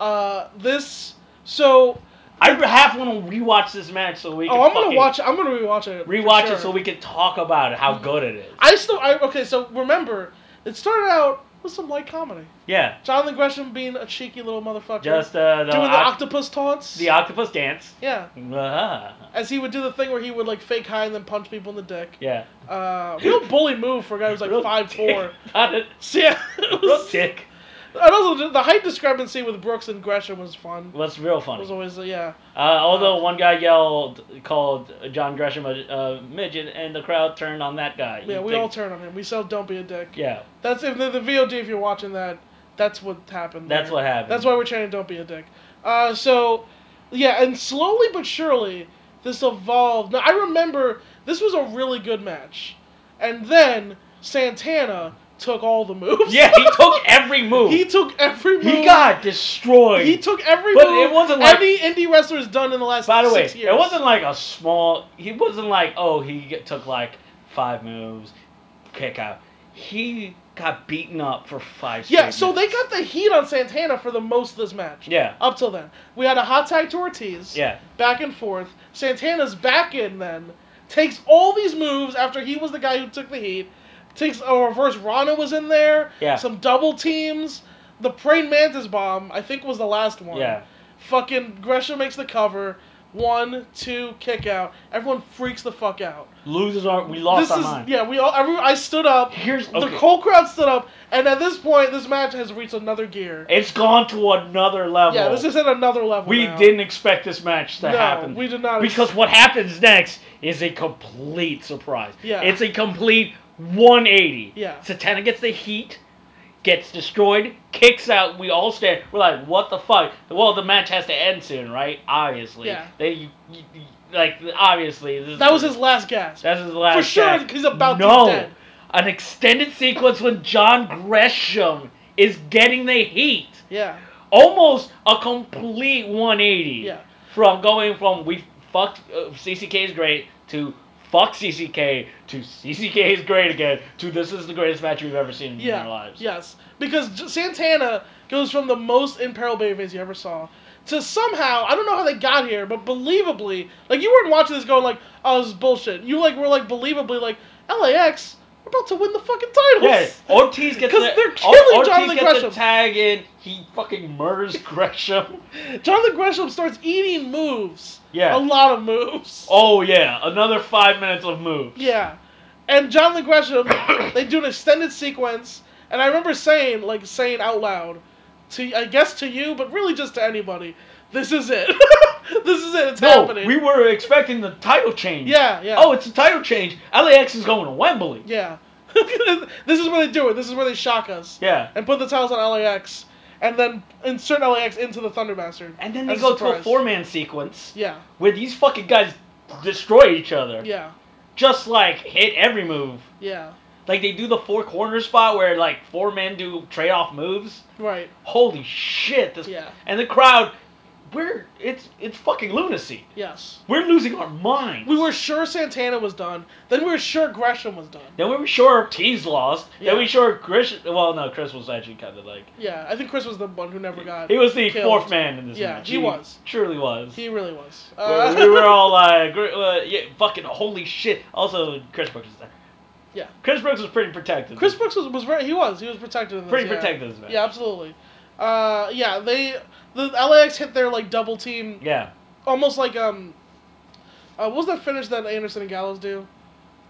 Uh, this so
I half want to rewatch this match so we. Can
oh, I'm
fucking
gonna watch. I'm gonna rewatch it. for
Rewatch
sure.
it so we can talk about it, how
Mhm.
good it is.
I still. I okay. So remember, it started out with some light comedy.
Yeah,
Jonathan Gresham being a cheeky little motherfucker,
just uh, the,
doing the
oc-
octopus taunts.
the octopus dance.
yeah.
Ah,
As he would do the thing where he would like fake high and then punch people in the dick.
yeah.
Uh, real bully move for a guy who's like
Real
five four.
dick. Not a-
Yeah, it
real
was-
dick
and also the height discrepancy with Brooks and Gresham was fun.
was real
It was
funny.
always yeah.
Uh, although one guy yelled, called John Gresham a uh, midget, and the crowd turned on that guy.
Yeah,
You
we
think-
all turn on him. We sell "Don't Be a Dick."
Yeah,
That's if the, the VOD. If you're watching that, that's what happened.
that's
there.
what happened.
That's why we're chanting "Don't Be a Dick." Uh, so, yeah, and slowly but surely this evolved. Now I remember this was a really good match, and then Santana took all the moves.
Yeah, he took every move.
he took every move.
He got destroyed.
He took every
But
move.
it wasn't like-
any indie wrestler has done in the last
By the way,
six years.
it wasn't like a small. He wasn't like oh he get- took like five moves, kick out. He got beaten up for five.
Yeah,
straight
so they
minutes.
got the heat on Santana for the most of this match.
Yeah,
Up till then, we had a hot tag to Ortiz.
yeah.
back and forth. Santana's back in then, takes all these moves after he was the guy who took the heat. Takes a reverse Rana was in there.
Yeah.
Some double teams. The praying mantis bomb, I think, was the last one.
Yeah.
Fucking Gresham makes the cover. One, two, kick out. Everyone freaks the fuck out.
Losers are we lost
this
our
is
mind.
yeah. We all. Every, I stood up.
Here's
The
okay.
whole crowd stood up, and at this point, this match has reached another gear.
It's gone to another level.
Yeah, this is at another level.
We
now.
didn't expect this match to
No,
happen.
we did not
Because what happens next is a complete surprise.
Yeah.
It's a complete 180.
Yeah.
Satana gets the heat, gets destroyed, kicks out. We all stand. We're like, what the fuck? Well, the match has to end soon, right? Obviously.
Yeah.
They, you, you, you- like, obviously. This is-
That was his last gasp.
That's his last.
For sure,
chance.
he's about to
no.
be dead.
An extended sequence when John Gresham is getting the heat
Yeah.
almost a complete 180
Yeah.
from going from we fucked uh, CCK is great to fuck CCK to CCK is great again to this is the greatest match we've ever seen
yeah,
in our lives.
Yes, because J- Santana goes from the most imperiled babyface you ever saw to somehow I don't know how they got here, but believably, like you weren't watching this going like, "Oh, this is bullshit." You like were like believably like, "LAX, we're about to win the fucking titles."
Yeah, Ortiz gets
'Cause
the-
they're
Or-
killing
Ortiz
Jonathan
gets
Gresham.
a tag in. He fucking murders Gresham.
Jonathan Gresham starts eating moves.
Yeah.
A lot of moves.
Oh yeah, another five minutes of moves.
Yeah. And Jonathan Gresham, they do an extended sequence, and I remember saying, like, saying out loud, to I guess to you, but really just to anybody, this is it. this is it. It's
No,
happening.
we were expecting the title change.
yeah, yeah.
Oh, it's a title change. LAX is going to Wembley.
yeah. this is where they do it. This is where they shock us
Yeah.
and put the titles on LAX, and then insert LAX into the Thunderbastard.
And then they
As a
go to a
surprise.
four-man sequence.
Yeah,
where these fucking guys destroy each other.
yeah,
Just like hit every move.
yeah.
Like they do the four corner spot where like four men do trade off moves.
Right.
Holy shit! This
Yeah.
and the crowd, we're it's it's fucking lunacy.
Yes.
We're losing our minds.
We were sure Santana was done. Then we were sure Gresham was done.
Then we were sure Ortiz lost.
Yeah.
Then we sure Chris. Well, no, Chris was actually kind of like
Yeah, I think Chris was the one who never got.
he was the
killed.
fourth man in this
Yeah,
match.
he was.
Truly was.
He really was.
We-
Uh,
we were all like, gr- uh, yeah, fucking holy shit. Also, Chris Brooks is there.
Yeah.
Chris Brooks was pretty protective.
Chris Brooks was, was very he was he was protected in this.
pretty
yeah.
protective this match.
Yeah, absolutely. Uh, yeah, they the LAX hit their like double team
Yeah.
almost like um. Uh, what was that finish that Anderson and Gallows do?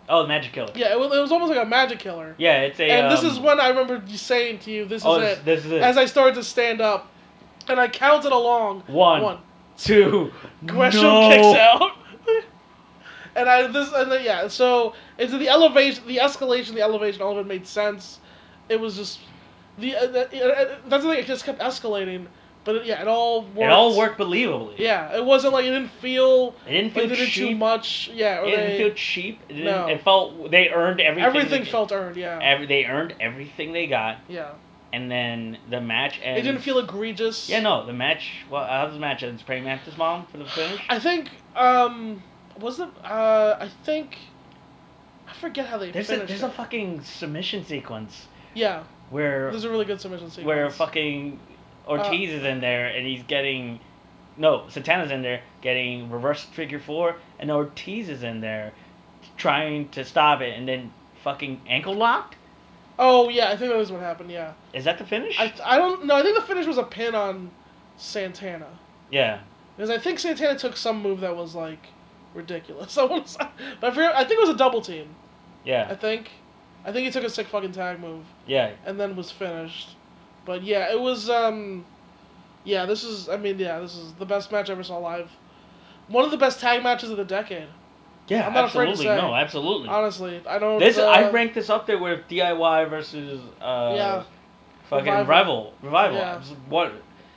Oh, the Magic Killer. Yeah,
Yeah, it was, it was almost like a magic killer.
it's a.
and this
um,
is when I remember you saying to you, "This
oh,
is
this,
it."
this is it.
As I started to stand up, and I counted along.
One,
One.
two.
Gresham
no.
kicks out. And I this and then, yeah, so it's the elevation, the escalation, the elevation, all of it made sense. It was just the, uh, the uh, uh, that's the thing. It just kept escalating, but it, yeah, it all worked.
It all worked believably.
Yeah, it wasn't like it didn't feel
It didn't
like
feel
they did too
cheap.
much. Yeah, or
It didn't
they-
feel cheap. It, didn't,
No.
it felt they earned everything. they
everything
did.
felt earned. Yeah,
Every, they earned everything they got,
yeah.
and then the match
It
ends.
didn't feel egregious.
Yeah, no, the match. Well, how does the match ends? Praying Mantis mom for the finish.
I think um was it uh I think I forget how they
There's a,
finished.
there's a
it.
fucking submission sequence
yeah.
where
There's a really good submission sequence. Uh,
where fucking Ortiz is in there and he's getting no Santana's in there getting reverse figure four and Ortiz is in there trying to stop it and then fucking ankle locked.
Oh yeah, I think that was what happened. Yeah.
Is that the finish?
I I don't know. I think the finish was a pin on Santana
yeah,
because I think Santana took some move that was like ridiculous. I want to say, but I forget. I think it was a double team. I
yeah,
think, I think he took a sick fucking tag move
yeah.
and then was finished. But yeah, it was um, yeah. This is I mean yeah, this is the best match I ever saw live. One of the best tag matches of the decade.
Yeah,
I'm not afraid to
absolutely.
say.
No, absolutely.
Honestly, I don't.
Hmm. this
uh,
I rank this up there with DIY versus uh,
Yeah.
fucking
Revival.
Revival. Revival.
Yeah.
What?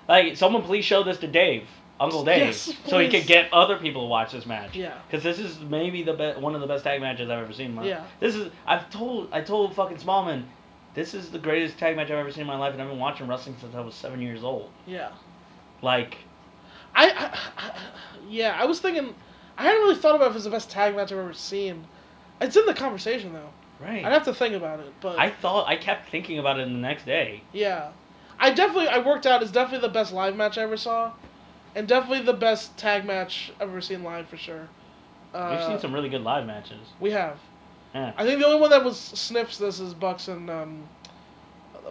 Like, someone please show this to Dave, Uncle Dave,
Yes,
so he
please.
could get other people to watch this match.
Yeah.
Because this is maybe the be- one of the best tag matches I've ever seen. in My-
Yeah.
This is I've told I told fucking Smallman, this is the greatest tag match I've ever seen in my life, and I've been watching wrestling since I was seven years old.
Yeah.
Like,
I, I, I yeah, I was thinking. I hadn't really thought about if it was the best tag match I've ever seen. It's in the conversation though.
right.
I'd have to think about it, but
I thought I kept thinking about it the next day.
yeah, I definitely I worked out. It's definitely the best live match I ever saw, and definitely the best tag match I've ever seen live for sure. Uh,
We've seen some really good live matches.
We have.
Yeah.
I think the only one that was sniffs this is Bucks and um,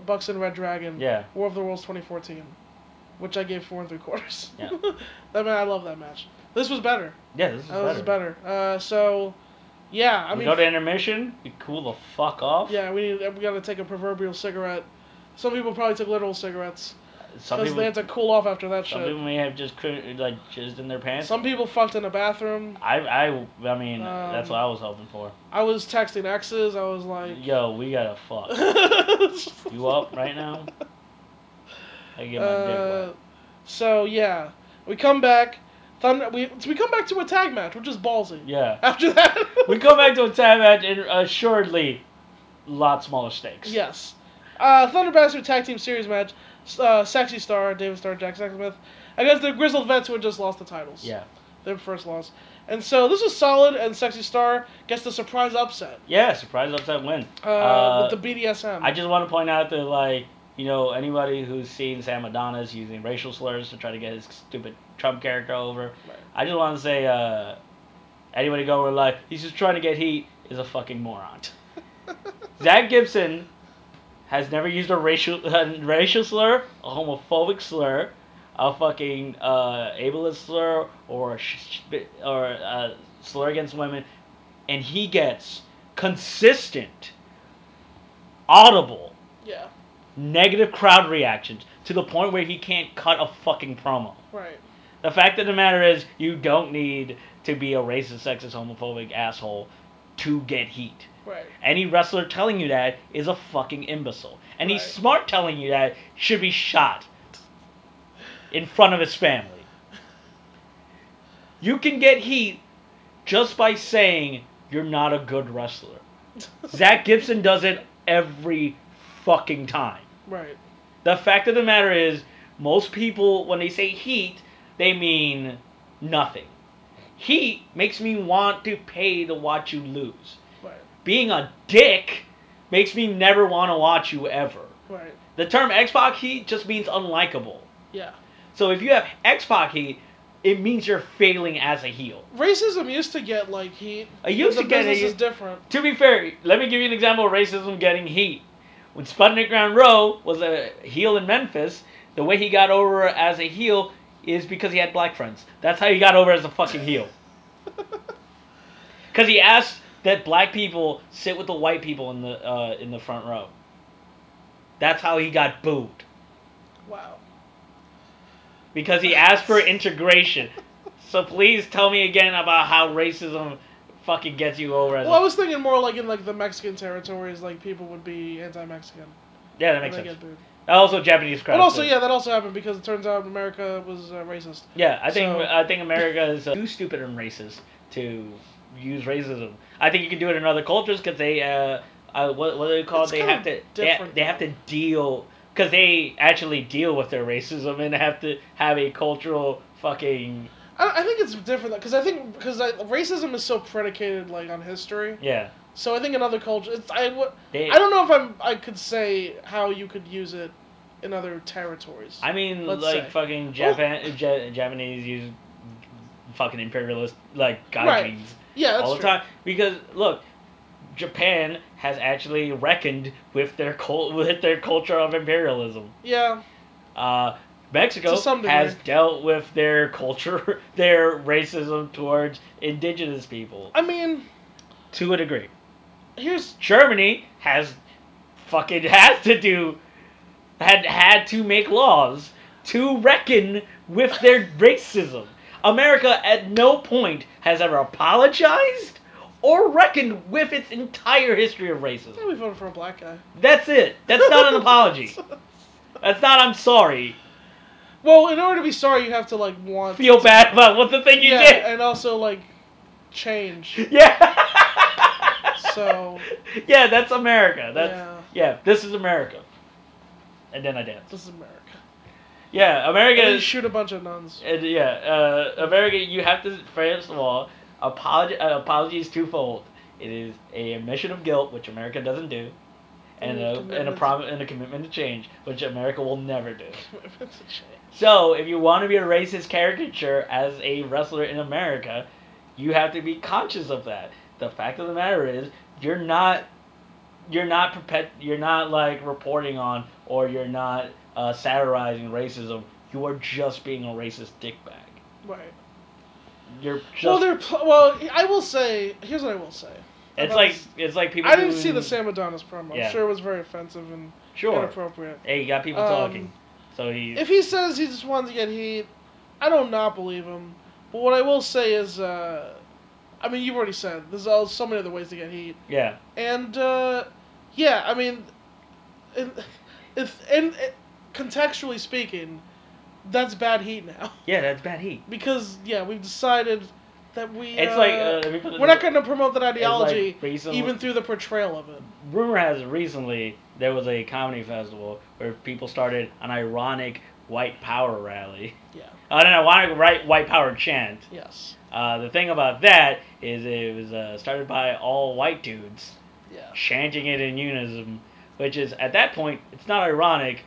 Bucks and Red Dragon.
Yeah.
War of the Worlds 2014, which I gave four and three quarters.
Yeah.
that man, I love that match. This was better.
Yeah, this is
Uh, This is better. Uh, so, yeah, I
we
mean,
go to intermission. We cool the fuck off.
yeah, we need, we gotta take a proverbial cigarette. Some people probably took literal cigarettes
Some
because
people,
they had to cool off after that
some
shit.
people may have just cri- like jizzed in their pants.
Some people fucked in a bathroom.
I, I, I mean, that's
Um,
what I was hoping for.
I was texting exes. I was like,
Yo, we gotta fuck. You up right now? I get my
Uh,
dick wet.
so yeah, we come back. Thunder. We so we come back to a tag match, which is ballsy.
Yeah.
After that,
We go back to a time match and assuredly, lot smaller stakes.
Yes. Uh, Thunder Bastard Tag Team Series match. s- Uh, Sexy Star, David Starr, Jack Sacksmith against the Grizzled Vets who had just lost the titles.
Yeah.
Their first loss. And so this is solid, and Sexy Star gets the surprise upset
Yeah. Surprise upset win.
uh, with the BDSM.
I just want to point out that like you know anybody who's seen Sam Adonis using racial slurs to try to get his stupid Trump character over.
Right.
I just want to say uh, anybody go over like he's just trying to get heat is a fucking moron. Zach Gibson has never used a racial a racial slur, a homophobic slur, a fucking uh, ableist slur, or a sh- sh- or a slur against women, and he gets consistent, audible,
yeah,
negative crowd reactions to the point where he can't cut a fucking promo.
right.
The fact of the matter is, you don't need to be a racist, sexist, homophobic asshole to get heat.
Right.
Any wrestler telling you that is a fucking imbecile. Any
Right.
smart telling you that should be shot in front of his family. You can get heat just by saying you're not a good wrestler. Zach Gibson does it every fucking time.
Right.
The fact of the matter is, most people, when they say heat, they mean nothing. Heat makes me want to pay to watch you lose.
Right.
Being a dick makes me never want to watch you ever.
Right.
The term Xbox heat just means unlikable.
Yeah.
So if you have Xbox heat, it means you're failing as a heel.
Racism used to get like heat.
I used
the
to get
business
it.
is different.
To be fair, let me give you an example of racism getting heat. When Sputnik Ground Row was a heel in Memphis, the way he got over as a heel is because he had black friends. That's how he got over as a fucking heel. Because he asked that black people sit with the white people in the uh, in the front row. That's how he got booed.
Wow.
Because he asked for integration. So please tell me again about how racism fucking gets you over. As
Well, I
a,
was thinking more like in like the Mexican territories, like people would be anti-Mexican.
yeah, that
when
makes
they
sense.
get booed.
Also, Japanese crowd.
But also,
too.
yeah, that also happened because it turns out America was uh, racist.
Yeah, I think
So-
I think America is uh, too stupid and racist to use racism. I think you can do it in other cultures because they, uh, uh, what, what do they call
It's
it? They
kinda
have to they, ha-
different,
they have
though.
to deal because they actually deal with their racism and have to have a cultural fucking
I, I think it's different because I think because I, racism is so predicated like on history.
yeah.
So I think in other cultures, it's, I would
They,
I don't know if I'm I could say how you could use it in other territories.
I mean,
let's
like
say.
fucking Japan, Ja- Japanese use fucking imperialist like god
Right.
kings.
yeah, that's
all the
true.
time because look japan has actually reckoned with their cul- with their culture of imperialism
Yeah,
uh, mexico
To some
has
degree.
dealt with their culture their racism towards indigenous people
I mean,
to a degree
here's
germany has fucking has to do had had to make laws to reckon with their racism america at no point has ever apologized or reckoned with its entire history of
yeah,
racism
we voted for a black guy.
that's it that's not an apology that's not i'm sorry
well, in order to be sorry, you have to like want
feel bad about what the thing you
yeah,
did
and also like change.
yeah
So
yeah that's america that's
Yeah.
yeah this is america and then i dance
this is America.
yeah
And
america
then you
is-
shoot a bunch of nuns.
And yeah, uh, America, you have to first of all apology. Uh, apology is twofold. It is a admission of guilt, which America doesn't do,
And
and a, and a
commitment.
prom- and a commitment to change, which America will never do.
It's a change.
So, if you want to be a racist caricature as a wrestler in America, you have to be conscious of that. The fact of the matter is, you're not, you're not perpet- you're not like reporting on or you're not uh, satirizing racism. You are just being a racist dickbag.
Right.
You're just.
well, they're pl- well. I will say. Here's what I will say.
it's
about
like
this-
it's like people.
I didn't
who-
see the Sam Adonis promo.
Yeah.
I'm sure it was very offensive and
Sure.
inappropriate.
Hey, you got people
Um,
talking. So he.
If he says he just wanted to get heat, I don't not believe him. But what I will say is, uh, I mean, you've already said there's all, so many other ways to get heat,
yeah.
and uh, yeah, I mean, in, if and uh, contextually speaking, that's bad heat now
Yeah, that's bad heat.
because yeah, we've decided that we
It's
uh,
like uh, let me put it
we're
this
not
way.
going to promote that
It's like
ideology
recently-
even through the portrayal of it.
rumor has it recently there was a comedy festival where people started an ironic white power rally.
Yeah.
Uh, an ironic right white power chant.
Yes.
Uh, the thing about that is it was uh, started by all white dudes
Yeah.
chanting it in unison, which is at that point it's not ironic.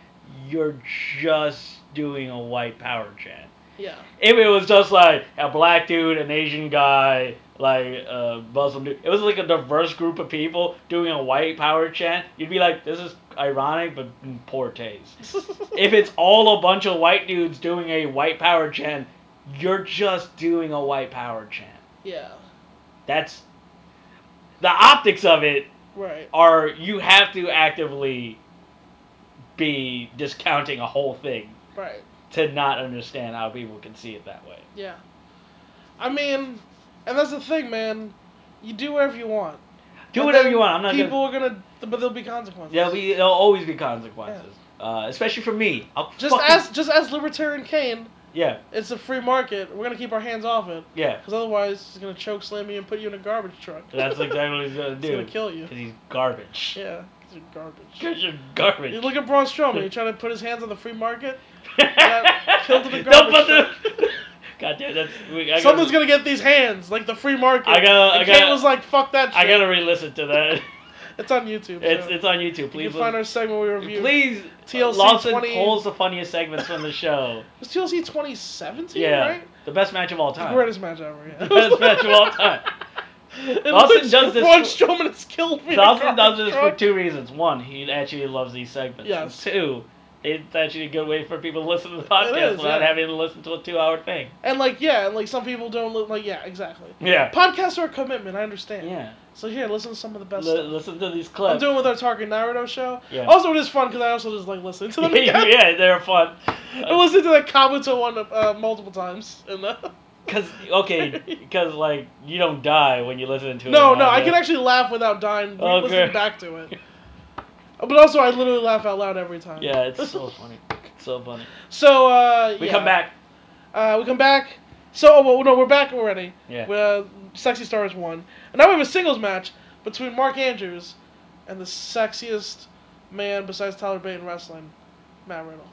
You're just doing a white power chant.
Yeah.
If it was just like a black dude, an Asian guy, like a Muslim dude, it was like a diverse group of people doing a white power chant, you'd be like, this is ironic but in poor taste. if it's all a bunch of white dudes doing a white power chant, you're just doing a white power chant.
yeah.
That's the optics of it
Right.
are you have to actively be discounting a whole thing
Right.
to not understand how people can see it that way.
Yeah. I mean, and that's the thing, man. You do whatever you want.
Do
But
whatever
then
you want. I'm not gonna-
People are gonna, but there'll be consequences.
There'll be there'll always be consequences, uh, especially for me. I'll
Just
fucking-
as just as libertarian Kane,
Yeah,
it's a free market. We're gonna keep our hands off it,
yeah.
because otherwise it's gonna choke slam you and put you in a garbage truck.
That's exactly what he's gonna
it's gonna
do.
kill you.
Cause he's garbage.
Yeah, it's a garbage.
Cause you're garbage.
You look at Braun Strowman. You trying to put his hands on the free market?
at
killed in the
Don't put
garbage
the. God damn, that's. We, I
Someone's
gotta,
gonna get these hands, like the free market.
I gotta-
And
I gotta-
Kane was like, "Fuck that shit."
I gotta re-listen to that.
It's on YouTube.
it's
so
it's on YouTube.
you
Please.
can find
listen-
our segment we reviewed.
Please,
TLC
Lawson
20
pulls the funniest segments from the show.
It was TLC 2017,
yeah,
right?
the best match of all
The
time.
greatest match ever. Yeah.
The best match of all time.
In
Dawson
which
does this
Braun
for-
Strowman has killed me. in a
Dawson does
garbage
this for
truck.
two reasons. One, he actually loves these segments.
Yes.
And two, it's actually a good way for people to listen to the podcast
is,
without
yeah.
having to listen to a two hour thing.
And like, yeah, and like some people don't look like, yeah, exactly.
Yeah.
Podcasts are a commitment. I understand.
Yeah.
So here, listen to some of the
L-
best. stuff.
listen to these
I'm
clips.
doing with our Target Naruto show.
Yeah.
Also, it is fun because I also just like listening to them. again.
yeah, they're fun.
I listened to that Kabuto one uh, multiple times, and uh,
Cause okay, because like you don't die when you listen to it.
No, no,
huh?
I can actually laugh without dying re-
Okay.
listening back to it. But also, I literally laugh out loud every time.
Yeah, it's so funny. So funny.
So uh,
We
yeah.
come back.
Uh, we come back. So oh, well, no, we're back already.
Yeah.
Well, Sexy Stars won, and now we have a singles match between Mark Andrews and the sexiest man besides Tyler Bate in wrestling, Matt Riddle.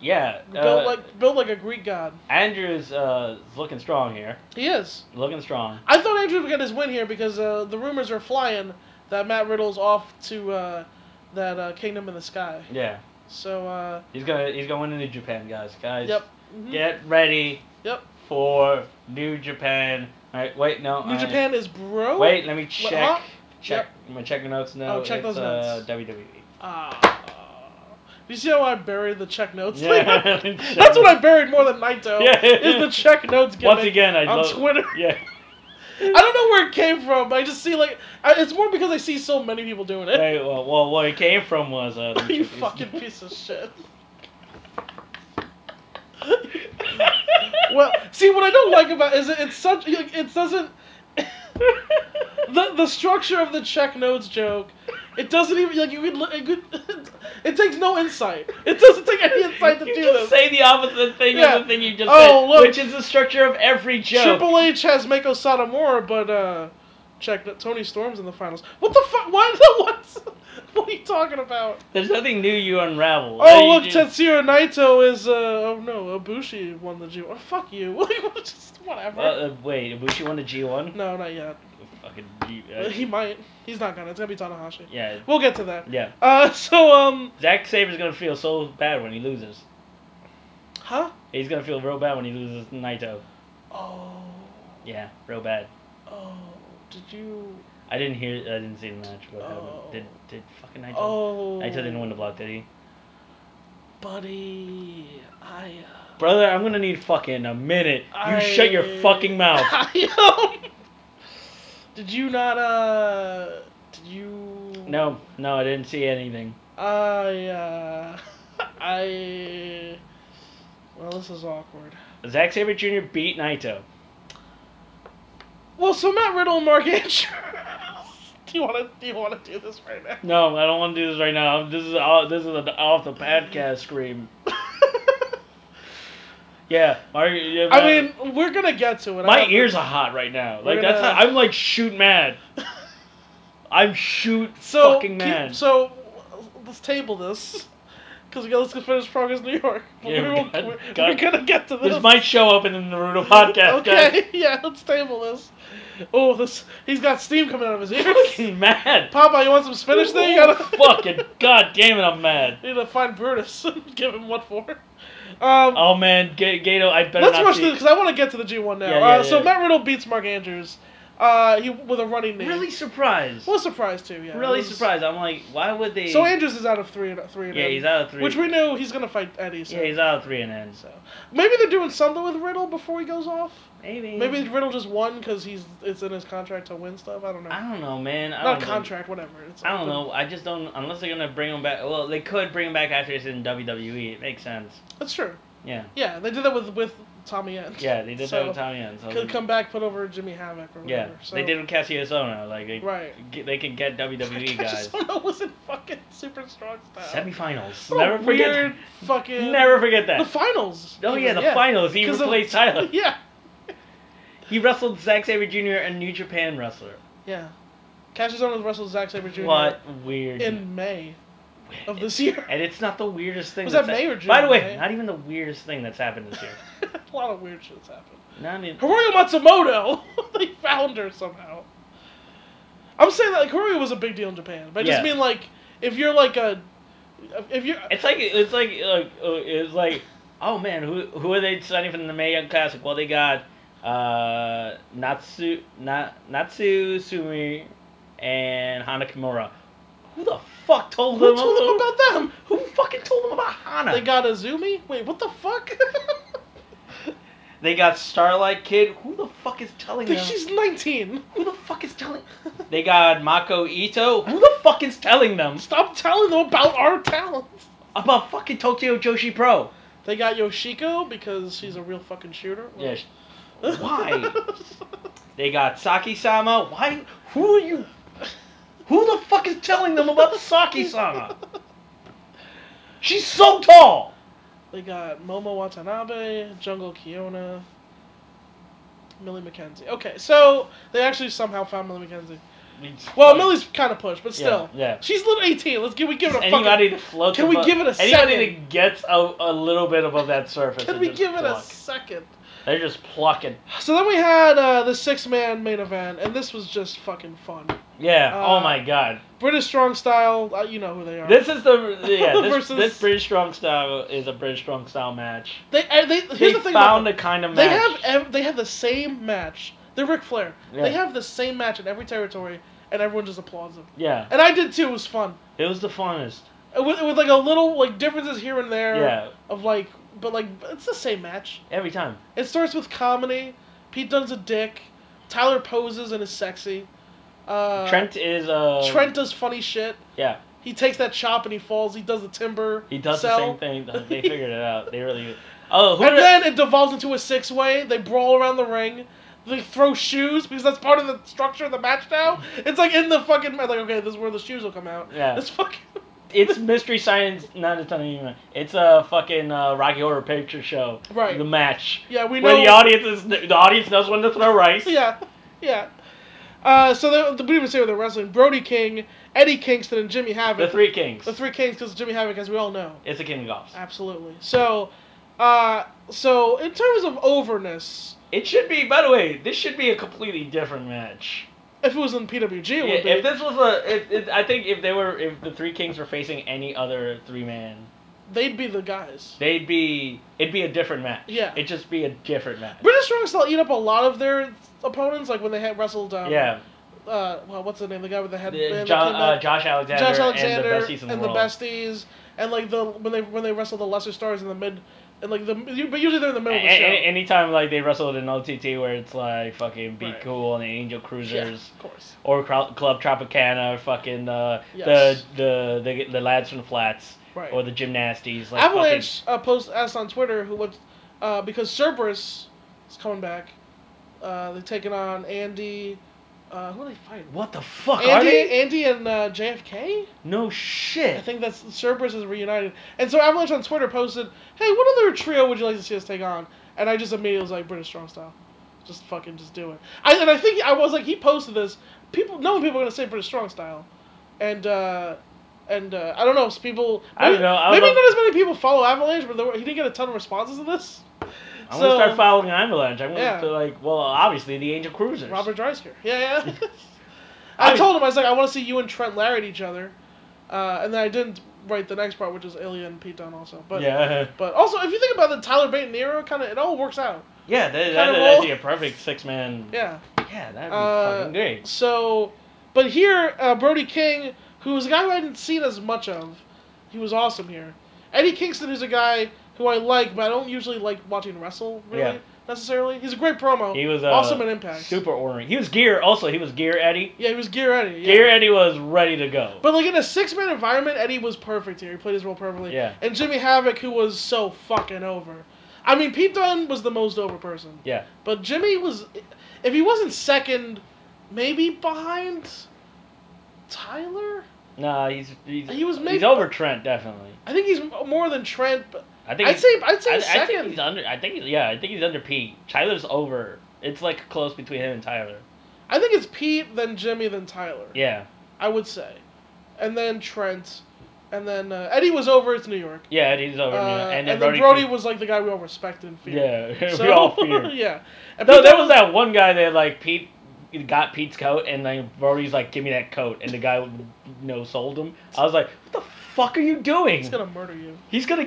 Yeah.
built
uh,
like built like a Greek god.
Andrew's uh, is looking strong here.
He is.
Looking strong.
I thought Andrews would get his win here because uh, the rumors are flying that Matt Riddle's off to uh, that uh, Kingdom in the Sky.
Yeah.
So uh,
He's gonna he's going to New Japan, guys. Guys.
yep. Mhm.
Get ready
Yep.
for New Japan. All right. Wait. No.
New
I-
Japan is bro.
Oh, Wait. Let me
What,
check.
huh?
Check. Am I checking notes now?
Oh, check those
it's,
notes.
Uh, WWE.
Ah. You see how I buried the check notes?
Yeah,
thing?
check
That's what I
notes.
buried more than Naito.
Yeah.
Is the check notes gimmick
Once again, I
on
love.
Twitter?
Yeah.
I don't know where it came from, but I just see like I, it's more because I see so many people doing it.
Right, well, well, where it came from was uh, Lucha-
you fucking piece of shit. well, see what I don't like about is it, it's such like, it doesn't the the structure of the check notes joke. It doesn't even like you could li- it could it takes no insight. It doesn't take any insight to
you
do
just
this.
say the opposite thing
Yeah.
of the thing you just
Oh,
said,
look.
which is the structure of every joke.
Triple H has Mako Satomura, but uh, check that Tony Storm's in the finals. What the fuck? Why the what? What are you talking about?
There's nothing new you unravel. Uh,
Oh
you
look,
just-
Tetsuya Naito is uh oh no, Ibushi won the G. Oh, fuck you. Like, what- just whatever.
Uh, uh, wait, Ibushi won the G1?
no, not yet.
Fucking G, uh,
Uh, he might. He's not gonna. It's gonna be Tanahashi.
yeah,
We'll get to that.
yeah.
Uh, so um,
Zack Saber's gonna feel so bad when he loses.
huh?
He's gonna feel real bad when he loses to Naito.
Oh,
Yeah, real bad.
oh, did you?
I didn't hear, I didn't see the match. What
Oh.
happened? Did, did fucking Naito?
Oh,
Naito didn't win the block, did he?
buddy. I. Uh,
Brother, I'm gonna need fucking a minute. You
I,
shut your fucking mouth.
I, um, did you not? Uh, did you?
No, no, I didn't see anything.
I. Uh, I. Well, this is awkward.
Zack Saber Jr. beat Naito.
Well, so Matt Riddle and Mark Andrews. do you want to? Do you want to do this right now?
No, I don't want to do this right now. This is all, this is an off the podcast scream. Yeah, Mar- yeah,
I
Matt-
mean, we're gonna get to it. I
Uh, my
have to-
ears are hot right now.
We're
Like that's
gonna-
how, I'm like shoot mad. I'm shoot
so
fucking
keep-
mad.
so let's table this because we got let's finish progress New York. But
Yeah,
we
we
will,
got-
we're,
got-
we're gonna get to this.
this might show up in the Naruto podcast.
okay,
guys.
yeah, let's table this. Oh, this he's got steam coming out of his ears.
Fucking mad.
Papa, you want some spinach there? You gotta
fucking god damn it, I'm mad.
You need to find Brutus. and Give him what for? Um,
Oh man, G- Gato, I Oh, better
Let's
not
rush
see-
this because I want to get to the G1 now.
Yeah, yeah,
uh, so
yeah.
Matt Riddle beats Mark Andrews. Uh, he with a running knee.
Really surprised.
Well, surprised too. Yeah.
really
It was-
surprised. I'm like, why would they?
So Andrews is out of three and three. And
yeah,
in,
he's out of three.
Which we know he's gonna fight Eddie. So.
Yeah, he's out of three and ends.
so maybe they're doing something with Riddle before he goes off.
Maybe.
Maybe Riddle just won because he's it's in his contract to win stuff. I don't know.
I don't know, man. I
Not
don't
contract, whatever. It's
Know. I don't know. I just don't. Unless they're gonna bring him back. Well, they could bring him back after he's in WWE. It makes sense.
That's true.
Yeah.
Yeah, they did that with with Tommy End.
Yeah, they did
So,
that with Tommy End. So
Could come back, put over Jimmy Havoc or
yeah,
whatever. so,
they did with Cassiusona. Like they,
Right.
get- they can get WWE guys.
Cassius was in fucking super strong style.
Semifinals.
What a
Never forget.
weird Fucking.
Never forget
The
that.
finals.
Oh yeah,
even,
the finals. He
'Cause of-
replaced Tyler.
Yeah.
He wrestled Zack Sabre Jr., a New Japan wrestler.
Yeah. Cassius Owens wrestled Zack Sabre Jr.
What weird.
in May of this year.
And it's not the weirdest thing.
Was
that's
that
hap-
May or
By the
June,
way,
May?
not even the weirdest thing that's happened this year.
a lot of weird shit's happened.
not even.
Hiroyo Matsumoto! they found her somehow. I'm saying that like, Hiroyo was a big deal in Japan, but I just
Yeah.
mean like if you're like a if you're
It's like it's like like uh, it's like oh man, who who are they signing from the Mae Young Classic? Well, they got uh Natsu not Natsu Sumi and Hana Kimura. Who the fuck told
who
them?
told them about them?
Who fucking told them about Hana?
They got Azumi? Wait, what the fuck?
They got Starlight Kid. Who the fuck is telling them?
She's 19.
Who the fuck is telling? They got Mako Ito. Who the fuck is telling them
Stop telling them about our talents.
about fucking Tokyo Joshi Pro?
They got Yoshiko because she's a real fucking shooter.
Yeah, Why? They got Saki Sama. Why? Who are you? Who the fuck is telling them about Saki Sama? She's so tall.
They got Momo Watanabe, Jungle Kiona, Millie McKenzie. Okay, so they actually somehow found Millie McKenzie. Well, Millie's kind of pushed, but
Yeah,
still,
yeah.
she's little eighteen. Let's give we give it a
anybody that floats.
Can we
above-
give it a
anybody
second?
that gets a, a little bit above that surface?
fucking. Can
they
we
just
give it a
pluck.
second?
They're just plucking.
So then we had uh, the six man main event, and this was just fucking fun.
Yeah.
Uh,
oh my god.
British strong style, uh, you know who they are.
This is the yeah. This,
Versus-
this British strong style is a British strong style match.
they, uh, they here's
they
the thing.
found
about
a kind of
them.
match.
they have ev- they have the same match. They're Ric Flair.
Yeah.
They have the same match in every territory, and everyone just applauds them.
yeah.
And I did too. It was fun.
It was the funnest.
Uh, With, with like a little like differences here and there
Yeah.
of like, but like it's the same match.
Every time.
It starts with comedy. Pete Dunne's a dick. Tyler poses and is sexy. Uh,
Trent is uh.
Trent does funny shit.
Yeah.
He takes that chop and he falls. He does the timber.
He does
sell.
the same thing. They figured it out. They really. Oh, who
and
did-
then it devolves into a six way. They brawl around the ring. They throw shoes because that's part of the structure of the match now. It's like in the fucking like okay, this is where the shoes will come out.
Yeah.
It's fucking.
it's mystery science. Not a ton of human. It's a fucking uh, Rocky Horror Picture Show.
Right.
The match.
Yeah, we
Where
know.
the audience is the audience knows when to throw rice.
Yeah, yeah. Uh, so they, we didn't even say where they're wrestling. Brody King, Eddie Kingston, and Jimmy Havoc.
The Three Kings.
The three kings, because Jimmy Havoc, as we all know.
It's a king of golf.
Absolutely. So, uh, so in terms of overness,
It should be. By the way, this should be a completely different match.
if it was in PWG, it would be.
if this was a, if, if, I think if they were, if the Three Kings were facing any other three man,
they'd be the guys.
they'd be, it'd be a different match.
Yeah.
It'd just be a different match.
British Strong Style eat up a lot of their opponents, like when they had wrestled. Um,
yeah.
Uh, well, what's the name? The guy with the headband.
The-
that
Jo-
came
uh,
out?
Josh Alexander,
Josh Alexander
and the besties in the
and
world.
besties, and like the when they when they wrestle the lesser stars in the mid, and like the you- but usually they're in the
A-
middle of the show.
a- anytime like they wrestled in OTT where it's like fucking be
Right.
cool and the Angel
yeah,
Cruisers
of course.
or Cro- Club Tropicana, fucking uh,
Yes.
the, the the the lads from the flats
Right.
or the gymnasties like fucking-
Avalanche uh, post asked on Twitter who went uh, because Cerberus is coming back. Uh, they're taking on Andy. Uh, who are they fighting?
What the fuck are
Andy,
they?
Andy and uh, JFK.
No shit.
I think that's Cerberus is reunited. And so Avalanche on Twitter posted, "Hey, what other trio would you like to see us take on?" And I just immediately was like, "British Strong Style, just fucking just do it." I, and I think I was like, he posted this. People, knowing people are gonna say British Strong Style, and uh, and uh, I don't know. so people,
I don't know, I would
maybe
love-
not as many people follow Avalanche, but there were, he didn't get a ton of responses to this.
I'm gonna
so-
start following Avalanche. I'm gonna
Yeah.
feel like, well, obviously the Angel Cruisers.
Robert Dreisker. Yeah, yeah.
I
I,
was-
told him I was like, I want to see you and Trent Larry at each other, uh, and then I didn't write the next part, which is Ilya and Pete Dunne also. But
yeah,
But also, if you think about the Tyler Bate and Nero, kind of it all works out.
yeah, that,
Kinda
that,
roll.
that'd be a perfect six man.
Yeah.
yeah, that'd be
Uh,
fucking great.
So, but here, uh, Brody King, who was a guy who I hadn't seen as much of, he was awesome here. Eddie Kingston is a guy who I like, but I don't usually like watching wrestle really
Yeah.
necessarily. He's a great promo.
He was uh,
awesome in Impact.
Super ornery. He was gear. Also, he was gear Eddie.
Yeah, he was Gear Eddie. Yeah.
Gear Eddie was ready to go.
But like in a six-man environment, Eddie was perfect here. He played his role perfectly.
Yeah.
And Jimmy Havoc, who was so fucking over. I mean, Pete Dunne was the most over person.
yeah,
But Jimmy was, if he wasn't second, maybe behind Tyler.
nah, he's he's
He was
he's
maybe-
over Trent definitely.
I think he's m- more than Trent. But
I think
I'd say I'd say
I, I
second.
think he's under. I think he's, yeah, I think he's under Pete. Tyler's over. It's like close between him and Tyler.
I think it's Pete, then Jimmy, then Tyler.
Yeah,
I would say, and then Trent, and then uh, Eddie was over. It's New York.
yeah, Eddie's over.
Uh,
yeah.
and,
And then
then Brody,
Crew-
was like the guy we all respected and feared.
Yeah,
So-
we all fear.
yeah. And
No,
Pete
there
Dunne-
was that one guy that like Pete got Pete's coat, and then Brody's like, "Give me that coat," and the guy you know sold him. I was like, "What the fuck are you doing?
He's gonna murder you.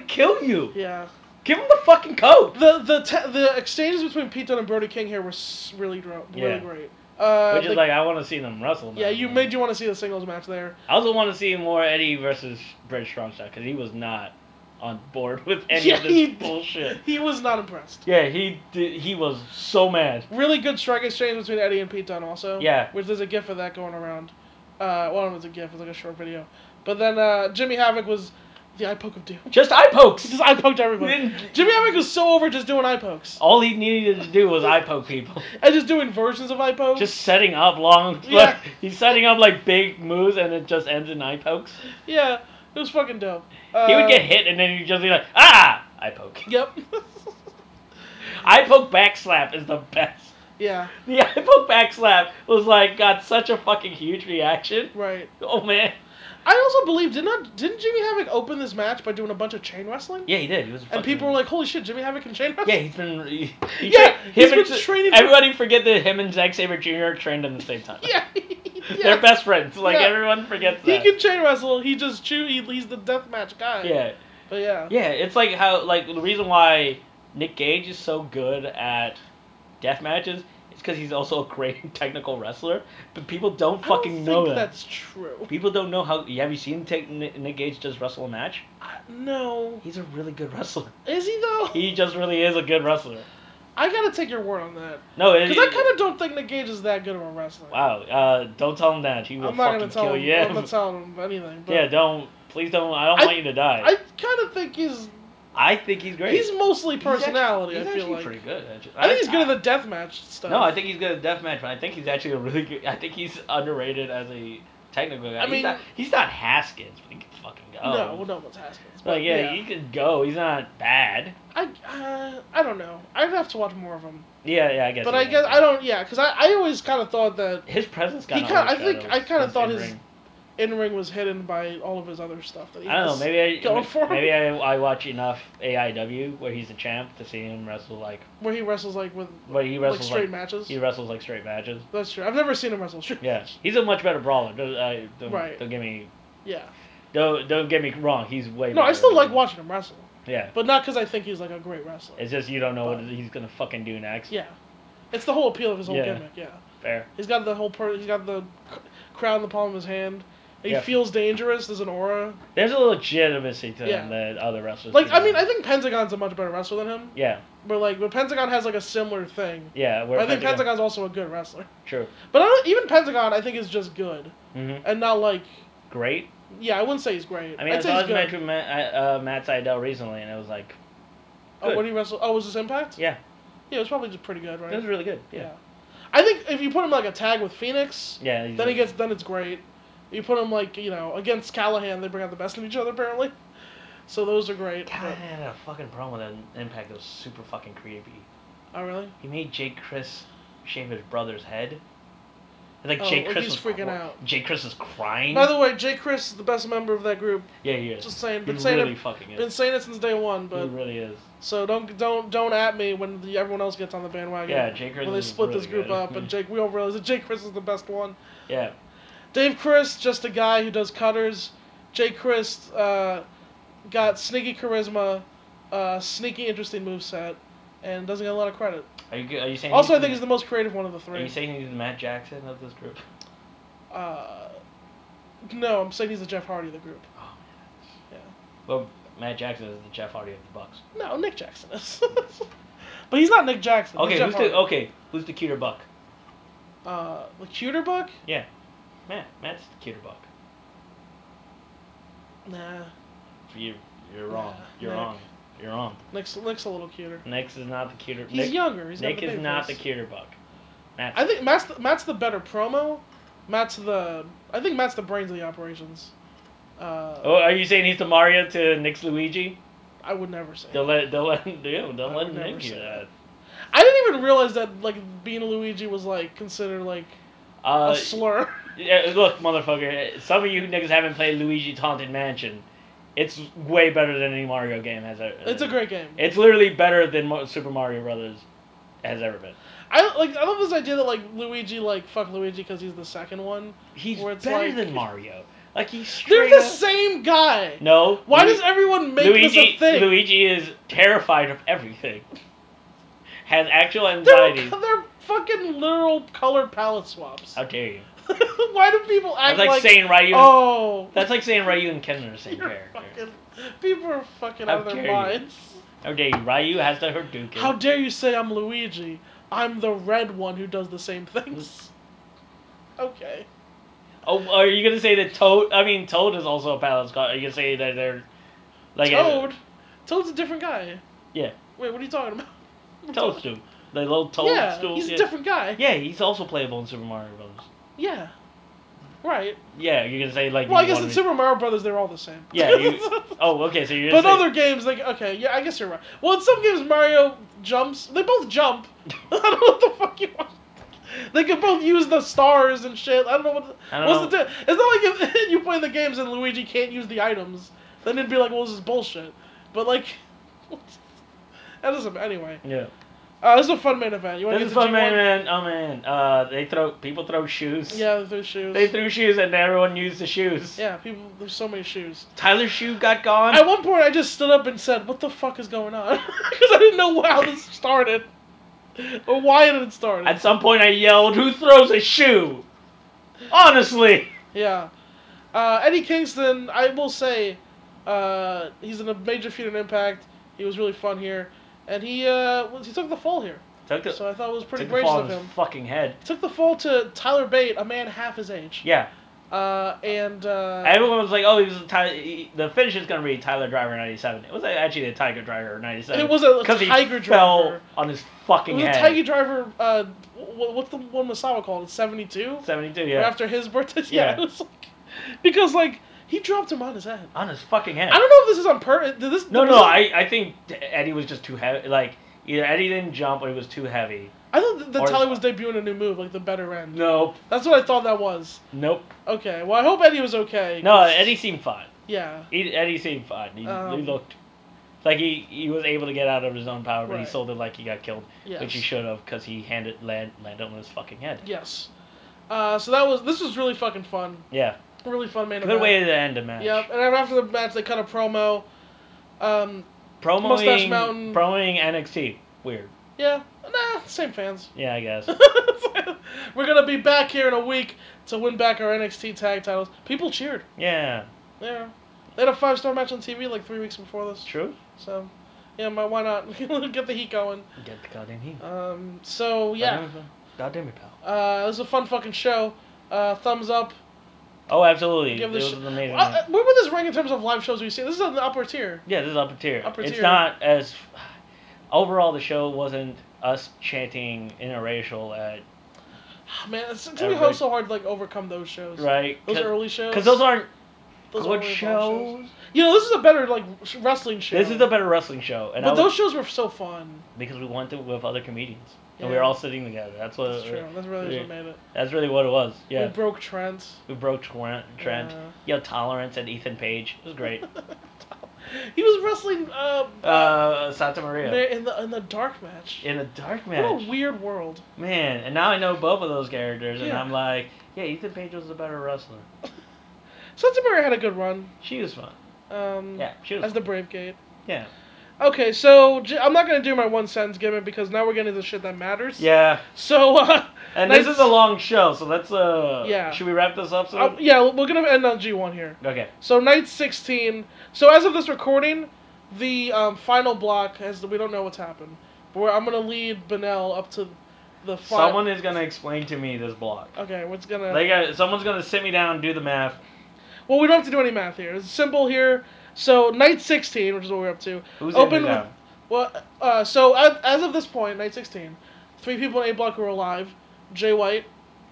kill you.
Yeah.
Give him the fucking coat."
The the te- the exchanges between Pete Dunne and Brody King here were s- really dro- really
Yeah.
great. Uh,
Which is
the-
like, uh, I want to see them wrestle. now.
yeah, you made you want to see the singles match there.
I also want to see more Eddie versus British Strongstyle because he was not on board with any
yeah,
of this
he,
bullshit.
He was not impressed.
Yeah, he did, he was so mad.
Really good strike exchange between Eddie and Pete Dunne also.
Yeah.
Which there's a gif of that going around. Uh, one of them was a gif. It's like a short video. But then uh, Jimmy Havoc was The eye poke of doom.
Just eye pokes.
Just eye poked everybody.
Then-
Jimmy Havoc was so over just doing eye pokes
All he needed to do was eye poke people.
and just doing versions of eye pokes.
Just setting up long.
Yeah.
he's setting up like big moves, and it just ends in eye pokes.
yeah, it was fucking dope. Uh,
he would get hit, and then he'd just be like, ah, eye poke.
Yep.
Eye poke back slap is the best.
yeah.
The eye poke back slap was like got such a fucking huge reaction.
Right.
Oh man.
I also believe did not didn't Jimmy Havoc open this match by doing a bunch of chain wrestling?
Yeah, he did. He was.
And people were like, "Holy shit, Jimmy Havoc can chain wrestle."
Yeah, he's been. He, he
Yeah,
tra-
he's
him and
been
Z-
training for-
Everybody forget that him and Zack Saber Jr. trained at the same time.
Yeah.
They're best friends. Like
Yeah.
everyone forgets
He
that.
can chain wrestle. He just chew. He, he's the deathmatch guy.
Yeah,
But yeah.
yeah. It's like how like the reason why Nick Gage is so good at death matches is because he's also a great technical wrestler. But people don't
I don't
fucking know
think
that.
That's true.
People don't know how. Have you seen Nick, Nick Gage just wrestle a match?
I- No.
He's a really good wrestler.
Is he though?
He just really is a good wrestler.
I gotta take your word on that.
No, it,
Because I kind of don't think Nick Gage is that good of a wrestler.
Wow. Uh, don't tell him that. He will
I'm not
fucking
gonna tell
kill
him.
you.
I'm not telling him anything. But
yeah, don't. Please don't. I don't
I-
want you to die.
I kind of think he's
I, think he's great.
he's mostly
He's act-
personality.
he's
I feel
actually
like.
pretty good. actually.
I think he's good at the deathmatch stuff.
No, I think he's good at deathmatch, but I think he's actually a really good. I think he's underrated as a technical guy.
I mean-
he's not, he's not Haskins, but he can fucking go.
No, well, no one's Haskins. But
um, Like yeah, he can go. He's not bad.
I uh, I don't know. I'd have to watch more of him.
Yeah, yeah, I guess.
But
he
I
can.
guess I don't. Yeah, because I, I always kind of thought that
His presence
He
got.
kinda- I
overshadowed
think- I kinda
his
thought his-
in-ring.
in ring was hidden by all of his other stuff that he.
I don't know.
was
Maybe I
going for him.
maybe I, I watch enough AIW where he's a champ to see him wrestle like.
where he wrestles like with
But he
like
wrestles
straight
like,
matches.
he wrestles like straight matches.
That's true. I've never seen him wrestle straight.
Yeah, he's a much better brawler. Don't, I, don't,
Right.
don't get me
Yeah.
don't don't get me wrong. He's way.
No, I
better.
still like watching him wrestle,
Yeah,
but not because I think he's like a great wrestler.
it's just you don't know what
But-
he's gonna fucking do next.
yeah. It's the whole appeal of his whole
Yeah.
gimmick. Yeah.
Fair.
He's got the whole per. He's got the c- crown in the palm of his hand. He
Yeah.
feels dangerous. There's an aura.
There's a legitimacy to
Yeah.
him that other wrestlers.
Like
do
I mean, I
not.
think Pentagon's a much better wrestler than him.
yeah,
But like, but Pentagon has like a similar thing.
yeah. Where
But I think
Pentagon-
Pentagon's also a good wrestler.
True.
But I don't, even Pentagon, I think, is just good
Mm-hmm.
and not like.
Great.
Yeah, I wouldn't say he's great.
I mean,
I'd
I
say
saw
he's
his match
good.
with Matt, uh, Matt Seidel recently, and it was like,
Oh,
good.
what did he wrestle? Oh, was this Impact?
yeah,
Yeah, it was probably just pretty good, right?
it was really good.
yeah.
Yeah.
I think if you put him like a tag with Phoenix,
Yeah. he's
then he
a-
gets then it's great. You put him like you know against Callahan, they bring out the best in each other apparently. So those are great.
God, I
but-
had a fucking problem with that impact. That was super fucking creepy.
oh really?
He made Jake Chris shave his brother's head. And, like
Oh,
Jake
well,
Chris
he's
was
freaking
cr-
out.
Jake Chris is crying.
By the way, Jay Chris is the best member of that group.
yeah, he is.
Just saying,
he
been saying
really
it,
fucking
been
is.
saying it since day one.
he
But
really is.
so don't don't don't at me when the, everyone else gets on the bandwagon.
Yeah, Jake Chris.
When they
is
split this
really
group
good. Hmm.
up, and Jake, we all realize that Jake Chris is the best one.
yeah,
Dave Chris, just a guy who does cutters. Jay Chris uh, got sneaky charisma, uh, sneaky interesting moveset, and doesn't get a lot of credit.
are you are you saying?
Also, I
he's
think he's the most creative one of the
Are you
three.
saying he's the Matt Jackson of this group?
Uh, no, I'm saying he's the Jeff Hardy of the group.
Oh,
Yeah.
Well, Matt Jackson is the Jeff Hardy of the Bucks.
No, Nick Jackson is. but he's not Nick Jackson.
Okay,
he's Jeff
who's
Hardy.
the okay? Who's the cuter buck?
Uh, the cuter buck?
Yeah, Matt. Matt's the cuter buck.
Nah,
You you're wrong.
Nah,
You're
Nick.
wrong. You're wrong.
Nick's Nick's a little cuter.
Nick's is not the cuter.
He's
Nick,
younger. He's got
Nick
the
is
baby
not the
face.
cuter buck. Matt's
I think Matt's the, Matt's the better promo. Matt's the I think Matt's the brains of the operations. Uh,
Oh, are you saying he's the Mario to Nick's Luigi?
I would never say.
Don't let don't let do don't
I
let
would never
Nick do
say
that.
I didn't even realize that like being a Luigi was like considered like
Uh,
a slur.
yeah, look, motherfucker. Some of you niggas haven't played Luigi's Haunted Mansion. It's way better than any Mario game has ever.
It's a great game.
It's literally better than Mo- Super Mario Brothers has ever been.
I like I love this idea that like Luigi like fuck Luigi because he's the second one.
He's
Where it's
better
like-
than Mario. Like he's
They're
straight
the
up-
same guy.
No.
Why
Lu-
does everyone make
Luigi,
this a thing?
Luigi is terrified of everything. Has actual
they're,
anxiety.
they're fucking literal color palette swaps.
How dare you?
Why do people act
That's like, saying Ryu. and
oh
That's like saying Ryu and Ken are the same
You're
character.
fucking, people are fucking out
How
of
dare
their
you.
minds.
How dare you? Ryu has the Hadouken.
How dare you say I'm Luigi? I'm the red one who does the same things. Okay.
oh, are you gonna say that Toad? I mean, Toad is also a palace god. Are you gonna say that they're Like as a-
Toad. Toad's a different guy.
Yeah.
Wait, what are you talking about? What are you talking-
Toadstool. The little Toadstool.
Yeah, he's
yeah.
a different guy.
Yeah, he's also playable in Super Mario Bros.
Yeah. Right.
Yeah, you can say like.
Well, I
you
guess
wanna
in
be-
Super Mario Brothers they're all the same.
Yeah, you- Oh, okay. So you're.
but
saying,
other games, like okay, yeah, I guess you're right. Well, in some games Mario jumps. They both jump. I don't know what the fuck you want. They can both use the stars and shit. I don't know what.
I don't
what's
know.
the? Di- it's not like if you play the games and Luigi can't use the items, then it'd be like, well, this is bullshit. But like, that doesn't. Anyway,
yeah.
uh, this is a fun main event. You want to
This
get
is
to
fun,
G1?
man, man. Oh man. Uh, they throw people throw shoes.
Yeah, the shoes.
They threw shoes and everyone used the shoes.
yeah, people. There's so many shoes.
Tyler's shoe got gone.
At one point, I just stood up and said, "What the fuck is going on?" Because I didn't know how this started or why it had started.
At some point, I yelled, "Who throws a shoe?" Honestly.
yeah, uh, Eddie Kingston. I will say, uh, he's in a major feat in Impact. He was really fun here, and he uh, was- he took the fall here.
Took the,
So I thought it was pretty
took the
gracious
fall
of
on his
him.
fucking head.
Took the fall to Tyler Bate, a man half his age.
Yeah.
Uh, and uh,
Everyone was like, "Oh, he was a Ty- he- the finish is gonna be Tyler Driver '97." It was actually a Tiger Driver '97.
It was a Tiger
he fell
Driver.
on his
it
fucking
was a
head.
Tiger Driver. Uh, wh- what's the one Masawa called? It's seventy two.
'72,
Or
yeah,
after his birthday. Yeah,
Yeah.
it was like because like he dropped him on his head.
on his fucking head.
I don't know if this is on purpose. Did this?
no,
was
no,
it-
I, I think Eddie was just too heavy. Like either Eddie didn't jump or he was too heavy.
I thought that, that
or-
Tully was debuting a new move, like the better end.
Nope,
That's what I thought that was.
nope.
Okay, well I hope Eddie was okay.
No, Eddie seemed fine.
Yeah,
He, Eddie seemed fine. He, he
Um,
looked like he, he was able to get out of his own power, but he
Right.
sold it like he got killed,
yes,
which he should have because he handed land landed on his fucking head.
Yes. Uh, so that was this was really fucking fun.
Yeah,
Really fun main
good
event.
way to end a match.
Yep, and then after the match they cut a promo. Um, Mustache
Promoting,
Mountain.
promoting NXT. Weird.
yeah, nah, same fans.
Yeah, I guess.
We're gonna be back here in a week to win back our NXT tag titles. People cheered.
yeah,
Yeah. They had a five star match on TV like three weeks before this.
true.
So, yeah, my, why not? Get the heat going.
Get the goddamn heat.
Um, so, yeah.
Goddamn it, goddamn it, pal.
Uh, this is a fun fucking show. Uh, thumbs up.
Oh, absolutely.
Give
it
this
was
sh-
an amazing.
Uh,
match.
uh, where would this rank in terms of live shows we see? This is on the upper tier.
yeah, this is upper tier.
Upper
it's
tier.
not as. Overall, the show wasn't us chanting interracial at
Ah, Man, it's, it's
Every-
gonna be so hard to like overcome those shows.
right
Those
because
early shows.
those aren't
those
good
early live
shows.
You know, this is a better like sh- wrestling show.
This is a better wrestling show, and
But
I would-
those shows were so fun.
because we went to with other comedians, and we
Yeah.
were all sitting together. That's what.
That's true. That's really
Uh, yeah.
what made it.
That's really what it was. Yeah,
We broke Trent.
we broke Trent. Trent.
Yeah.
Yo, tolerance and Ethan Page. It was great.
he was wrestling uh,
uh, Santa Maria
ma- in the in the dark match.
in a dark
What
match.
a weird world.
Man, and now I know both of those characters, and
Yeah.
I'm like, yeah, Ethan Page was a better wrestler.
Santa Maria had a good run.
She was fun.
Um,
Yeah, she was.
As
fun.
the Brave Gate.
yeah.
Okay, so j- I'm not gonna do my one sentence gimmick because now we're getting to the shit that matters.
Yeah.
So, uh,
And
Nice.
this is a long show, so let's uh.
Yeah.
Should we wrap this up? So.
uh, yeah, we're gonna end on G1 here.
okay.
So night 16. So as of this recording, the um, final block has we don't know what's happened. But we're, I'm gonna lead Benel up to the final.
Someone is gonna explain to me this block.
Okay, what's gonna?
They got someone's gonna sit me down, do the math.
Well, we don't have to do any math here. It's simple here. So night 16, which is what we're up to.
Who's
Open
in it
with-
now?
Well, uh, so as, as of this point, night 16, three people in A block who are alive: Jay White,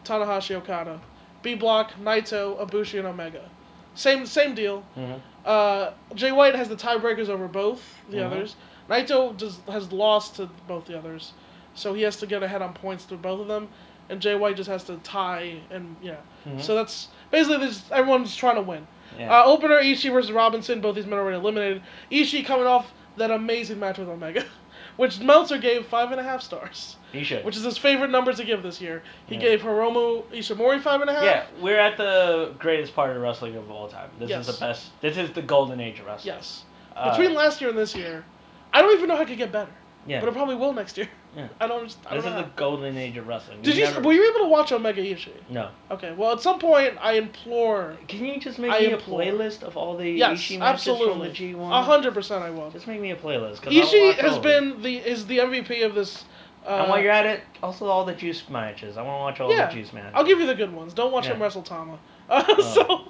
Tanahashi, Okada. B block: Naito, Ibushi, and Omega. Same same deal.
Mhm.
Uh, Jay White has the tiebreakers over both the
Mhm.
others. Naito does, has lost to both the others, so he has to get ahead on points to both of them, and Jay White just has to tie and yeah.
Mhm.
So that's basically this. Everyone's trying to win.
Yeah.
Uh, opener Ishii versus Robinson. Both these men are already eliminated. Ishii coming off that amazing match with Omega, which Meltzer gave five and a half stars,
you should.
which is his favorite number to give this year. He
Yeah.
gave Hiromu Ishimori five and a half.
yeah, we're at the greatest part of wrestling of all time. This
Yes.
is the best. This is the golden age of wrestling.
Yes.
Uh,
Between last year and this year, I don't even know how it could get better.
yeah.
But it probably will next year.
Yeah.
I don't. I don't
This is
know.
the golden age of wrestling.
Did
We
you?
never-
Were you able to watch Omega Ishii?
No.
Okay. Well, at some point, I implore.
Can you just make
I
me a
implore.
playlist of all the
Yes,
Ishii matches
absolutely.
from the G1?
A hundred percent, I will.
Just make me a playlist. 'cause I'll
Ishii
watch all
has
of them.
been the is the MVP of this. Uh,
and while you're at it, also all the juice matches. I want to watch all
Yeah.
the juice matches.
I'll give you the good ones. Don't watch him
Yeah.
wrestle
Oh.
Tama. Uh, So,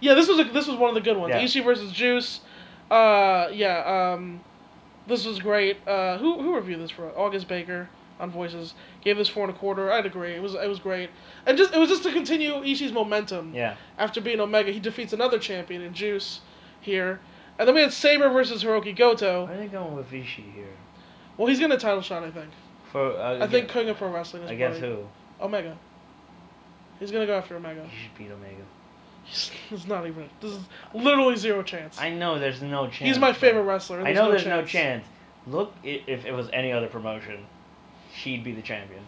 yeah, this was a, this was one of the good ones.
Yeah.
Ishii versus Juice. Uh, yeah. Um, this was great. Uh, who who reviewed this for us? August Baker on Voices gave this four and a quarter. I'd agree. It was it was great, and just it was just to continue Ishii's momentum.
Yeah.
After being Omega, he defeats another champion in Juice here, and then we had Saber versus Hiroki Goto.
Where are they going with Ishii here?
Well, he's gonna title shot, I think.
For uh,
I think King of Pro Wrestling is
Against
probably-
who?
Omega. He's gonna go after Omega.
You should beat Omega.
It's not even. This is literally zero chance.
I know there's no chance.
He's my
but-
favorite wrestler.
I know there's no chance. Look, i- if it was any other promotion, she'd be the champion.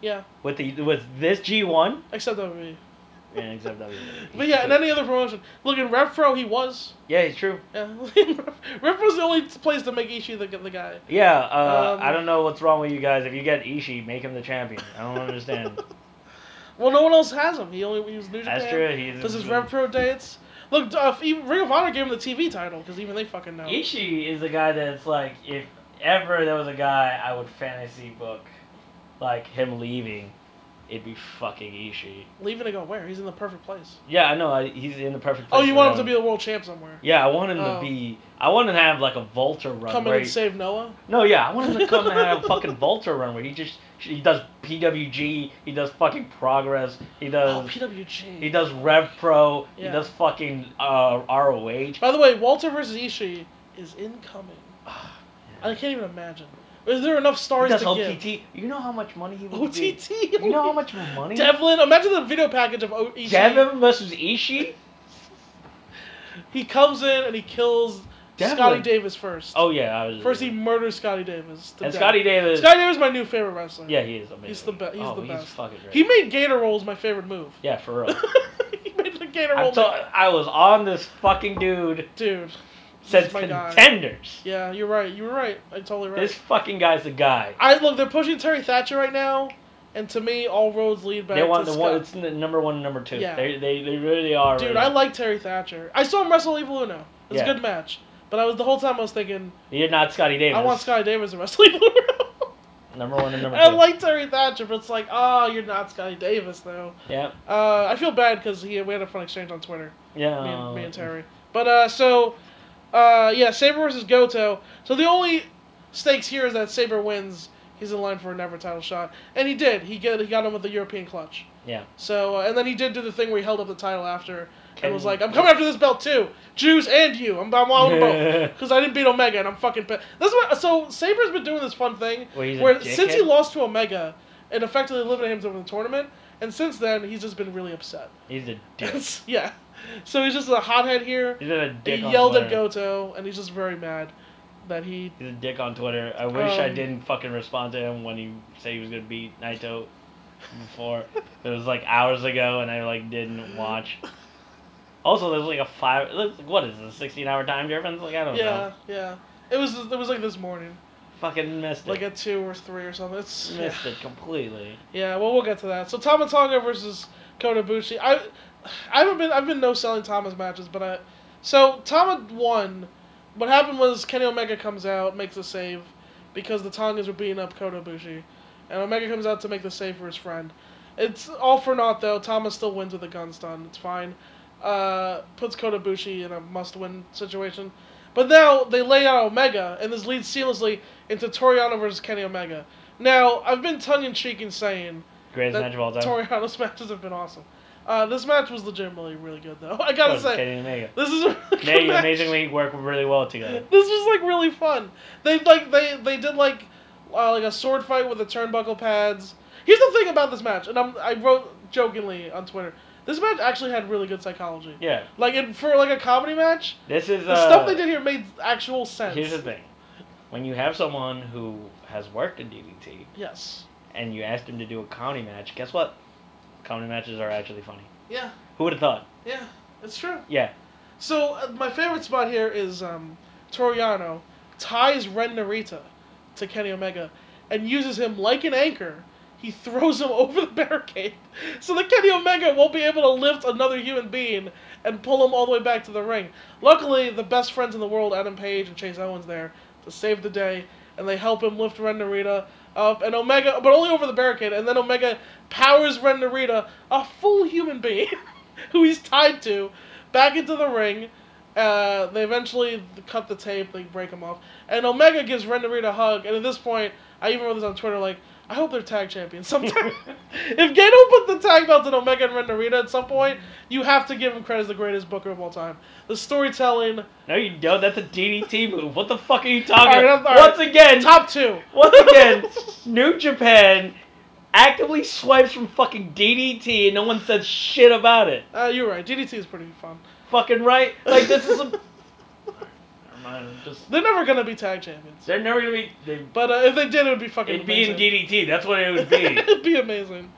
Yeah,
With the with this G1
except WWE.
and except W. E.
But yeah, in any other promotion. Look, in Repro, he was.
yeah, it's true.
Yeah. Repro's the only place to make Ishii the, the guy.
Yeah, uh,
Um,
I don't know what's wrong with you guys. If you get Ishii, make him the champion. I don't understand.
Well, no one else has him. He only he was New Japan.
That's true. He's
Does his Repro dates. Look, uh, if even Ring of Honor gave him the TV title because even they fucking know.
Ishii is the guy that's like, if ever there was a guy I would fantasy book, like him leaving, it'd be fucking Ishii.
Leaving to go where? He's in the perfect place.
Yeah, I know. I, he's in the perfect.
Oh,
place
you
for
want him to
him.
be the world champ somewhere?
Yeah, I want him
Oh.
to be. I want him to have like a Vulture run.
Come in
where
and
he-
save Noah.
No, yeah, I want him to come and have a fucking Vulture run where he just he does PWG, he does fucking Progress, he
Oh,
does
PWG.
he does Rev Pro,
Yeah.
he does fucking uh, ROH.
By the way, Walter versus Ishii is incoming. I
He
can't even imagine. Is there enough stars
does
to
OTT. You know how much money he
give?
would
OTT.
Get? You know how much money?
Devlin, imagine the video package of O- E Ishii.
Devin versus Ishii.
He comes in and he kills
Devlin.
Scotty Davis first.
Oh yeah, I was.
First, he murders Scotty Davis. to
and
death.
Scotty Davis.
Scotty Davis is my new favorite wrestler.
yeah, he is amazing.
He's the be- he's
oh,
the
he's
best.
fucking great.
He made Gator Rolls my favorite move.
yeah, for real.
he made the Gator
I,
Roll.
told, I was on this fucking dude
Dude.
since
He's my guy.
contenders.
Yeah, you're right. You were right. I'm totally right.
This fucking guy's the guy.
I look, they're pushing Terry Thatcher right now, and to me, all roads lead back
they want
to
the
Scott.
one. It's the number one, and number two.
Yeah.
They, they, they really are.
Dude,
really-
I like Terry Thatcher. I saw him wrestle Evil Uno. It's
Yeah.
a good match. But I was the whole time I was thinking,
You're not Scotty Davis.
I want Scotty Davis to wrestle Evil Uno.
Number one and number two.
I like Terry Thatcher, but it's like, oh, you're not Scotty Davis though.
Yeah.
Uh, I feel bad because he we had a fun exchange on Twitter,
Yeah.
me, and, me and Terry. But uh, so, uh, yeah, Saber versus Goto. So the only stakes here is that Saber wins. He's in line for a never title shot, and he did. He get, he got him with the European clutch.
Yeah.
So uh, and then he did do the thing where he held up the title after
Can-
and was like, "I'm coming after this belt too, Jews and you. I'm I'm on both because I didn't beat Omega and I'm fucking pissed." That's what. So Saber's been doing this fun thing
Where he's a
where since he
dickhead?
lost to Omega, it effectively eliminated him from the tournament, and since then he's just been really upset.
He's a dick.
yeah, so he's just a hothead here.
He's a
He
dick on
yelled
Twitter.
at Goto, and he's just very mad that he.
He's a dick on Twitter. I wish I
Um,
didn't fucking respond to him when he said he was gonna beat Naito before. it was like hours ago, and I like didn't watch. Also, there's like a five. Like, what is this? 16 hour time difference? Like I don't know.
Yeah, yeah. It was it was like this morning,
Fucking missed it.
like at two or three or something. It's yeah.
missed it completely.
Yeah, well, we'll get to that. So Tamatanga versus Kodabushi. I, I haven't been. I've been no selling Tama's matches, but I. So Tama won. What happened was Kenny Omega comes out, makes a save, because the Tongas were beating up Kodabushi, and Omega comes out to make the save for his friend. It's all for naught though. Tama still wins with a gun stun. It's fine. Uh, puts Kodabushi in a must-win situation. But now they lay out Omega, and this leads seamlessly into Toriano versus Kenny Omega. Now, I've been tongue in cheek in saying
Greatest
that
match of all time.
Toriano's matches have been awesome. Uh, this match was legitimately really good, though. I
What
gotta
is
say,
Kenny and Omega.
this is a really good
They
match.
amazingly work really well together.
This was like really fun. They like they they did like uh, like a sword fight with the turnbuckle pads. Here's the thing about this match, and I'm, I wrote jokingly on Twitter. This match actually had really good psychology.
Yeah,
Like in, for like a comedy match,
this is
the
uh,
stuff they did here made actual sense.
Here's the thing: when you have someone who has worked in DDT
Yes.
and you ask them to do a comedy match, guess what? Comedy matches are actually funny.
Yeah.
Who would have thought?
Yeah. It's true.
Yeah,
So uh, my favorite spot here is um, Toriano ties Ren Narita to Kenny Omega and uses him like an anchor. He throws him over the barricade so that Kenny Omega won't be able to lift another human being and pull him all the way back to the ring. Luckily, the best friends in the world, Adam Page and Chase Owens, there to save the day, and they help him lift Ren Narita up and Omega, but only over the barricade. And then Omega powers Ren Narita, a full human being who he's tied to, back into the ring, Uh, they eventually cut the tape. They break him off, and Omega gives Renderita a hug. And at this point, I even wrote this on Twitter like, I hope they're tag champions sometime. if Gato put the tag belts in Omega and Renderita at some point, you have to give him credit as the greatest booker of all time. The storytelling,
No, you don't. That's a DDT move. What the fuck are you
All
talking
right,
about?
all right.
Once again,
top two.
once again, New Japan actively swipes from fucking DDT and no one says shit about it.
Uh, you're right. DDT is pretty fun.
Fucking right? Like, this is a. Never mind, I'm just.
They're never gonna be tag champions.
They're never gonna be. They,
But uh, if they did, it would be fucking.
it'd be in
amazing.
DDT. That's what it would be.
It'd be amazing.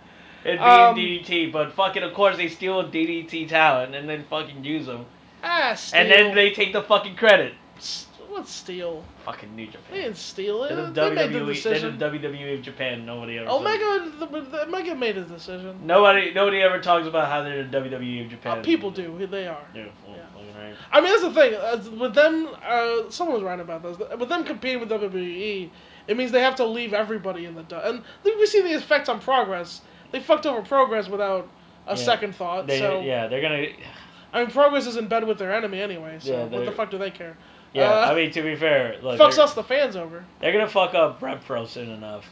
It'd be
Um,
in DDT, but fucking, of course, they steal DDT talent and then fucking use them.
Ah, steal.
And then they take the fucking credit.
S- What steal?
Fucking New
They
Japan.
didn't steal it.
They're the
They made the
WWE, they're
decision. Oh
the WWE of Japan. Nobody ever. says-
Omega, the, the, Omega made his decision.
Nobody, nobody ever talks about how they're the WWE of
Uh,
Japan.
people do. They are.
Yeah, well, fucking right.
I mean, that's the thing. Uh, with them, uh, someone was right about this. With them competing with WWE, it means they have to leave everybody in the dust. And we see the effects on progress. They fucked over progress without a
Yeah.
second thought.
They,
so
yeah, they're gonna.
I mean, progress is in bed with their enemy anyway. So
Yeah,
what the
they're-
fuck do they care?
Yeah,
Uh,
I mean to be fair, look,
Fucks
they're,
us the fans over.
they're gonna fuck up Brett Pro soon enough.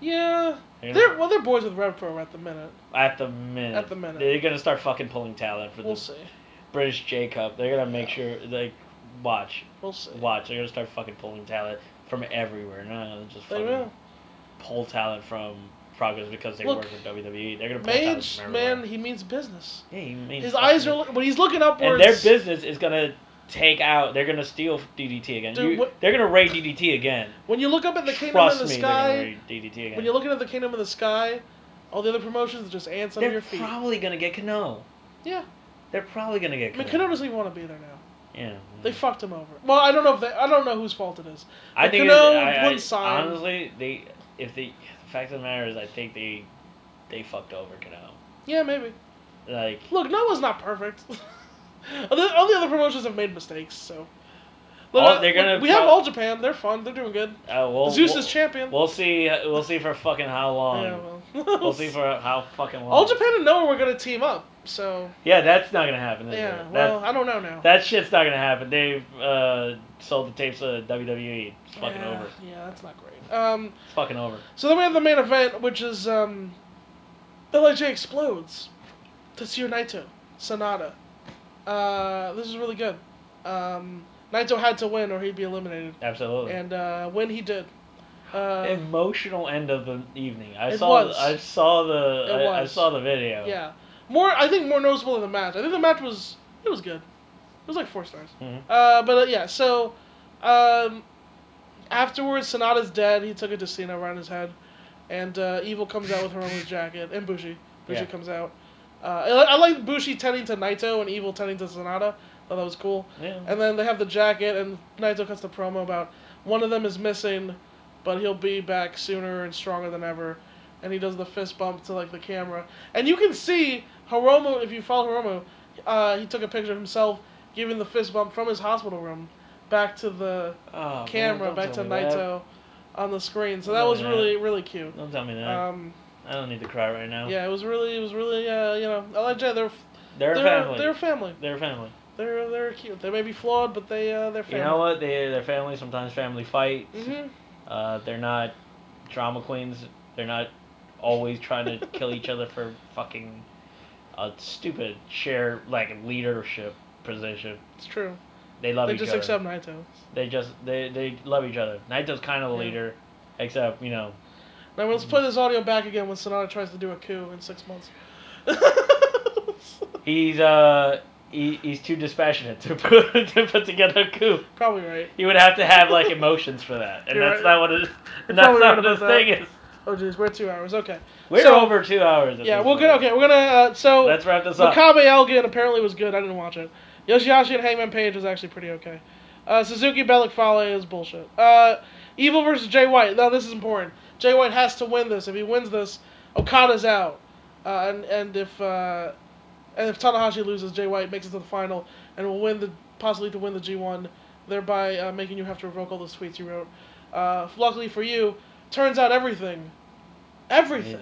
Yeah,
They're gonna-
they're well, they're boys with Rev Pro at the minute.
at the minute.
At the minute.
they're gonna start fucking pulling talent for
We'll
the
see.
British J Cup. They're gonna make sure, like, watch,
We'll see.
watch. They're gonna start fucking pulling talent from everywhere. They're not gonna just
They
fucking
will.
pull talent from Progress because they
Look,
work with WWE. E. They're gonna pull talent
Mage,
from everywhere.
man, he means business.
yeah, he means
His eyes are,
fucking-
look- but he's looking upwards.
and their business is gonna take out. They're gonna steal DDT again.
Dude,
You-
what-
they're gonna raid DDT again.
When you look up at the kingdom
Trust
in the
me, they're
sky,
gonna raid DDT again.
when you're looking at the kingdom in the sky, all the other promotions are just ants under
they're
your feet.
probably gonna get Kano.
yeah,
They're probably gonna get
I mean,
Kano.
Kano doesn't even want to be there now.
yeah, Mm.
They fucked him over. Well, I don't know if they, I don't know whose fault it is.
I think
Kano
it, I, I,
wouldn't sign.
honestly, they if they the fact of the matter is, I think they they fucked over Kano.
Yeah, maybe.
Like
Look, Noah's not perfect. all, the, all the other promotions have made mistakes, so.
All-
uh,
they're gonna
we we have
prob-
all Japan. They're fun. They're doing good.
uh, we'll,
Zeus
we'll,
is champion.
We'll see. We'll see for fucking how long.
yeah, well.
We'll see for how fucking long.
all Japan and Noah were gonna team up, so
Yeah, that's not gonna happen. is it?
yeah.
That's-
Well, I don't know now.
That shit's not gonna happen. They've uh, sold the tapes of WWE. E. It's fucking
yeah,
over.
Yeah, that's not great. Um,
It's fucking over.
So then we have the main event, which is um, Lij explodes. Tetsuya Naito, Sonata. Uh, this is really good. Um, Naito had to win or he'd be eliminated,
Absolutely.
and uh, when he did, uh,
Emotional end of the evening. I
It
saw.
was.
I saw the.
It
I, I
was.
saw the video.
yeah, more I think more noticeable than the match. I think the match was it was good. It was like four stars.
Mhm.
Uh, but uh, yeah, so um, afterwards, Sonata's dead. He took a Destino around his head, and uh, Evil comes out with her own jacket, and Bushi. Bushi
Yeah.
comes out. Uh, I, li- I like Bushi tending to Naito and Evil tending to Sonata. Thought that was cool.
Yeah.
And then they have the jacket, and Naito cuts the promo about one of them is missing, but he'll be back sooner and stronger than ever. And he does the fist bump to like the camera, and you can see Hiromu. If you follow Hiromu, uh, he took a picture of himself giving the fist bump from his hospital room back to the
Oh,
camera,
man, don't
back to
tell me that.
Naito on the screen. So
Don't
that
tell
was
me that.
really really cute.
Don't tell me that.
Um,
I don't need to cry right now.
yeah, it was really it was really uh, you know I like Jay. They're
They're,
they're
a family.
they're
They're,
a family.
family.
They're they're cute. They may be flawed, but they uh, they're family.
You know what? They they're family. Sometimes family fights.
hmm
Uh, they're not drama queens. They're not always trying to kill each other for fucking a stupid share like leadership position.
It's true.
They love
they
each
just
other.
accept Naito.
They just they they love each other. Naito's kind of the
Yeah.
leader, except you know.
Now let's play this audio back again when Sonata tries to do a coup in six months.
He's uh he, he's too dispassionate to put to put together a coup.
Probably right.
You would have to have like emotions for that, and
You're
that's
right.
not what it.
You're
And that's
probably
not
right
what this
about that.
thing is.
Oh jeez, we're two hours. Okay.
We're
So-
over two hours. At
Yeah,
this
we're
point.
gonna okay. We're gonna uh, so
Let's wrap this up.
Makabe Elgin apparently was good. I didn't watch it. Yoshihashi and Hangman Page was actually pretty okay. Uh, Suzuki Bellic Fale is bullshit. Uh, Evil versus Jay White. Now this is important. Jay White has to win this. If he wins this, Okada's out. Uh, and and if uh, and if Tanahashi loses, Jay White makes it to the final and will win the possibly to win the G1, thereby uh, making you have to revoke all those tweets you wrote. Uh, luckily for you, turns out everything, everything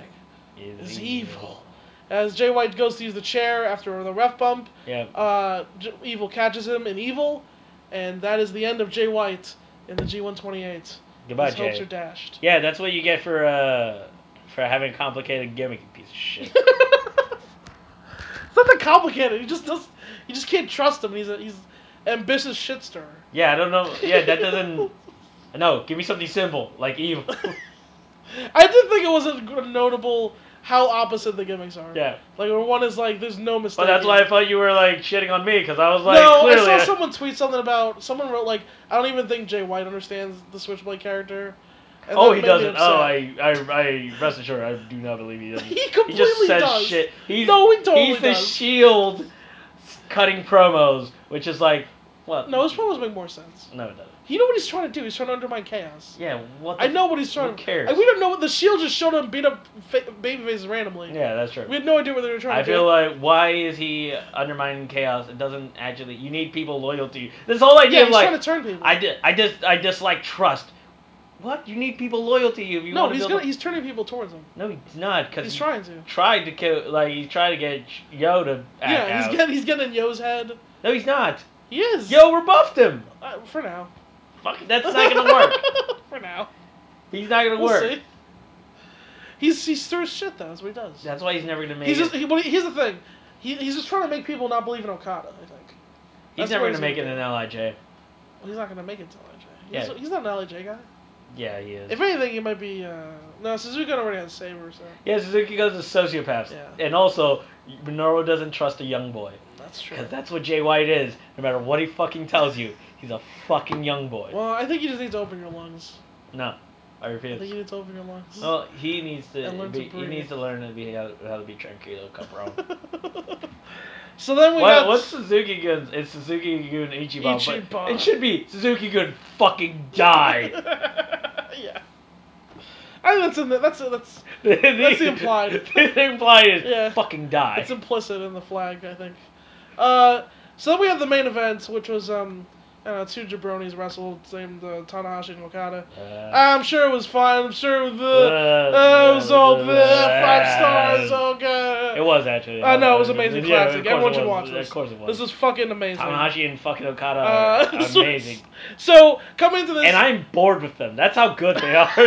Is
is
evil.
evil. As Jay White goes to use the chair after the ref bump,
Yeah.
uh, J- Evil catches him in Evil, and that is the end of Jay White in the G128.
Goodbye,
His hopes
Jay.
are dashed.
Yeah, that's what you get for uh for having complicated gimmick, you piece of shit.
it's not that complicated. You just does. You just can't trust him. He's a, he's ambitious shitster.
yeah, I don't know. Yeah, that doesn't. No, give me something simple like evil.
I did think it was a g- notable how opposite the gimmicks are.
yeah.
Like where one is like there's no mistake.
Well, that's
here.
why I thought you were like shitting on me because I was like,
no,
clearly,
I
I-
saw someone tweet something about someone wrote like I don't even think Jay White understands the Switchblade character. And
oh,
that made
he
me
doesn't. Oh,
upset.
I, I, I rest assured, I do not believe he doesn't.
He
he
completely
just says
does.
shit. He's,
No, he totally
he's the
does.
shield cutting promos, which is like, what?
No, his promos make more sense.
No, it doesn't.
You know what he's trying to do? He's trying to undermine chaos.
Yeah, what? The
I know what he's trying.
Who cares?
And we don't know what the Shield just showed up beat up fa- baby faces randomly.
Yeah, that's true.
We had no idea what they were trying
I
to
feel
do.
like why is he undermining chaos? It doesn't actually. You need people loyal to you. This whole idea
yeah,
of
he's trying
like
to turn people.
I di- I just I dislike trust. What? You need people loyal to you if you
no,
want to
he's
build.
gonna,
a-
he's turning people towards him.
No, he's not because
He's trying to.
tried to kill. Like he tried to get Yo to act
Yeah,
out.
he's getting he's getting in Yo's head.
No, he's not.
He is.
Yo rebuffed him.
uh, for now.
Fuck, that's not gonna work.
for now.
He's not gonna
We'll
work.
see. He's he's through his shit though. That's what he does.
That's why he's never gonna make
he's
it.
just he, well, here's the thing. He, he's just trying to make people not believe in Okada. I think
he's
that's
never
where
gonna
he's
make it
gonna
in Lij.
well, he's not gonna make it to LJ.
Yeah.
He's, he's not an LJ guy.
Yeah, he is.
If anything, he might be. Uh, no, Suzuki already has Saber, so
yeah, Suzuki goes to sociopaths,
Yeah.
and also Minoru doesn't trust a young boy.
that's true.
Because that's what Jay White is. No matter what he fucking tells you, he's a fucking young boy.
Well, I think you just need to open your lungs.
No, I
I think
refuse.
you need to open your lungs.
Well, he needs to,
And learn to
be, he
breathe.
needs to learn to be how, how to be tranquilo, cabrón.
Oh so then we
What,
got
what's Suzuki Gun? It's Suzuki Gun Ichiban.
Ichiban.
But it should be Suzuki Gun fucking die.
yeah. I think that's in the, that's that's
that's
implied.
the implied is
Yeah.
fucking die.
it's implicit in the flag, I think. Uh, so then we have the main event, which was um, I don't know, two jabronis wrestled named uh, Tanahashi and Okada. Ah,
Uh,
I'm sure it was fine. I'm sure it was, uh,
uh,
uh, it was all
uh,
the five stars. Oh
It
god.
was actually.
I know, it was amazing
Yeah,
classic.
of course
Everyone
it
should
was.
watch this.
Of course it was.
This was fucking amazing.
Tanahashi and fucking Okada
Uh,
are
this was-
amazing.
So coming into this,
And I'm bored with them. That's how good they are.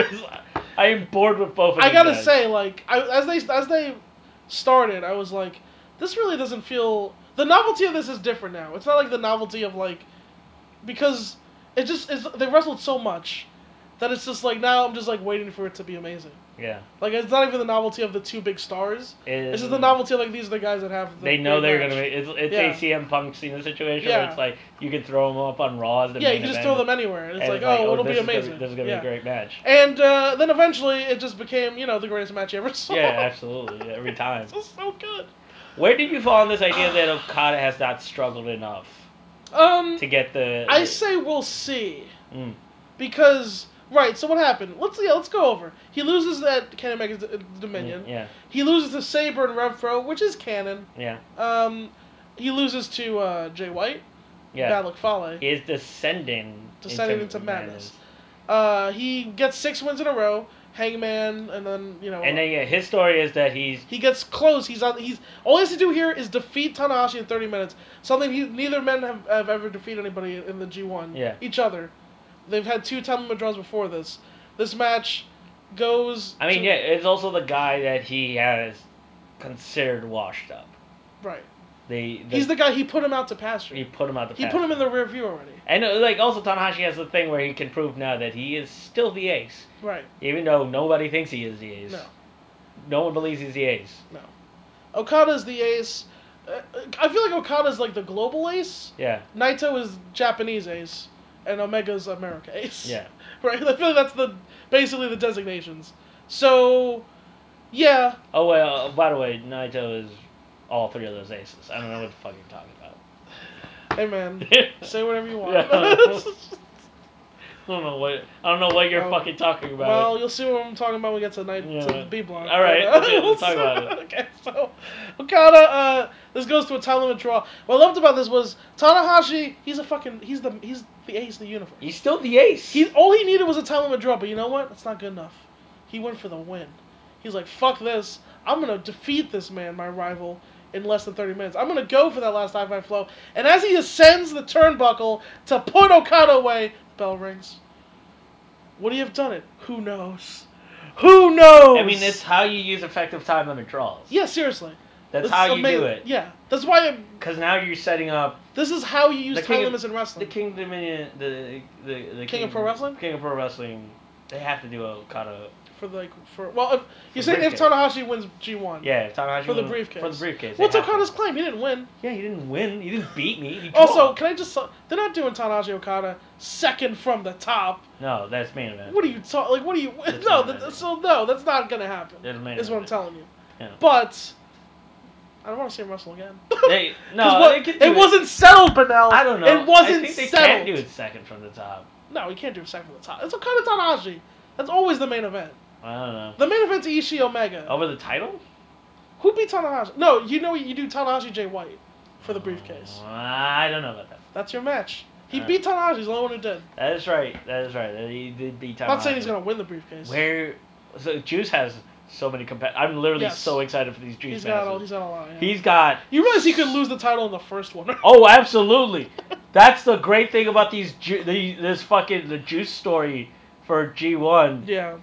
I am bored with both of them.
I gotta say, like, I, as they as they started, I was like, this really doesn't feel. The novelty of this is different now. It's not like the novelty of like, because it just is. They wrestled so much that it's just like now I'm just like waiting for it to be amazing.
Yeah.
Like it's not even the novelty of the two big stars.
It-
This is the novelty of like these are the guys that have. The
They
big
know they're
match.
gonna make it's, it's
Yeah.
a CM Punk Cena situation
Yeah.
where it's like you can throw them up on Raw as the
Yeah,
main
you can just
event,
throw them anywhere, and it's
and
like, oh, it'll
this
be
is gonna
amazing.
This is gonna
yeah.
be a great match.
And uh, then eventually, it just became you know the greatest match you ever saw.
Yeah, absolutely. Every time.
This is so good.
Where do you fall on this idea that Okada has not struggled enough
Um,
to get the?
I say we'll see
Mm.
because right. So what happened? Let's yeah, let's go over. He loses that Kenny Omega's uh, Dominion.
Yeah,
He loses to Saber and Rev Pro, which is canon.
yeah,
Um, he loses to uh, Jay White,
yeah.
Balak Fale.
Is descending.
Descending into madness. Uh, he gets six wins in a row. Hangman, and then you know.
And then yeah, his story is that he's
he gets close. He's on. He's all he has to do here is defeat Tanahashi in 30 minutes. Something he, neither men have, have ever defeated anybody in the G1.
Yeah.
Each other. They've had two time limit draws before this. This match goes.
I mean,
to-
yeah, it's also the guy that he has considered washed up.
Right.
They,
He's the guy. He put him out to pasture.
he
He,
put him out the.
put him in
pasture.
the rear view already.
And uh, like also Tanahashi has the thing where he can prove now that he is still the ace,
Right.
even though nobody thinks he is the ace.
No.
No one believes he's the ace.
No. Okada's the ace. Uh, I feel like Okada's like the global ace.
Yeah.
Naito is Japanese ace, and Omega's America ace.
Yeah.
Right. I feel like that's the basically the designations. So, yeah.
Oh well. By the way, Naito is all three of those aces. I don't know what the fuck you're talking about.
Hey man, say whatever you want.
Yeah. I don't know what I don't know what you're
Oh.
fucking talking about.
well, you'll see what I'm talking about when we get to night
Yeah.
to B block.
All right,
But, uh,
okay, let's talk about it.
okay, so Okada, uh, this goes to a time limit draw. What I loved about this was Tanahashi. He's a fucking. He's the he's the ace of the universe.
he's still the ace.
He all he needed was a time limit draw, but you know what? That's not good enough. He went for the win. He's like, fuck this. I'm gonna defeat this man, my rival, in less than 30 minutes. I'm gonna go for that last high five flow. And as he ascends the turnbuckle to put Okada away, bell rings. Would he have done it? Who knows? Who knows?
I mean, it's how you use effective time limit draws.
Oh, yeah, seriously.
That's
This
how
is
you
ama-
do it.
Yeah, that's why. I'm,
Because now you're setting up
this is how you use
The
time
king of-
limits in
the
wrestling.
King Dominion, the the, the
King of Pro Wrestling?
King of Pro Wrestling. They have to do a kind of
for like for well, if, you're saying if
briefcase.
Tanahashi wins G1,
yeah if Tanahashi
For the
won-
briefcase.
For the briefcase. they
What's
have to.
Okada's claim? He didn't win.
Yeah, he didn't win. He didn't beat me. He
Also,
draw.
can I just? They're not doing Tanahashi Okada second from the top.
no, that's main event.
What are you talking? Like, what are you?
That's
no,
not
that-
happening.
so no, that's not gonna happen.
That's main
Is what I'm
event.
telling you.
Yeah.
But I don't want to see him wrestle again.
They,
'Cause
no,
what-
they can
it
do
wasn't settled, Benel.
I don't know.
It wasn't
I think they
settled.
can't do it second from the top.
No, he can't do it second from the top. It's Okada Tanahashi. That's always the main event.
I don't know.
The main event's Ishii Omega.
Over the title?
Who beat Tanahashi? No, you know you do Tanahashi Jay White for the briefcase.
Uh, I don't know about that.
That's your match. He
Uh.
beat Tanahashi. He's the only one who did.
That is right. That is right. He did beat Tanahashi.
I'm not saying he's gonna win the briefcase.
Where? So Juice has so many compet. I'm literally
Yes.
so excited for these Juice
he's got
matches.
all. He's got a lot. Yeah.
he's got.
You realize he could lose the title in the first one. right?
Oh, absolutely. That's the great thing about these, ju- the, this fucking the Juice story for G One.
yeah.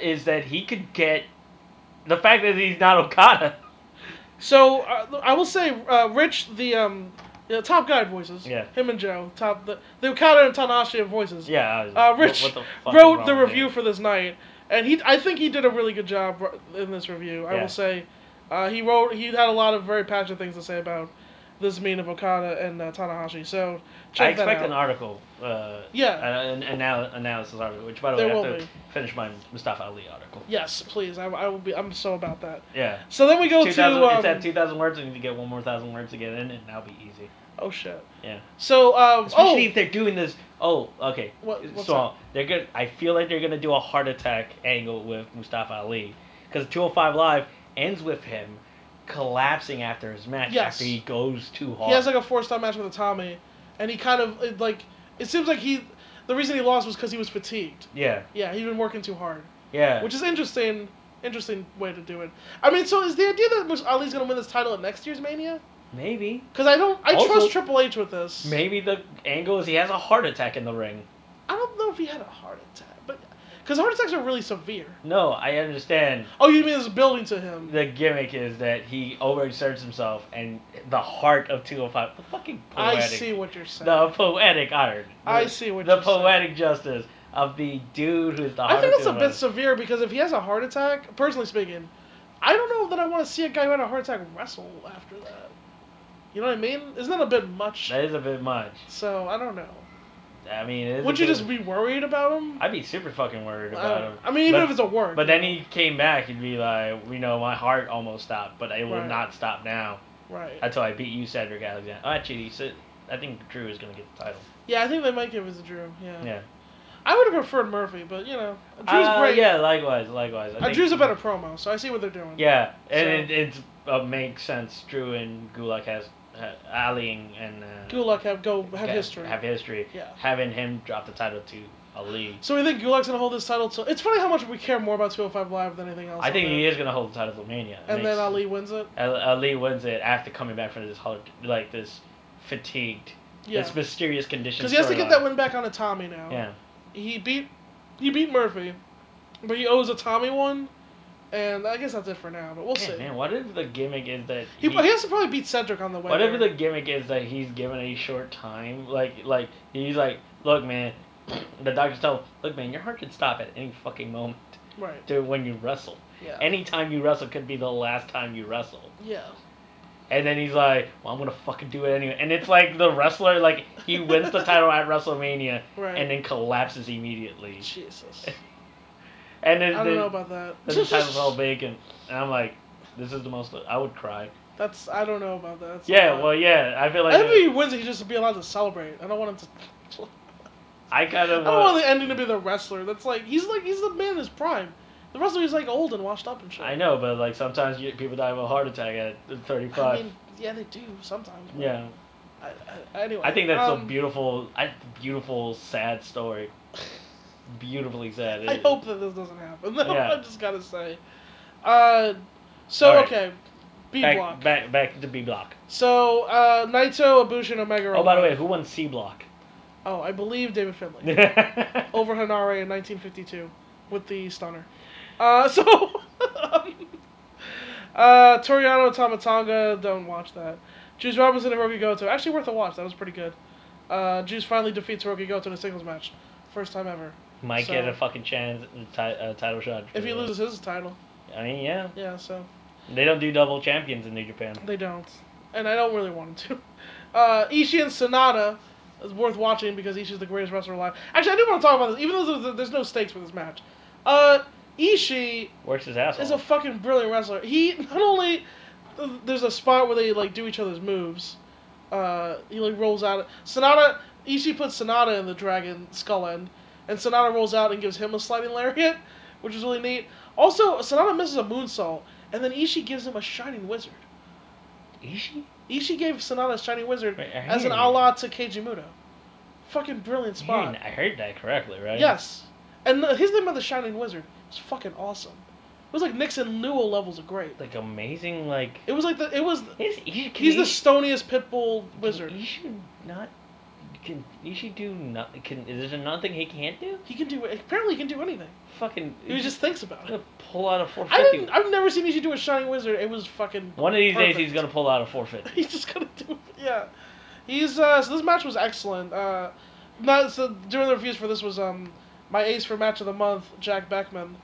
is that he could get the fact that he's not Okada.
So uh, I will say, uh, Rich, the um, the top guy voices.
Yeah.
Him and Joe, top the the Okada and Tanahashi have voices.
Yeah, I was-
Uh, Rich
what, what the fuck is
wrote
wrong
the
with
review
him?
for this night, and he I think he did a really good job r- in this review. I
Yeah.
will say, uh, he wrote he had a lot of very passionate things to say about this mean of Okada and uh, Tanahashi. So check
I expect
that
an
out.
article. Uh,
yeah.
an, an anal- analysis article, which by the
There
way, I
will
have to
be.
finish my Mustafa Ali article.
Yes, please. I, I will be. I'm so about that.
Yeah.
So then we go
2000,
to. Um,
it's at 2,000 words, I need to get one more 1,000 words to get in, and that'll be easy.
oh shit.
Yeah.
So um, oh
Especially if they're doing this. Oh, okay.
What- what's
so they're good. I feel like they're gonna do a heart attack angle with Mustafa Ali, because 205 Live ends with him collapsing after his match
Yes.
after he goes too hard.
he has like a four star match with Tommy, and he kind of it, like it seems like he the reason he lost was because he was fatigued.
yeah,
Yeah, he'd been working too hard.
yeah.
which is interesting. Interesting way to do it. I mean, so is the idea that Mus- Ali's gonna win this title at next year's Mania?
maybe,
Because I don't, I
Also-
trust Triple H with this.
maybe the angle is he has a heart attack in the ring.
I don't know if he had a heart attack, but because heart attacks are really severe.
No, I understand.
Oh, you mean it's building to him?
The gimmick is that he overexerts himself, and the heart of 205, the fucking
I
poetic
see what you're saying.
The poetic art.
I see what
The
you're saying.
poetic justice of the dude who's the
I think
hardest
that's a
one.
bit severe because if he has a heart attack, personally speaking, I don't know that I want to see a guy who had a heart attack wrestle after that. You know what I mean? Isn't that a bit much?
That is a bit much.
So I don't know.
I mean, it is a
Would you
bit-
just be worried about him?
I'd be super fucking worried
I,
about
don't
him.
know. I mean, even
but,
if it's a word.
But then he came back. He'd be like, you know, my heart almost stopped, but it will
Right.
not stop now
Right.
until I beat you, Cedric Alexander. Oh, actually, Ced- I think Drew is gonna get the title.
Yeah, I think they might give it to Drew. Yeah.
Yeah.
I would have preferred Murphy, but you know, Uh, Drew's
Uh,
great.
Yeah, likewise, likewise. I
Uh,
think-
Drew's a better promo, so I see what they're doing.
Yeah, and
So-
it it's, uh, makes sense. Drew and Gulak has uh, Ali and- and uh,
Gulak have go have
Yeah,
history.
Have history.
Yeah.
Having him drop the title to Ali.
So we think Gulak's gonna hold this title till. It's funny how much we care more about 205 Live than anything else.
I
on
think
there.
he is going to hold the title to Mania. It
And
makes-
then Ali wins it.
Al- Ali wins it after coming back from this hol- like this fatigued,
Yeah.
this mysterious condition.
Because he has to get
storyline.
that win back on a Tommy now.
Yeah.
He beat, he beat Murphy, but he owes a Tommy one, and I guess that's it for now. But we'll
Man,
see.
man, what if the gimmick is that
He,
he-
he has to probably beat Cedric on the way.
Whatever
there.
the gimmick is that he's given a short time, like like he's like, look, man, the doctors tell him, look, man, your heart could stop at any fucking moment
right.
to when you wrestle.
Yeah.
Any time you wrestle could be the last time you wrestle.
yeah.
And then he's like, well, I'm gonna fucking do it anyway. And it's like the wrestler, like he wins the title at WrestleMania
Right.
and then collapses immediately.
Jesus.
And then,
I
then-
don't know about that.
then the title's all vacant. And I'm like, this is the most. I would cry.
That's I don't know about that. That's
Yeah,
not-
well, yeah. I feel like uh,
I think if he
I,
wins, it, he just be allowed to celebrate. I don't want him to.
kind
I don't
of.
want
Uh,
the ending to be the wrestler. That's like he's like he's the man in his prime. The wrestler is like old and washed up and shit.
I know, but like sometimes you, people die of a heart attack at 35.
I mean, yeah, they do sometimes. but
yeah,
I, I, anyway,
I think that's a
um,
beautiful, I, beautiful, sad story. Beautifully sad.
I
It-
hope that this doesn't happen. though.
Yeah.
I just gotta say. Uh, so
All right.
okay, B
back,
block.
Back back to B block.
So uh, Naito, Ibushi, and Omega. are
Oh, by the
alive.
way, who won C block?
Oh, I believe David Finlay
All
over Hanare in 1952 with the stunner. Uh, so um, uh, Toriano, Tamatanga. Don't watch that. Juice Robinson and Roki Goto. Actually worth a watch. That was pretty good. Uh, Juice finally defeats Roki Goto in a singles match. First time ever.
Might get
So-
a fucking chance, at the ti- uh, title shot.
If he loses his title,
I mean, yeah,
yeah. So
they don't do double champions in New Japan.
They don't, and I don't really want to. Uh, Ishii and Sonata is worth watching because Ishii's the greatest wrestler alive. Actually, I do want to talk about this, even though there's, there's no stakes for this match. Uh, Ishii
Works his ass
is a
off.
fucking brilliant wrestler. He not only there's a spot where they like do each other's moves. Uh, he like rolls out. Sonata Ishii puts Sonata in the Dragon Skull End, and Sonata rolls out and gives him a sliding lariat, which is really neat. Also, Sonata misses a moonsault, and then Ishii gives him a shining wizard.
Ishii?
Ishii gave Sonata Shining Wizard
Wait, I
as an
heard-
a la to Keiji Muto. Fucking brilliant
I
spot.
heard- I heard that correctly, right?
Yes. And the, his name of the Shining Wizard was fucking awesome. It was like Nixon Newell levels of great.
Like amazing, like
It was like the it was
is Ishii, can
he's the
Ishii-
stoniest pitbull
can
wizard.
Ishii not can Ishii do not can is there nothing he can't do?
He can do apparently he can do anything.
Fucking
He just thinks about it.
gonna pull out a
I
450.
didn't, I've never seen Ishii do a Shining Wizard. It was fucking
One of these days he's
perfect.
gonna pull out a 450.
He's just gonna do yeah. He's uh so this match was excellent. Uh not so during the reviews for this was um my ace for match of the month, Jack Beckman,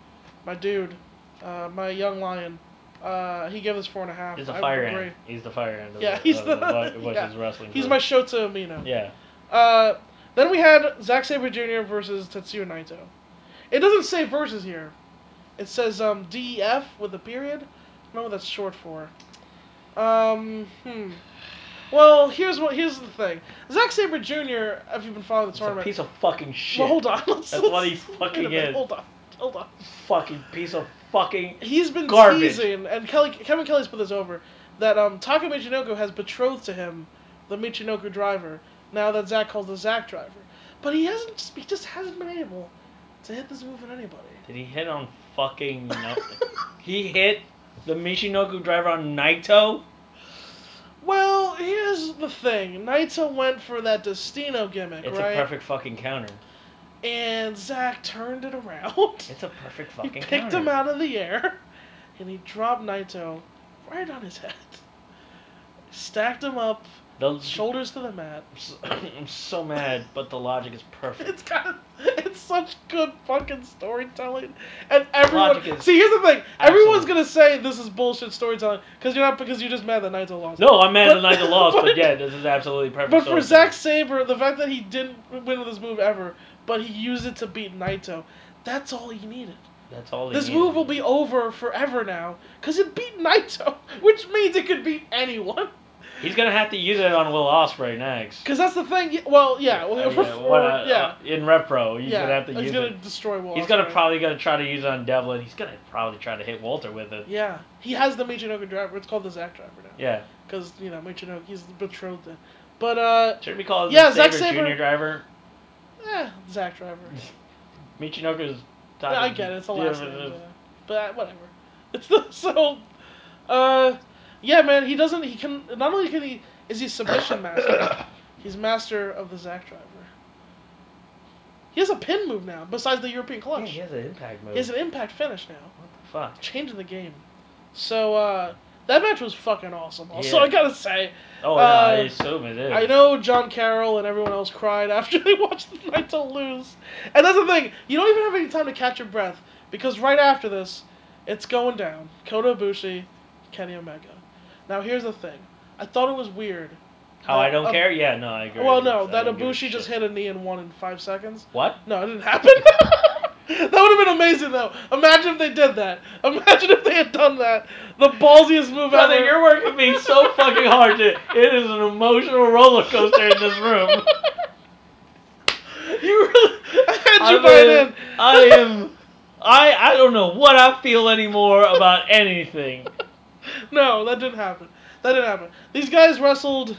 my dude, uh my young lion. Uh he gave this four and a half.
He's the
I
fire
agree.
ant. He's the fire ant. of
Yeah, he's
of
the-
Vo- Voices
yeah.
wrestling.
He's
group.
my Shota Amino.
Yeah.
Uh then we had Zack Sabre Jr. versus Tetsuya Naito. It doesn't say versus here. It says um DEF with a period. I don't know what that's short for. Um hmm. Well, here's what here's the thing. Zack Sabre Jr. If you've been following the
It's a
tournament,
piece of fucking shit.
well, hold on. Let's,
That's what
let's-
he
wait a
fucking
minute,
is.
Hold on, hold on.
Fucking piece of fucking.
He's been
Garbage.
teasing, and Kelly, Kevin Kelly's put this over that um, Taka Michinoku has betrothed to him the Michinoku driver. Now that Zack calls the Zack driver, but he hasn't. He just hasn't been able to hit this move on anybody.
Did he hit on fucking? No- he hit the Michinoku driver on Naito.
Well, here's the thing. Naito went for that Destino gimmick,
It's
right?
a perfect fucking counter.
and Zack turned it around.
It's a perfect
He
fucking
picked
counter.
him out of the air, and he dropped Naito right on his head. Stacked him up,
The
shoulders to the mat.
I'm so mad, but the logic is perfect.
It's got, it's such good fucking storytelling, and everyone.
Logic is-
See, here's the thing. Everyone's
Absolute.
gonna say this is bullshit storytelling because you're not because you're just mad that Naito lost.
No, I'm mad
But-
that Naito lost, but
but-
yeah, this is absolutely perfect.
But for
storytelling.
Zack Saber, the fact that he didn't win with this move ever, but he used it to beat Naito, that's all he needed.
that's all. he
This
needed.
move will be over forever now, because it beat Naito, which means it could beat anyone.
He's gonna have to use it on Will Osprey next.
Because that's the thing. y- Well, yeah.
Uh,
Well,
yeah,
yeah.
what, uh,
yeah.
uh, in repro, he's
yeah,
gonna have to
he's
use
gonna
it.
destroy Will.
He's gonna
Ospreay.
probably gonna try to use it on Devlin. He's gonna probably try to hit Walter with it.
Yeah, he has the Michinoku driver. It's called the Zack driver now.
Yeah.
Because you know Michinoku, he's betrothed. To, but uh,
Should we call it
Yeah,
the
Zack
Sabre,
Sabre-
Junior driver?
eh, Zack driver.
Michinoku's.
Yeah, I get it. It's the last
Yeah,
name.
but-
Yeah. But uh, whatever. It's the, so. Uh, yeah, man. He doesn't. He can. Not only can he is he submission master. he's master of the Zack driver. He has a pin move now. Besides the European
Yeah,
clutch,
he has an impact move.
he has an impact finish now.
What the fuck?
Changing the game. So uh, that match was fucking awesome. Also,
Yeah.
I gotta say.
Oh, yeah, I
Uh,
assume it is.
I know John Carroll and everyone else cried after they watched the Naito lose. And that's the thing, you don't even have any time to catch your breath because right after this, it's going down. Kota Ibushi, Kenny Omega. Now here's the thing. I thought it was weird.
How Oh, I
that
don't
Ab-
care? Yeah, no, I agree.
uh, Well, no,
It's- I
that
don't give a
Ibushi just
shit.
hit a knee and won in five seconds.
What?
No, it didn't happen. that would have been amazing though. Imagine if they did that. Imagine if they had done that. The ballsiest move
Brother,
ever.
you're working me so fucking hard. To, it is an emotional roller coaster in this room.
You really, I had you
I'm
by
a-
then.
I am. I I don't know what I feel anymore about anything.
No, that didn't happen. That didn't happen. These guys wrestled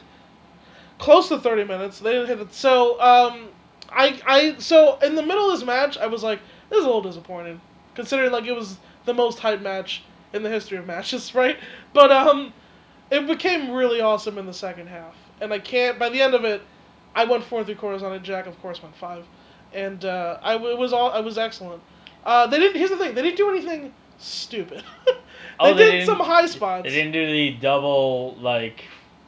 close to 30 minutes. They didn't hit it. So, um, I, I, so in the middle of this match, I was like, this is a little disappointing, considering like it was the most hype match in the history of matches, right? But um, it became really awesome in the second half, and I can't. By the end of it, I went four and three quarters on it. Jack, of course, went five, and uh, I w- it was all I was excellent. Uh, they didn't. Here's the thing: they didn't do anything stupid. they,
Oh, they
did
didn't-
some high spots.
They didn't do the double like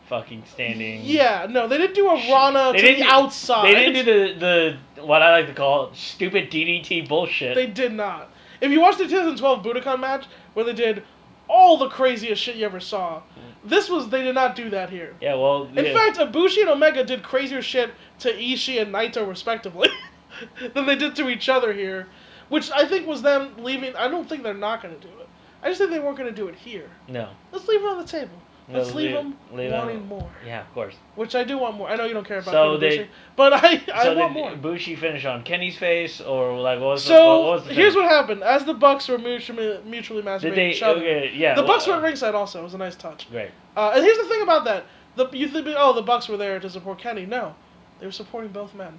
fucking standing.
Yeah, no, they didn't do a Rana
They
to the
didn't-
outside.
They didn't do the the what I like to call stupid DDT bullshit.
They did not. If you watch the 2012 Budokan match where they did all the craziest shit you ever saw, this was they did not do that here.
yeah, well,
In
yeah.
fact, Ibushi and Omega did crazier shit to Ishii and Naito respectively than they did to each other here, which I think was them leaving. I don't think they're not going to do it. I just think they weren't going to do it here.
no.
Let's leave it on the table.
No,
Let's leave
leave-
them
leave it on-
wanting more,
Yeah, of course.
which I do want more. I know you don't care about
So
Kota
they-
Ibushi, but I I
so
want
did
more.
Bushi finish on Kenny's face, or like what was the,
So
what was the
here's
finish?
what happened: as the Bucks were mutually mutually masturbating
did they?
each other,
Okay, yeah,
the
well,
Bucks were at ringside. Also, it was a nice touch.
Great.
Uh, and here's the thing about that: the you think oh the Bucks were there to support Kenny? No, they were supporting both men.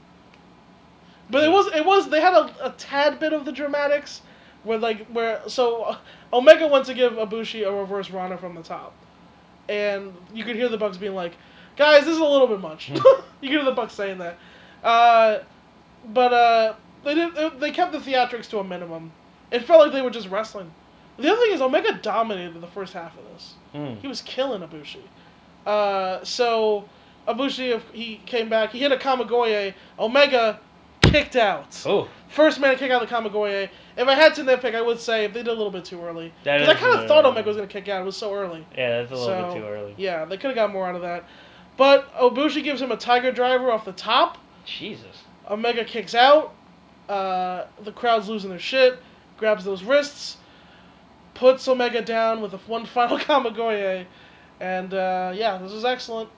But it was it was they had a, a tad bit of the dramatics where like where so uh, Omega went to give Abushi a reverse Rana from the top, and you could hear the Bucks being like, "Guys, this is a little bit much."
Hmm.
you hear the Bucks saying that, uh, but uh, they did not they kept the theatrics to a minimum. It felt like they were just wrestling. The other thing is Omega dominated the first half of this.
Hmm.
He was killing Abushi. Uh, so Abushi he came back. He hit a Kamagoye. Omega kicked out.
Oh,
First man to kick out the Kamagoye. If I had to nitpick, I would say if they did a little bit too early.
That
Because I
is
kind of
a-
thought Omega was gonna kick out. It was so early.
yeah, that's a little
So,
bit too early.
Yeah, they could have got more out of that. But Obushi gives him a Tiger Driver off the top.
Jesus.
Omega kicks out. Uh, the crowd's losing their shit. Grabs those wrists. Puts Omega down with a one final Kamagoye. And uh, yeah, this was excellent.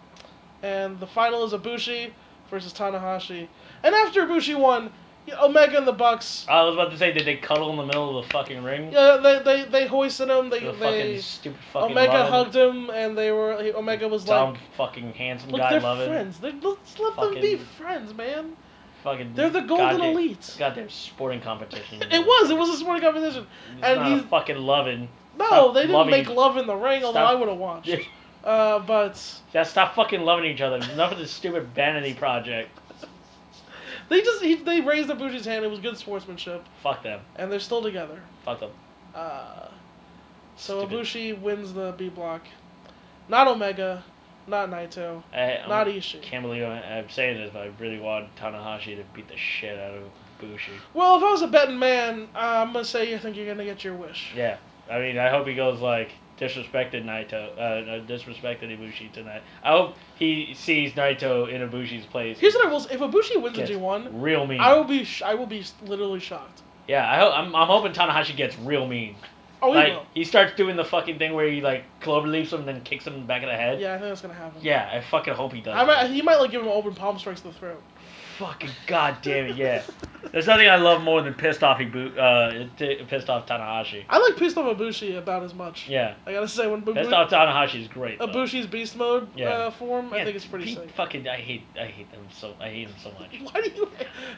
And the final is Ibushi versus Tanahashi. And after Ibushi won, Omega and the Bucks.
I was about to say, did they cuddle in the middle of the fucking ring?
Yeah, they, they, they hoisted him. They,
The
they
fucking stupid fucking
Omega
love.
hugged him, and they were he- Omega was
Dumb
like,
fucking handsome
"Look,
guy
they're
loving.
friends. They're, let's let them be
Fucking-
friends, man.
Fucking.
They're the golden
goddamn,
elite."
Goddamn sporting competition.
It was. It was a sporting competition.
It's
and
not
he's-
fucking loving.
No,
Stop
they didn't
loving
make
each-
love in the ring, although
Stop.
I would have watched. Uh, but
Yeah, stop fucking loving each other. Enough of this stupid vanity project.
they just he, they raised Ibushi's hand. It was good sportsmanship,
Fuck them.
and they're still together.
Fuck them.
Uh, so
Stupid.
Ibushi wins the B block. Not Omega, not Naito,
I, I'm-
not Ishii.
can't believe I'm, I'm saying this, but I really want Tanahashi to beat the shit out of Bushi.
Well, if I was a betting man, uh, I'm gonna say you think you're gonna get your wish.
Yeah, I mean, I hope he goes like disrespected Naito, uh, no, disrespected Ibushi tonight. I hope he sees Naito in Ibushi's place.
Here's what I will say: if Ibushi wins
Gets
the G1,
Real mean.
I will be sh- I will be literally shocked.
yeah, I hope, I'm, I'm hoping Tanahashi gets real mean.
Oh, he
like
will.
he starts doing the fucking thing where he like club leaps him, then kicks him in the back of the head.
Yeah, I think that's gonna happen.
Yeah, I fucking hope he does.
I
that.
might, he might like give him open palm strikes to the throat.
Fucking goddamn it, yeah. There's nothing I love more than pissed off Ibu, uh, t- pissed off Tanahashi.
I like pissed off Ibushi about as much.
Yeah,
I gotta say when
pissed
Ibu-
off Tanahashi is great. though.
Ibushi's beast mode
Yeah.
uh, form, I
Yeah,
think it's pretty
he
sick.
Fucking, I hate, I hate them so, I hate him so much.
Why do you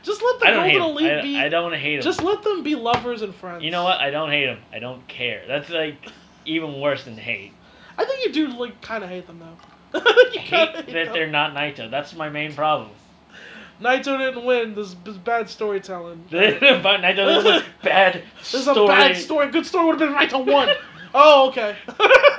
just let the
I don't hate
golden
him.
elite
I,
be?
I don't hate him.
just let them be lovers and friends.
you know what? I don't hate him. I don't care. That's like even worse than hate.
I think you do like kind of hate them though.
I
you
hate
kinda
that
them.
they're not Naito. That's my main problem.
Naito didn't win. This is bad storytelling.
but Naito is a bad
This is a
story.
bad story. Good story would have been Naito won. oh, okay.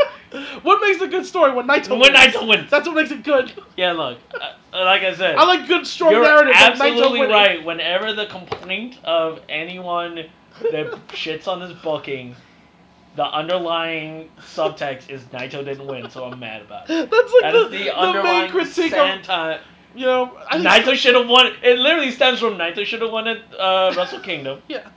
what makes a good story when Naito
When
wins?
Naito wins.
That's what makes it good.
Yeah, look, uh, like I said,
I like good strong
You're
narrative. but Naito
absolutely
winning.
right. Whenever the complaint of anyone that shits on this booking, the underlying subtext is Naito didn't win, so I'm mad about it.
That's like
That
the,
is the,
the main
underlying
critique of
sentiment.
you know. I think
Naito should have won. It literally stems from Naito should have won at uh, Wrestle Kingdom,
Yeah.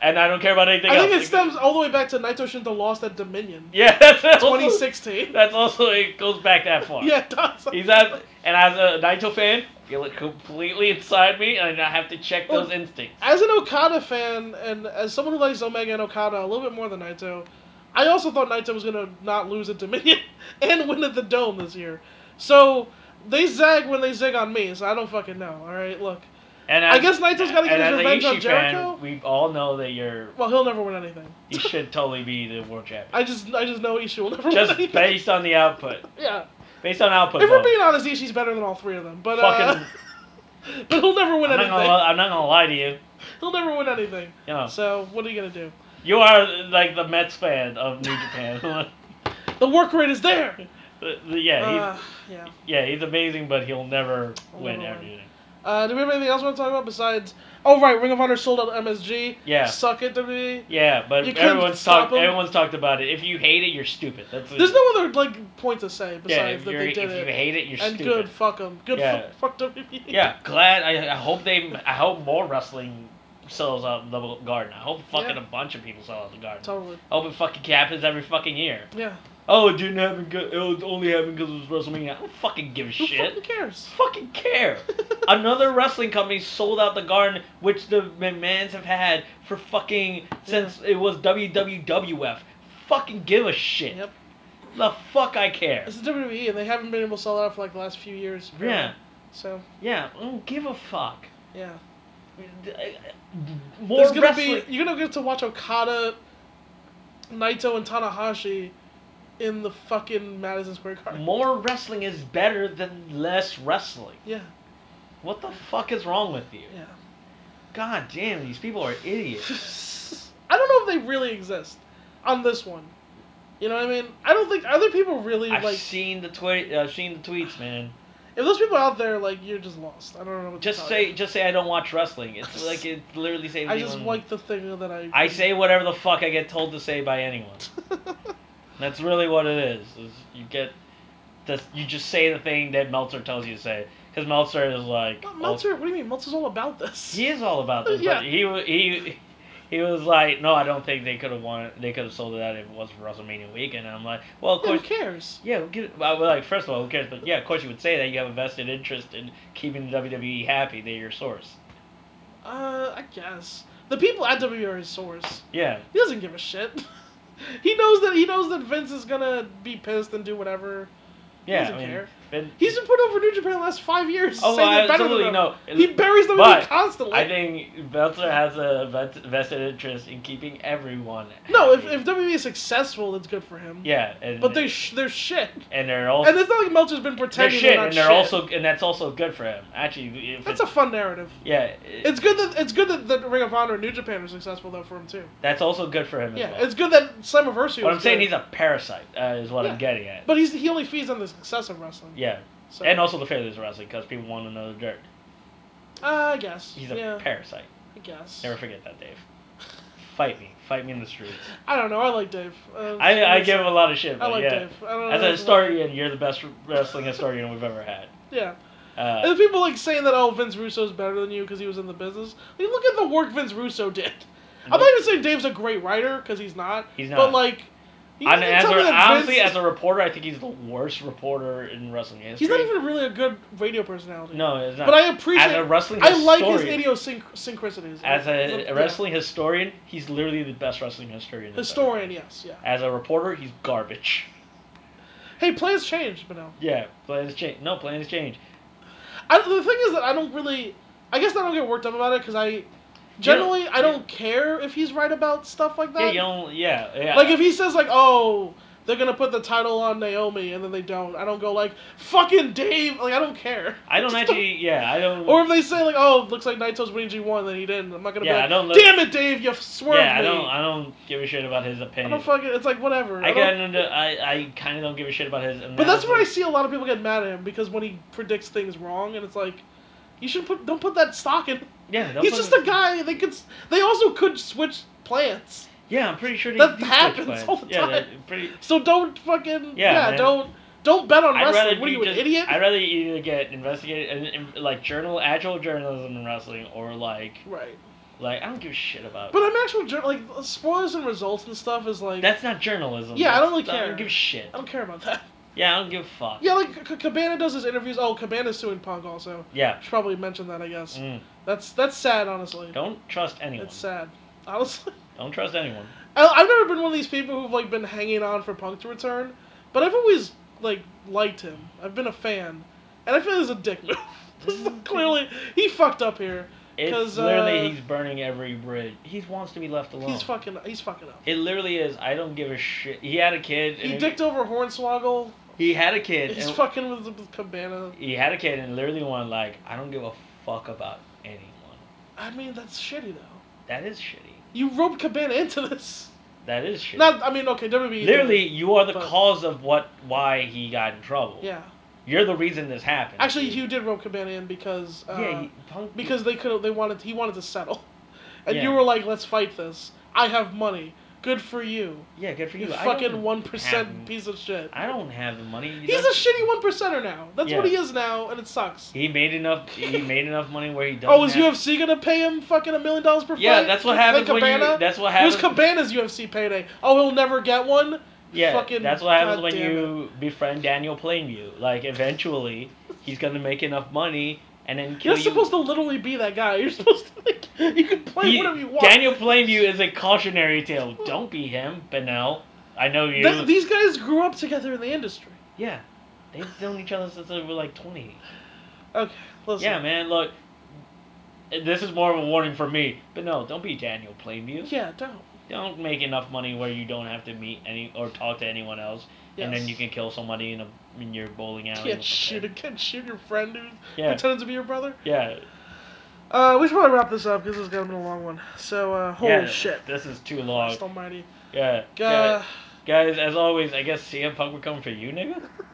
and I don't care about anything
I
else.
think it stems all the way back to Naito Shinto lost at Dominion.
yeah, that's also-
2016.
That's also it goes back that far.
Yeah, it does.
He's at, and as a Naito fan, I feel it completely inside me, and I have to check those
Well,
instincts.
As an Okada fan, and as someone who likes Omega and Okada a little bit more than Naito, I also thought Naito was going to not lose at Dominion and win at the Dome this year. So, they zag when they zig on me, so I don't fucking know, alright? Look.
And
I
as-
guess Naito's gotta get his
and as a
revenge on
Ishii
Jericho?
Fan, we all know that you're
Well, he'll never win anything.
you should totally be the world champion.
I just I just know Ishii will never win
Just
anything.
based on the output,
Yeah.
based on output.
If we're
alone.
being honest, Ishii's better than all three of them. But uh,
uh, Fucking-
but he'll never win
I'm not,
anything.
gonna, li- I'm not gonna lie Uh. to you.
He'll never win anything.
You know,
So what are you gonna do?
you are like the Mets fan of New Japan.
The work rate is there.
The- the- yeah, he's,
Uh, Oh, yeah.
yeah, he's amazing, but he'll never
He'll
win
never win.
everything.
Uh, do we have anything else we want to talk about besides? Oh right, Ring of Honor sold out MSG.
Yeah.
Suck it, E. WWE.
Yeah, but
You couldn't
everyone's
stop
talked.
him.
Everyone's talked about it. If you hate it, you're stupid. That's
There's no other like point to say
yeah.
besides
If,
that
you're,
they
if you
did it.
hate it, you're
And
stupid.
good, fuck them. Good,
Yeah.
fuck, E. fuck WWE.
Yeah, glad. I, I hope they. I hope more wrestling sells out the garden. I hope fucking
Yeah.
a bunch of people sell out the garden.
Totally.
I hope it fucking happens every fucking year.
Yeah.
Oh, it didn't happen. 'cause- It was only happened because it was WrestleMania. I don't fucking give a
Who
shit.
fucking cares?
Fucking care. Another wrestling company sold out the garden, which the McMahons have had for fucking since it was WWWF. Fucking give a shit.
Yep.
The fuck I care.
It's the WWE, E, and they haven't been able to sell it out for like the last few years.
Yeah,
So
yeah. I don't give a fuck.
yeah.
More
There's gonna
wrestling.
be you're gonna get to watch Okada, Naito, and Tanahashi in the fucking Madison Square Garden.
More wrestling is better than less wrestling.
Yeah,
What the fuck is wrong with you?
yeah.
God damn, these people are idiots.
I don't know if they really exist on this one. You know what I mean? I don't think other people really
I've
like.
seen the tweet. I've seen the tweets, man.
If those people out there, like, you're just lost. I don't know. What to
Just
tell
say,
you.
just say I don't watch wrestling. It's like it literally say.
I just
anyone-
like the thing that I.
I say whatever the fuck I get told to say by anyone. That's really what it is. Is you get, this, you just say the thing that Meltzer tells you to say. Because Meltzer is like.
But
all-
Meltzer, what do you mean? Meltzer's all about this.
He is all about this,
Yeah.
but he wa- he he was like, no, I don't think they could have won. They could have sold it out if it was for WrestleMania weekend. And I'm like, well, of
Yeah, who
course,
cares?
yeah. Who gives, well, like, first of all, who cares? But yeah, of course, you would say that you have a vested interest in keeping the WWE happy. They're your source.
Uh, I guess the people at WWE are his source.
Yeah,
He doesn't give a shit. he knows that he knows that Vince is gonna be pissed and do whatever.
yeah.
doesn't
I mean,
care.
and-
He's been putting over New Japan the last five years.
oh,
saying
I
they're better than
absolutely
them.
know.
He buries them
But
constantly.
I think Meltzer has a vet- vested interest in keeping everyone.
no, if,
happy.
if WWE is successful, that's good for him.
yeah, and
But they sh- they're shit.
and they're also
And it's not like Meltzer's been
they're
pretending
shit,
not
and they're
shit.
also and that's also good for him. Actually, if
That's
it-
a fun narrative.
Yeah,
It's good that it's good that, that Ring of Honor and New Japan are successful though for him too.
that's also good for him. As
Yeah,
well.
it's good that Slammiversary.
But
was
I'm saying
good.
he's a parasite, uh, is what
Yeah.
I'm getting at.
But he's he only feeds on the success of wrestling.
yeah,
So,
and also the failures of wrestling because people want to know the dirt.
uh, I guess
He's a
yeah,
parasite.
I guess.
Never forget that, Dave. Fight me, fight me in the streets.
I don't know. I like Dave. Uh,
I, I
he's-
give him a lot of shit,
I
but
like
yeah,
Dave. I don't
as
know
a historian, you're the best wrestling historian we've ever had.
Yeah.
Uh,
And people like saying that oh Vince Russo's better than you because he was in the business. Like, look at the work Vince Russo did. I'm not even saying Dave's a great writer because he's not.
He's
But
not.
like, you
I'm-
can't
as
tell me
a,
that
honestly,
Vince-
as a reporter, I think he's the worst reporter in wrestling history.
he's not even really a good radio personality.
No, it's not.
But I appreciate.
As a wrestling
I like his
historian-
idiosyncrasies.
As
Yeah.
a wrestling historian, he's literally the best wrestling historian. that's ever
historian, yes, yeah.
As a reporter, he's garbage.
Hey, plans change, Manel.
Yeah, plans change. No, plans change.
I, the thing is that I don't really. I guess I don't get worked up about it because I. Generally, I don't care if he's right about stuff like
Yeah,
that.
you don't. Yeah, yeah.
Like if he says like, "Oh, they're gonna put the title on Naomi," and then they don't, I don't go like, "Fucking Dave!" Like I don't care.
I don't
Just
actually. Yeah, I don't.
Or if they say like, "Oh, looks like Naito's winning G one," then he didn't. I'm not gonna
Yeah,
be
I
like,
don't look-
"Damn it, Dave, you swerved
yeah, I
me."
don't. I don't give a shit about his
I
opinion.
don't fucking. It's like whatever.
I
I don't-
get into. I I kind of don't give a shit about his.
But that's
analysis.
where I see a lot of people get mad at him because when he predicts things wrong, and it's like, you should put don't put that stock in.
Yeah, don't
He's
fucking-
just a guy. They could. s- They also could switch plans.
Yeah, I'm pretty sure they
That
do switch
happens
plans.
all the
yeah,
time.
they're pretty.
So don't fucking.
Yeah,
Yeah.
man.
don't. Don't bet on
I'd rather
wrestling. What are
be
you, an
just-
idiot?
I'd rather either get investigated and, and like journal actual journalism in wrestling or like
Right.
like I don't give a shit about.
But I'm actual jour- like spoilers and results and stuff is like
That's not journalism.
Yeah, I don't
That's-
really
I
care.
don't give a shit.
I don't care about that.
Yeah, I don't give a fuck.
Yeah, like C- Cabana does his interviews. Oh, Cabana's suing Punk also.
Yeah.
Should probably mention that I guess.
Mm.
That's that's sad honestly.
Don't trust anyone.
It's sad. Honestly,
Don't trust anyone.
I, I've never been one of these people who've like been hanging on for Punk to return, but I've always like liked him. I've been a fan, and I feel he's a dick move. This is clearly he fucked up here.
It's
'Cause,
literally
uh,
he's burning every bridge. He wants to be left alone.
He's fucking. He's fucking up.
It literally is. I don't give a shit. He had a kid.
He
and-
dicked over Hornswoggle.
He had a kid.
He's
and-
fucking with, with Cabana.
He had a kid and literally went like, I don't give a fuck about anyone.
I mean, that's shitty though.
That is shitty.
You roped Cabana into this.
That is shitty.
Not. I mean, okay, WWE. did
literally,
it,
you are the
but-
cause of what why he got in trouble.
Yeah.
You're the reason this happened.
Actually,
dude.
Hugh did rope Cabana in because. Uh,
yeah, he, punk,
because they could. They wanted. He wanted to settle, and you
Yeah.
were like, "Let's fight this. I have money. Good for you.
yeah, good for
You
you. I
fucking
don't
one percent
have-
piece of shit."
I don't have the money. He
He's a
doesn't-
shitty one percenter now. That's what
Yeah.
he is now, and it sucks.
He made enough. He made enough money where he doesn't.
Oh, is
have,
UFC gonna pay him fucking a million dollars per fight?
Yeah, that's what
Like
happens when you.
Cabana?
That's what
Where's
happens.
Cabana's UFC payday? Oh, he'll never get one.
Yeah,
fucking-
that's what happens
God
when
damn
you befriend Daniel Plainview. Like, eventually, he's gonna make enough money and then kill
You're
you.
supposed to literally be that guy. You're supposed to. Like, you can play
He-
whatever you want.
Daniel Plainview is a cautionary tale. Don't be him, Benel. I know you.
Th- these guys grew up together in the industry.
yeah, they've known each other since they were like twenty.
Okay, listen.
Yeah, man. Look, this is more of a warning for me. But no, don't be Daniel Plainview.
Yeah, don't.
Don't make enough money where you don't have to meet any or talk to anyone else, and then
Yes.
you can kill somebody in a in your bowling alley.
Yeah,
or something.
shoot, again, shoot your friend who's
Yeah.
pretending to be your brother.
Yeah.
Uh, we should probably wrap this up because this is gonna be a long one. So, uh, holy
yeah,
shit.
This is too long.
Christ almighty.
Yeah.
Uh,
yeah. Guys, as always, I guess CM Punk would come for you, nigga.